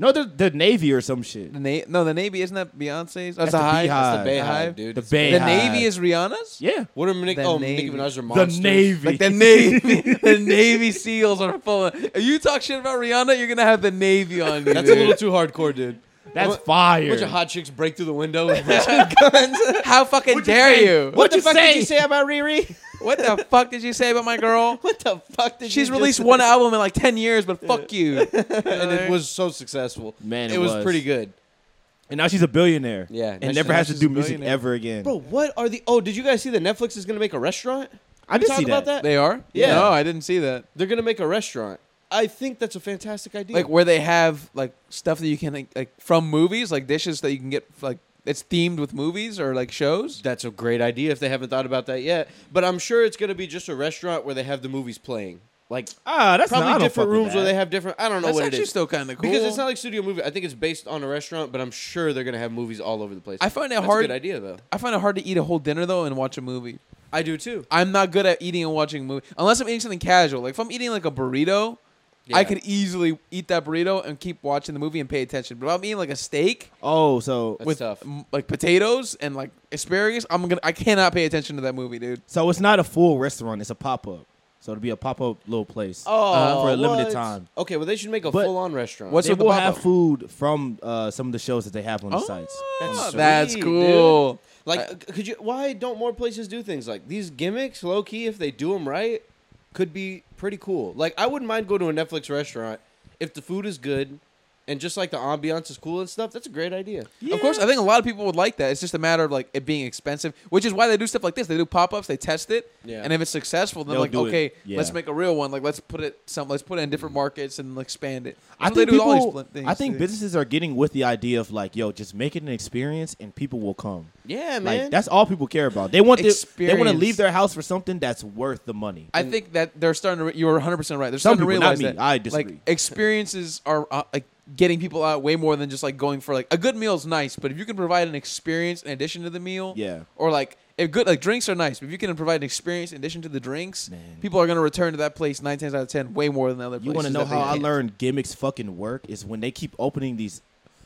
Speaker 3: No, the, the Navy or some shit.
Speaker 2: The na- no, the Navy isn't that Beyonce's? Oh, That's,
Speaker 3: That's the
Speaker 2: a hive.
Speaker 3: Beehive.
Speaker 4: The Bayhive,
Speaker 2: Hive.
Speaker 4: dude.
Speaker 3: The
Speaker 4: It's-
Speaker 3: Bay.
Speaker 2: The Navy is Rihanna's.
Speaker 3: Yeah.
Speaker 4: What are Nick?
Speaker 2: The
Speaker 4: Oh,
Speaker 2: Navy.
Speaker 4: Nicki Minaj are
Speaker 3: The
Speaker 4: monsters.
Speaker 3: Navy.
Speaker 2: Like the Navy, the Navy SEALs are full. Of, if you talk shit about Rihanna, you're gonna have the Navy on you.
Speaker 4: That's a little
Speaker 2: dude.
Speaker 4: too hardcore, dude.
Speaker 3: That's
Speaker 4: What-
Speaker 3: fire.
Speaker 4: A bunch of hot chicks break through the window. With
Speaker 2: How fucking dare you?
Speaker 3: What'd you
Speaker 4: the fuck
Speaker 3: say?
Speaker 4: did you say about Riri?
Speaker 2: What the fuck did you say about my girl?
Speaker 4: What the fuck did
Speaker 2: She's
Speaker 4: you
Speaker 2: released
Speaker 4: just
Speaker 2: one album in like ten years, but fuck you.
Speaker 4: and it was so successful.
Speaker 3: Man,
Speaker 4: it,
Speaker 3: it
Speaker 4: was.
Speaker 3: was.
Speaker 4: pretty good.
Speaker 3: and now she's a billionaire.
Speaker 4: Yeah, now
Speaker 3: And
Speaker 4: she-
Speaker 3: never
Speaker 4: now
Speaker 3: has to
Speaker 2: she's
Speaker 3: do
Speaker 2: a
Speaker 3: music
Speaker 2: billionaire.
Speaker 3: ever again.
Speaker 4: Bro, what are the? Oh, did you guys see that Netflix is gonna make a restaurant?
Speaker 3: I did
Speaker 4: talk
Speaker 3: see
Speaker 4: about that?
Speaker 2: They are?
Speaker 4: Yeah.
Speaker 2: No, I didn't see that.
Speaker 4: They're gonna make a restaurant. I think that's a fantastic idea.
Speaker 2: Like where they have like stuff that you can like, like from movies, like dishes that you can get like it's themed with movies or like shows.
Speaker 4: that's a great idea if they haven't thought about that yet. But I'm sure it's gonna be just a restaurant where they have the movies playing. Like
Speaker 3: Ah, that's
Speaker 4: probably
Speaker 3: not, I don't
Speaker 4: different
Speaker 3: fuck with
Speaker 4: rooms where
Speaker 3: that.
Speaker 4: they have different. I don't know
Speaker 2: That's
Speaker 4: what it
Speaker 2: actually
Speaker 4: is
Speaker 2: still kind of cool.
Speaker 4: because it's not like studio movie. I think it's based on a restaurant, but I'm sure they're gonna have movies all over the place.
Speaker 2: I find it
Speaker 4: That's
Speaker 2: hard-
Speaker 4: A good idea though.
Speaker 2: I find it hard to eat a whole dinner though and watch a movie.
Speaker 4: I do too.
Speaker 2: I'm not good at eating and watching a movie unless I'm eating something casual. Like if I'm eating like a burrito, I
Speaker 4: Yeah.
Speaker 2: could easily eat that burrito and keep watching the movie and pay attention. But if I'm eating like a steak
Speaker 3: Oh, so
Speaker 4: That's
Speaker 2: with
Speaker 4: tough.
Speaker 2: m- like potatoes and like asparagus, I'm gonna I cannot pay attention to that movie, dude.
Speaker 3: so it's not a full restaurant. It's a pop up. So it'll be a pop up little place.
Speaker 4: Oh,
Speaker 3: uh, for a limited
Speaker 4: what?
Speaker 3: time.
Speaker 4: Okay, well they should make a
Speaker 3: But-
Speaker 4: full-on restaurant.
Speaker 2: What's
Speaker 3: they
Speaker 2: with the
Speaker 3: will
Speaker 2: pop-up?
Speaker 3: have food from uh, some of the shows that they have on the
Speaker 2: Oh,
Speaker 3: sites.
Speaker 2: That's,
Speaker 4: That's sweet,
Speaker 2: cool.
Speaker 4: Like,
Speaker 2: I-
Speaker 4: uh, could you? Why don't more places do things like these gimmicks? Low key, if they do them right, could be pretty cool. Like, I wouldn't mind going to a Netflix restaurant if the food is good and just like the ambiance is cool and stuff. That's a great idea.
Speaker 2: Of course, I think a lot of people would like that. It's just a matter of like it being expensive, which is why they do stuff like this. They do pop ups, they test it,
Speaker 4: Yeah.
Speaker 2: and if it's successful, then
Speaker 3: They'll
Speaker 2: like
Speaker 3: do it.
Speaker 2: okay, let's
Speaker 3: Yeah.
Speaker 2: make a real one. Like let's put it some, let's put it in different markets and expand it.
Speaker 3: I
Speaker 2: That's what
Speaker 3: think
Speaker 2: they do with
Speaker 3: people,
Speaker 2: all these pl- things,
Speaker 3: I think
Speaker 2: dude.
Speaker 3: businesses are getting with the idea of like, yo, just make it an experience and people will come.
Speaker 4: Yeah, man.
Speaker 3: Like that's all people care about. They want the, they want to
Speaker 2: Experience.
Speaker 3: leave their house for something that's worth the money.
Speaker 2: I think that they're starting to. Re- you're 100 percent right. They're
Speaker 3: Some
Speaker 2: starting to
Speaker 3: people,
Speaker 2: realize
Speaker 3: not me.
Speaker 2: that.
Speaker 3: I
Speaker 2: Like
Speaker 3: disagree.
Speaker 2: experiences are uh, like getting people out way more than just like going for like a good meal is nice, but if you can provide an experience in addition to the meal,
Speaker 3: Yeah.
Speaker 2: or like if good like drinks are nice, but if you can provide an experience in addition to the drinks,
Speaker 3: Man.
Speaker 2: people are gonna return to that place nine times out of ten way more than the other.
Speaker 3: You
Speaker 2: want to
Speaker 3: know how I learned gimmicks fucking work is when they keep opening these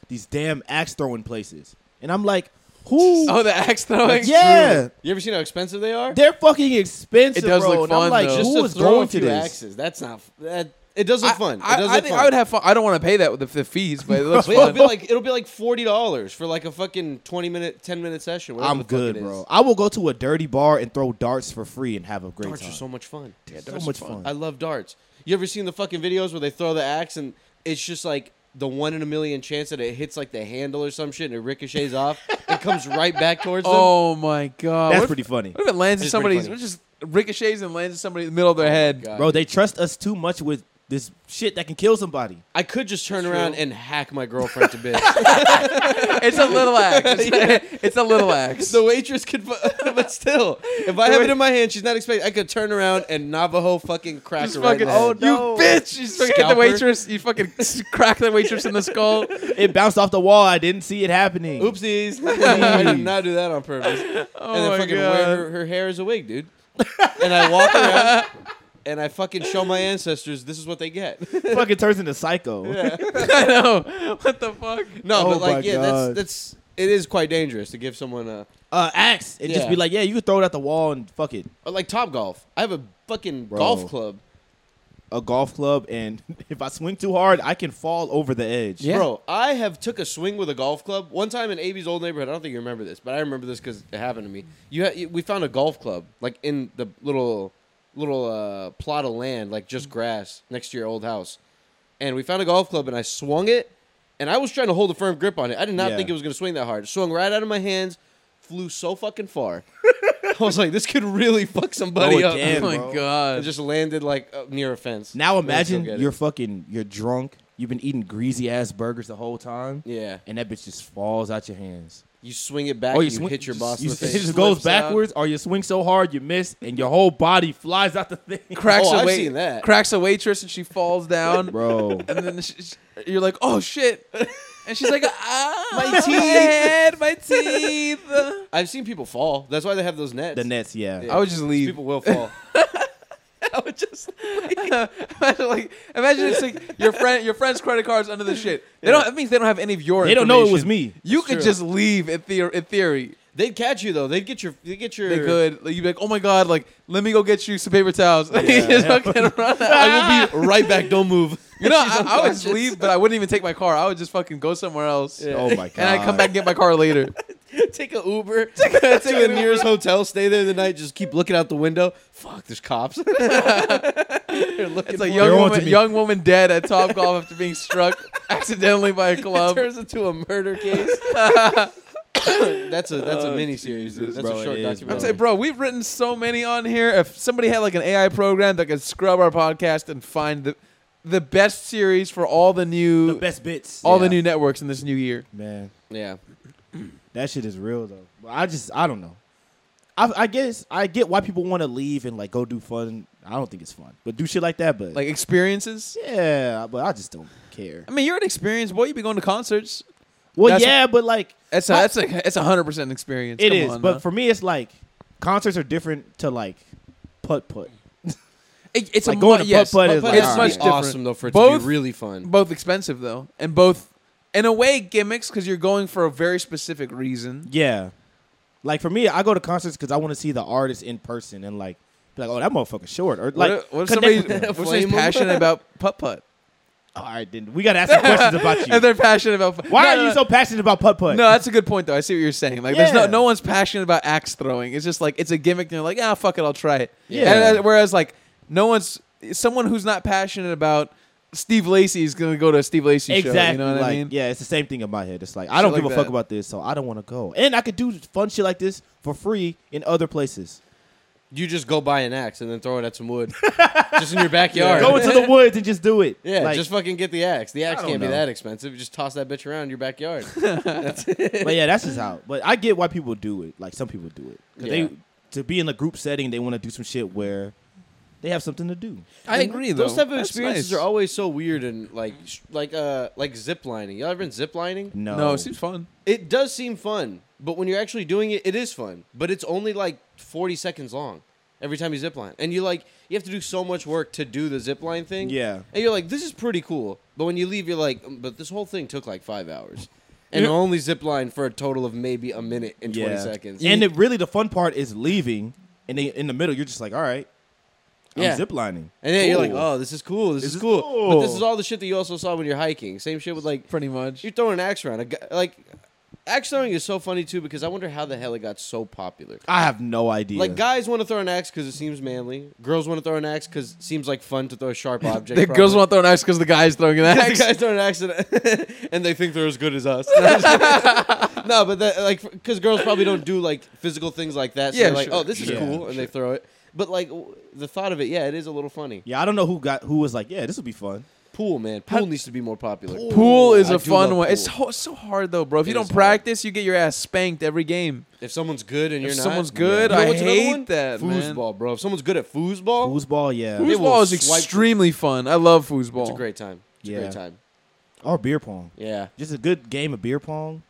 Speaker 3: these damn axe throwing places, and I'm like, who?
Speaker 2: Oh, the axe throwing.
Speaker 3: yeah,
Speaker 4: you ever seen how expensive they are?
Speaker 3: they're fucking expensive,
Speaker 2: It does
Speaker 3: bro.
Speaker 2: look
Speaker 3: and
Speaker 2: fun,
Speaker 3: I'm like,
Speaker 2: though.
Speaker 4: just
Speaker 3: who
Speaker 4: to
Speaker 3: is
Speaker 4: throw
Speaker 3: going
Speaker 4: a
Speaker 3: to
Speaker 4: few
Speaker 3: this?
Speaker 4: axes. That's not that. It does look
Speaker 2: I,
Speaker 4: fun.
Speaker 2: I,
Speaker 4: it does
Speaker 2: I
Speaker 4: look
Speaker 2: think
Speaker 4: fun.
Speaker 2: I would have fun. I don't want to pay that with the, the fees, but it looks
Speaker 4: But it'll
Speaker 2: fun.
Speaker 4: be like it'll be like forty dollars for like a fucking twenty minute, ten minute session. whatever
Speaker 3: I'm
Speaker 4: the fuck it
Speaker 3: good,
Speaker 4: is.
Speaker 3: bro. I will go to a dirty bar and throw darts for free and have a great
Speaker 4: Darts
Speaker 3: time.
Speaker 4: are so much fun.
Speaker 3: so much fun.
Speaker 4: I love darts. You ever seen the fucking videos where they throw the axe and it's just like the one in a million chance that it hits like the handle or some shit and it ricochets off and comes right back towards them?
Speaker 2: oh my god,
Speaker 3: That's
Speaker 2: What if-
Speaker 3: pretty funny,
Speaker 2: What if it lands in
Speaker 4: It's pretty
Speaker 2: somebody's? What
Speaker 4: funny. Oh
Speaker 2: if it just ricochets and lands in somebody in the middle of their head?
Speaker 4: God.
Speaker 3: bro. They trust us too much with this shit that can kill somebody.
Speaker 4: I could just turn around and hack my girlfriend to bits.
Speaker 2: It's a little axe. It's, it's a little axe.
Speaker 4: the waitress could, fu- but still, if I have it in my hand, she's not expecting. I could turn around and Navajo fucking crack
Speaker 2: Just
Speaker 4: her right
Speaker 2: fucking,
Speaker 4: in the head.
Speaker 2: oh,
Speaker 3: no.
Speaker 2: you bitch! You just fucking hit the
Speaker 4: Scalper.
Speaker 2: waitress. You fucking crack the waitress in the skull.
Speaker 3: It bounced off the wall. I didn't see it happening.
Speaker 4: Oopsies! I did not do that on purpose.
Speaker 2: Oh
Speaker 4: and then
Speaker 2: my
Speaker 4: fucking
Speaker 2: god!
Speaker 4: wear her, her hair as a wig, dude. and I walk around and I fucking show my ancestors this is what they get.
Speaker 3: fucking turns into psycho.
Speaker 2: I know. What the fuck?
Speaker 4: No,
Speaker 3: Oh
Speaker 4: but
Speaker 3: my
Speaker 4: like, yeah,
Speaker 3: God.
Speaker 4: that's that's it is quite dangerous to give someone a
Speaker 3: Uh, axe and just
Speaker 4: Yeah.
Speaker 3: be like, yeah, you can throw it at the wall and fuck it.
Speaker 4: or, like Top Golf. I have a fucking
Speaker 3: Bro.
Speaker 4: golf club,
Speaker 3: A golf club, and if I swing too hard, I can fall over the edge.
Speaker 2: Yeah.
Speaker 4: bro. I have took a swing with a golf club one time in AB's old neighborhood. I don't think you remember this, but I remember this because it happened to me. You ha- we found a golf club like in the little little uh, plot of land, like just
Speaker 3: Mm-hmm.
Speaker 4: grass next to your old house, and we found a golf club and I swung it, and I was trying to hold a firm grip on it. I did not
Speaker 3: Yeah.
Speaker 4: think it was going to swing that hard. It swung right out of my hands, flew so fucking far. I was like, this could really fuck somebody
Speaker 3: it
Speaker 4: up.
Speaker 3: can,
Speaker 2: oh my
Speaker 3: bro.
Speaker 4: and
Speaker 2: god!
Speaker 4: just landed like up near a fence.
Speaker 3: Now
Speaker 4: Let's go
Speaker 3: imagine
Speaker 4: get
Speaker 3: you're
Speaker 4: it.
Speaker 3: fucking, you're drunk. You've been eating greasy ass burgers the whole time,
Speaker 4: Yeah.
Speaker 3: and that bitch just falls out your hands.
Speaker 4: You swing it back
Speaker 3: Or
Speaker 4: and you
Speaker 3: swing-
Speaker 4: hit your boss
Speaker 3: Oh, you-
Speaker 4: in the
Speaker 3: It
Speaker 4: face.
Speaker 3: just goes
Speaker 2: Slips out.
Speaker 3: backwards, or you swing so hard you miss, and your whole body flies out the thing.
Speaker 2: cracks
Speaker 4: Oh,
Speaker 2: a
Speaker 4: I've
Speaker 2: wait-
Speaker 4: seen that.
Speaker 2: cracks a waitress and she falls down,
Speaker 3: Bro,
Speaker 2: and then she, she- you're like, oh shit, and she's like, ah,
Speaker 4: My teeth.
Speaker 2: head, my teeth.
Speaker 4: I've seen people fall. That's why they have those nets.
Speaker 3: the nets, yeah.
Speaker 2: I would just leave.
Speaker 4: People will fall.
Speaker 2: I would just imagine like imagine it's like your friend your friend's credit cards under the shit. They don't. That means they don't have any of your.
Speaker 3: They don't know it was
Speaker 2: information.
Speaker 3: me.
Speaker 2: You
Speaker 4: That's
Speaker 2: could
Speaker 4: true.
Speaker 2: just leave in theory. In theory,
Speaker 4: They'd catch you though. They'd get your. They get your.
Speaker 2: they could. Like, you'd be like, "Oh my god! Like, let me go get you some paper towels." You just fucking run out.
Speaker 4: I will be right back. Don't move.
Speaker 2: You know, I, I would just leave, but I wouldn't even take my car. I would just fucking go somewhere else,
Speaker 3: Oh my god!
Speaker 2: and I'd come back and get my car later.
Speaker 4: Take a Uber. Take, a, the nearest hotel. Stay there the night. Just keep looking out the window. Fuck, there's cops. They're looking
Speaker 2: It's like
Speaker 4: for
Speaker 2: young
Speaker 3: They're onto
Speaker 2: woman,
Speaker 3: me.
Speaker 2: young woman dead at Top Golf after being struck accidentally by a
Speaker 4: It
Speaker 2: club.
Speaker 4: turns into a murder case. that's a that's
Speaker 2: Oh,
Speaker 4: a mini series. That's
Speaker 3: bro,
Speaker 4: a
Speaker 3: it
Speaker 4: short
Speaker 3: is,
Speaker 4: documentary.
Speaker 2: I'm saying, bro, we've written so many on here. If somebody had like an AI program that could scrub our podcast and find the the best series for all the new
Speaker 3: the best bits.
Speaker 2: all the
Speaker 4: yeah.
Speaker 2: new networks in this new year.
Speaker 3: Man,
Speaker 4: Yeah.
Speaker 3: that shit is real though. But I just I don't know. I, I guess I get why people want to leave and like go do fun. I don't think it's fun, but do shit like that. But
Speaker 2: Like experiences.
Speaker 3: yeah, but I just don't care.
Speaker 2: I mean, you're an experience boy. You be going to concerts.
Speaker 3: Well,
Speaker 2: That's-
Speaker 3: yeah, but like
Speaker 2: That's a, that's a that's a hundred percent experience.
Speaker 3: it
Speaker 2: Come
Speaker 3: is.
Speaker 2: on,
Speaker 3: but
Speaker 2: huh?
Speaker 3: for me, it's like concerts are different to like putt putt.
Speaker 2: It- it's
Speaker 3: like
Speaker 2: a
Speaker 3: going
Speaker 2: mu-
Speaker 3: to
Speaker 2: yes,
Speaker 3: putt-putt
Speaker 2: but
Speaker 4: But
Speaker 3: is like,
Speaker 2: it's
Speaker 3: all
Speaker 4: it's
Speaker 3: right.
Speaker 2: much
Speaker 4: much
Speaker 2: different.
Speaker 4: awesome though for it
Speaker 2: Both-
Speaker 4: to be really fun.
Speaker 2: both expensive though, and both in a way gimmicks because you're going for a very specific reason.
Speaker 3: Yeah, like for me, I go to concerts because I want to see the artist in person and like be like, oh, that motherfucker's short or like.
Speaker 2: Like, what if, what if
Speaker 3: connect
Speaker 2: somebody
Speaker 3: with them.
Speaker 2: what if
Speaker 4: Flame
Speaker 2: somebody's
Speaker 4: 'em.
Speaker 2: passionate about putt putt?
Speaker 3: all right, then we gotta ask some questions about
Speaker 2: If
Speaker 3: you.
Speaker 2: they're passionate about
Speaker 3: Why
Speaker 2: No,
Speaker 3: are
Speaker 2: no,
Speaker 3: you
Speaker 2: no.
Speaker 3: so passionate about putt putt?
Speaker 2: No, that's a good point though. I see what you're saying. Like, there's
Speaker 3: Yeah.
Speaker 2: no no one's passionate about axe throwing. It's just like it's a gimmick. And they're like, ah, fuck it, I'll try it.
Speaker 3: Yeah.
Speaker 2: And, uh, whereas like no one's someone who's not passionate about Steve Lacy is gonna go to a Steve Lacy show. You know what
Speaker 3: like,
Speaker 2: I mean?
Speaker 3: Yeah, it's the same thing in my head. It's like I
Speaker 2: Shit
Speaker 3: don't
Speaker 2: like
Speaker 3: give a fuck
Speaker 2: that.
Speaker 3: about this, so I don't want to go. And I could do fun shit like this for free in other places.
Speaker 4: you just go buy an axe and then throw it at some wood, just in your backyard.
Speaker 3: Go into the woods and just do it.
Speaker 4: yeah,
Speaker 3: like,
Speaker 4: just fucking get the axe. The axe
Speaker 3: don't
Speaker 4: can't be
Speaker 3: know.
Speaker 4: that expensive. You just toss that bitch around in your backyard.
Speaker 3: but yeah, that's just how. But I get why people do it. Like some people do it 'Cause
Speaker 4: Yeah.
Speaker 3: they to be in a group setting, they want to do some shit where they have something to do.
Speaker 2: I
Speaker 4: And
Speaker 2: agree though.
Speaker 4: Those type of
Speaker 2: That's
Speaker 4: experiences
Speaker 2: nice.
Speaker 4: are always so weird and like sh- like uh like zip lining. Y'all ever been zip lining?
Speaker 3: No,
Speaker 2: No, it seems fun.
Speaker 4: It does seem fun, but when you're actually doing it, it is fun. But it's only like 40 seconds long every time you zip line, and you like you have to do so much work to do the zip line thing.
Speaker 3: Yeah.
Speaker 4: and you're like, this is pretty cool. But when you leave, you're like, "Mm, but this whole thing took like five hours, and I only zip line for a total of maybe a minute and 20 seconds.
Speaker 3: And it, really, the fun part is leaving, and they, in the middle, you're just like, all right, I'm
Speaker 4: Yeah.
Speaker 3: ziplining.
Speaker 4: And then you're like,
Speaker 3: Cool.
Speaker 4: oh, this is cool. This,
Speaker 3: This
Speaker 4: is,
Speaker 3: is
Speaker 4: cool. But this
Speaker 3: cool.
Speaker 4: is all the shit that you also saw when you're hiking. Same shit with like
Speaker 2: Pretty much.
Speaker 4: you're throwing an axe around. A guy, like axe throwing is so funny too because I wonder how the hell it got so popular.
Speaker 3: I have no idea.
Speaker 4: Like guys want to throw an axe because it seems manly. Girls want to throw an axe because it seems like fun to throw a sharp object.
Speaker 2: The girls
Speaker 4: probably.
Speaker 2: want to throw an axe because the guy's throwing an
Speaker 4: The
Speaker 2: axe.
Speaker 4: guys throw an axe and, and they think they're as good as us. no, but that, like because girls probably don't do like physical things like that. So
Speaker 2: Yeah,
Speaker 4: they're like,
Speaker 2: sure,
Speaker 4: oh, this is
Speaker 3: sure,
Speaker 4: cool, and they throw it. But like w- the thought of it, yeah, it is a little funny.
Speaker 3: yeah, I don't know who got who was like, yeah, this would be fun.
Speaker 4: Pool, man, pool needs to be more popular.
Speaker 2: Pool is
Speaker 4: I
Speaker 2: a
Speaker 4: do
Speaker 2: fun
Speaker 4: love
Speaker 2: one.
Speaker 4: pool.
Speaker 2: It's so, so hard though, bro. If
Speaker 4: It
Speaker 2: you
Speaker 4: is
Speaker 2: don't
Speaker 4: hard.
Speaker 2: practice, you get your ass spanked every game.
Speaker 4: If someone's good and
Speaker 2: If
Speaker 4: you're not,
Speaker 2: someone's good, I
Speaker 4: what's another
Speaker 2: hate
Speaker 4: one?
Speaker 2: that, man.
Speaker 4: Foosball, bro. If someone's good at foosball,
Speaker 3: Foosball, yeah,
Speaker 4: They will
Speaker 2: Foosball is
Speaker 4: swipe-
Speaker 2: extremely fun. I love foosball.
Speaker 4: it's a great time. It's a
Speaker 3: Yeah.
Speaker 4: great time.
Speaker 3: or Oh, beer pong.
Speaker 4: Yeah.
Speaker 3: Just a good game of beer pong.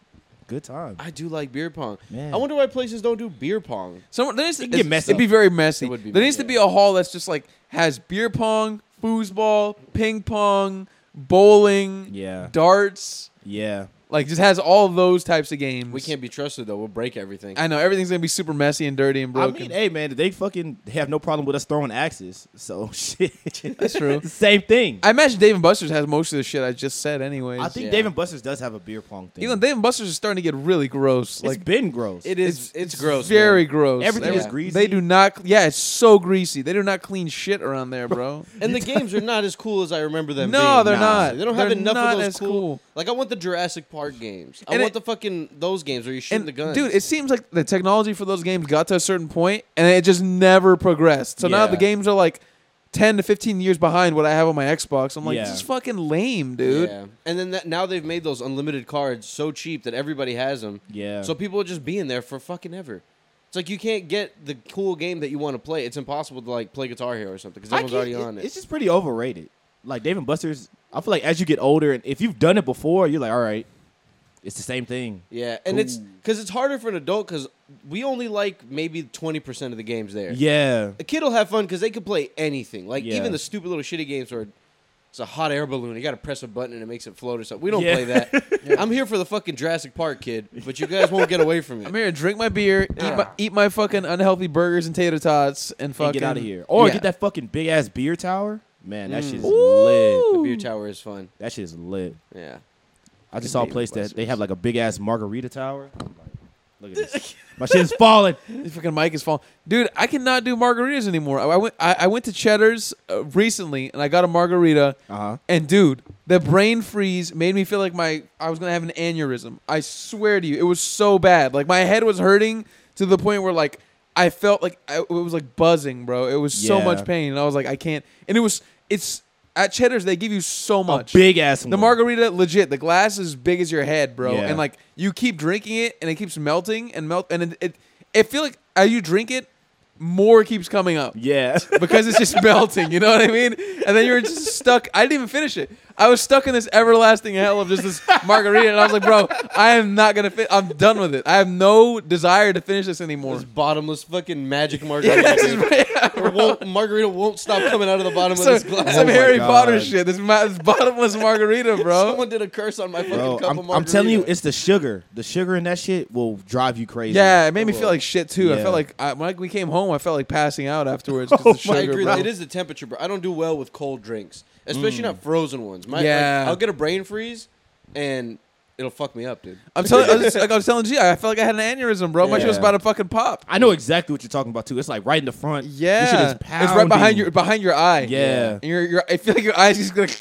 Speaker 3: Good time.
Speaker 4: I do like beer pong.
Speaker 3: Man.
Speaker 4: I wonder why places don't do beer pong.
Speaker 2: Someone, there needs to,
Speaker 3: It can get messed
Speaker 2: it'd be
Speaker 3: up.
Speaker 2: very messy.
Speaker 4: It would be
Speaker 2: there needs to
Speaker 4: messy,
Speaker 2: be a hall that's just like has beer pong, foosball, ping pong, bowling,
Speaker 3: Yeah.
Speaker 2: darts.
Speaker 3: Yeah.
Speaker 2: Like just has all those types of games.
Speaker 4: We can't be trusted though. We'll break everything.
Speaker 2: I know everything's gonna be super messy and dirty and broken.
Speaker 3: I mean, hey man, they fucking have no problem with us throwing axes. So shit.
Speaker 2: That's true.
Speaker 3: Same thing. I,
Speaker 2: I imagine Dave and Buster's has most of the shit I just said. Anyways,
Speaker 3: think
Speaker 4: yeah.
Speaker 3: Dave and Buster's does have a beer pong thing.
Speaker 2: even Dave and Buster's is starting to get really gross.
Speaker 3: it's
Speaker 2: like
Speaker 3: been gross.
Speaker 4: it is. It's, gross.
Speaker 2: Very
Speaker 4: man.
Speaker 2: gross.
Speaker 3: Everything
Speaker 2: They-
Speaker 4: is
Speaker 3: greasy.
Speaker 2: They do not. Yeah, it's so greasy. They do not clean shit around there, bro.
Speaker 4: And the games are not as cool as I remember them.
Speaker 2: No,
Speaker 4: being.
Speaker 2: they're Nah. not.
Speaker 4: They don't have
Speaker 2: They're
Speaker 4: enough
Speaker 2: not
Speaker 4: of those
Speaker 2: as
Speaker 4: cool,
Speaker 2: cool.
Speaker 4: Like I want the Jurassic Park games. I
Speaker 2: And
Speaker 4: want
Speaker 2: it-
Speaker 4: the fucking those games where you shoot
Speaker 2: and
Speaker 4: the gun.
Speaker 2: dude, it seems like the technology for those games got to a certain point, and it just never progressed. So now
Speaker 4: Yeah.
Speaker 2: the games are like ten to fifteen years behind what I have on my Xbox. I'm like,
Speaker 3: Yeah.
Speaker 2: this is fucking lame, dude.
Speaker 4: Yeah. And then that, now they've made those unlimited cards so cheap that everybody has them.
Speaker 3: Yeah.
Speaker 4: So people are just being there for fucking ever. It's like you can't get the cool game that you want to play. It's impossible to like play Guitar Hero or something because
Speaker 3: I
Speaker 4: everyone's
Speaker 3: can't-
Speaker 4: already on it.
Speaker 3: It's just pretty overrated. Like Dave and Buster's, I feel like as you get older, and if you've done it before, you're like, all right, it's the same thing.
Speaker 4: yeah, and it's because it's harder for an adult because we only like maybe twenty percent of the games there.
Speaker 3: Yeah.
Speaker 4: A kid will have fun because they can play anything. Like
Speaker 3: Yeah.
Speaker 4: even the stupid little shitty games where it's a hot air balloon. You got to press a button and it makes it float or something. We don't
Speaker 3: Yeah.
Speaker 4: play that. I'm here for the fucking Jurassic Park, kid. But you guys won't get away from
Speaker 2: I'm
Speaker 4: it.
Speaker 2: here to drink my beer, eat, my, eat my fucking unhealthy burgers and tater tots, and fucking Oh,
Speaker 3: And get out of here. Or
Speaker 2: Yeah.
Speaker 3: get that fucking big ass beer tower. Man, that shit is
Speaker 2: Ooh.
Speaker 3: lit.
Speaker 4: The beer tower is fun.
Speaker 3: That shit is lit.
Speaker 4: Yeah.
Speaker 3: I just saw a
Speaker 4: Dave
Speaker 3: place that they
Speaker 4: Buster's.
Speaker 3: have like a big ass margarita tower. I'm like, look at this. My shit is falling.
Speaker 2: The fucking mic is falling, dude. I cannot do margaritas anymore. I, I went, I, I went to Cheddar's uh, recently, and I got a margarita.
Speaker 3: Uh-huh.
Speaker 2: And dude, the brain freeze made me feel like my I was gonna have an aneurysm. I swear to you, it was so bad. Like my head was hurting to the point where like I felt like I, it was like buzzing, bro. It was so
Speaker 3: Yeah.
Speaker 2: much pain, and I was like, I can't. And it was, it's at Cheddar's they give you so much.
Speaker 3: Big ass.
Speaker 2: The margarita, legit, the glass is big as your head, bro.
Speaker 3: Yeah.
Speaker 2: And like you keep drinking it, and it keeps melting and melt, and it, it, it feel like as you drink it, more keeps coming up
Speaker 3: Yeah.
Speaker 2: because it's just melting. You know what I mean? And then you're just stuck. I didn't even finish it. I was stuck in this everlasting hell of just this margarita, and I was like, bro, I am not gonna fit. I'm done with it. I have no desire to finish this anymore.
Speaker 4: This bottomless fucking magic margarita. dude. Or won't, margarita won't stop coming out of the bottom
Speaker 2: Some,
Speaker 4: of this glass. Oh
Speaker 2: some
Speaker 3: my
Speaker 2: Harry
Speaker 3: God.
Speaker 2: Potter shit. This, ma- this bottomless margarita, bro.
Speaker 4: Someone did a curse on my fucking
Speaker 3: Bro,
Speaker 4: cup of
Speaker 3: I'm,
Speaker 4: margarita.
Speaker 3: I'm telling you, it's the sugar. The sugar in that shit will drive you crazy.
Speaker 2: Yeah, it made me feel like shit too. I
Speaker 3: Yeah.
Speaker 2: felt like I, when I- we came home, I felt like passing out afterwards because the sugar.
Speaker 4: I agree.
Speaker 2: bro.
Speaker 4: Oh It is the temperature, bro. I don't do well with cold drinks, especially
Speaker 3: Mm.
Speaker 4: not frozen ones. My, like,
Speaker 2: Yeah.
Speaker 4: I'll get a brain freeze, and it'll fuck me up, dude.
Speaker 2: I'm telling, I was just- like I was telling G, I felt like I had an aneurysm, bro. My shit was
Speaker 3: Yeah.
Speaker 2: about to fucking pop.
Speaker 3: I know exactly what you're talking about too. It's like right in the front. This shit is
Speaker 2: Yeah, it's right
Speaker 3: pounding.
Speaker 2: behind your behind your eye.
Speaker 3: Yeah.
Speaker 2: and your your I feel like your eyes just gonna out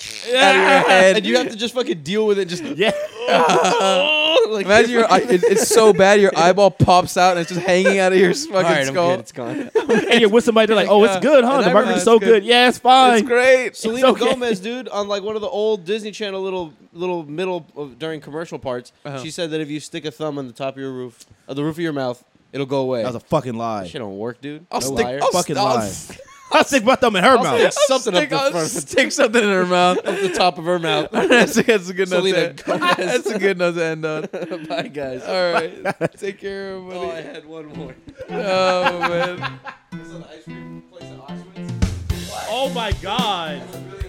Speaker 2: of your head.
Speaker 4: and you have to just fucking deal with it. Just
Speaker 3: Yeah.
Speaker 4: like,
Speaker 2: imagine your eye, it, it's so bad your eyeball pops out and it's just hanging out of your fucking
Speaker 4: all right, I'm
Speaker 2: skull.
Speaker 4: good. It's gone.
Speaker 3: and you're with somebody. They're like, "Oh, it's good, huh?
Speaker 2: And
Speaker 3: The
Speaker 2: I realized
Speaker 3: margarita's so
Speaker 2: good.
Speaker 3: good. Yeah, it's fine.
Speaker 2: It's great.
Speaker 4: Selena
Speaker 3: okay.
Speaker 4: Gomez, dude, on like one of the old Disney Channel little little middle of, during commercial parts,
Speaker 2: Uh-huh.
Speaker 4: she said that if you stick a thumb on the top of your roof, of the roof of your mouth, it'll go away.
Speaker 3: That was a fucking lie.
Speaker 4: Shit don't work, dude.
Speaker 2: I'll
Speaker 4: No
Speaker 2: stick.
Speaker 4: liar.
Speaker 2: I'll,
Speaker 3: Fucking
Speaker 2: st- I'll,
Speaker 3: lie.
Speaker 2: s-
Speaker 3: Oh, I stick my thumb in her
Speaker 4: I'll stick
Speaker 3: mouth.
Speaker 4: something
Speaker 2: stick,
Speaker 4: up
Speaker 2: I'll
Speaker 4: the front of
Speaker 2: stick something in her mouth.
Speaker 4: the top of her mouth.
Speaker 2: that's, that's a good note.
Speaker 4: Selena
Speaker 2: To, that's a good note to end on.
Speaker 4: Bye, guys.
Speaker 2: All right, take care,
Speaker 4: Oh, I
Speaker 2: everybody.
Speaker 4: had one more.
Speaker 2: Oh man.
Speaker 4: Is that an ice cream place in Auschwitz?
Speaker 3: Oh my god.
Speaker 4: Really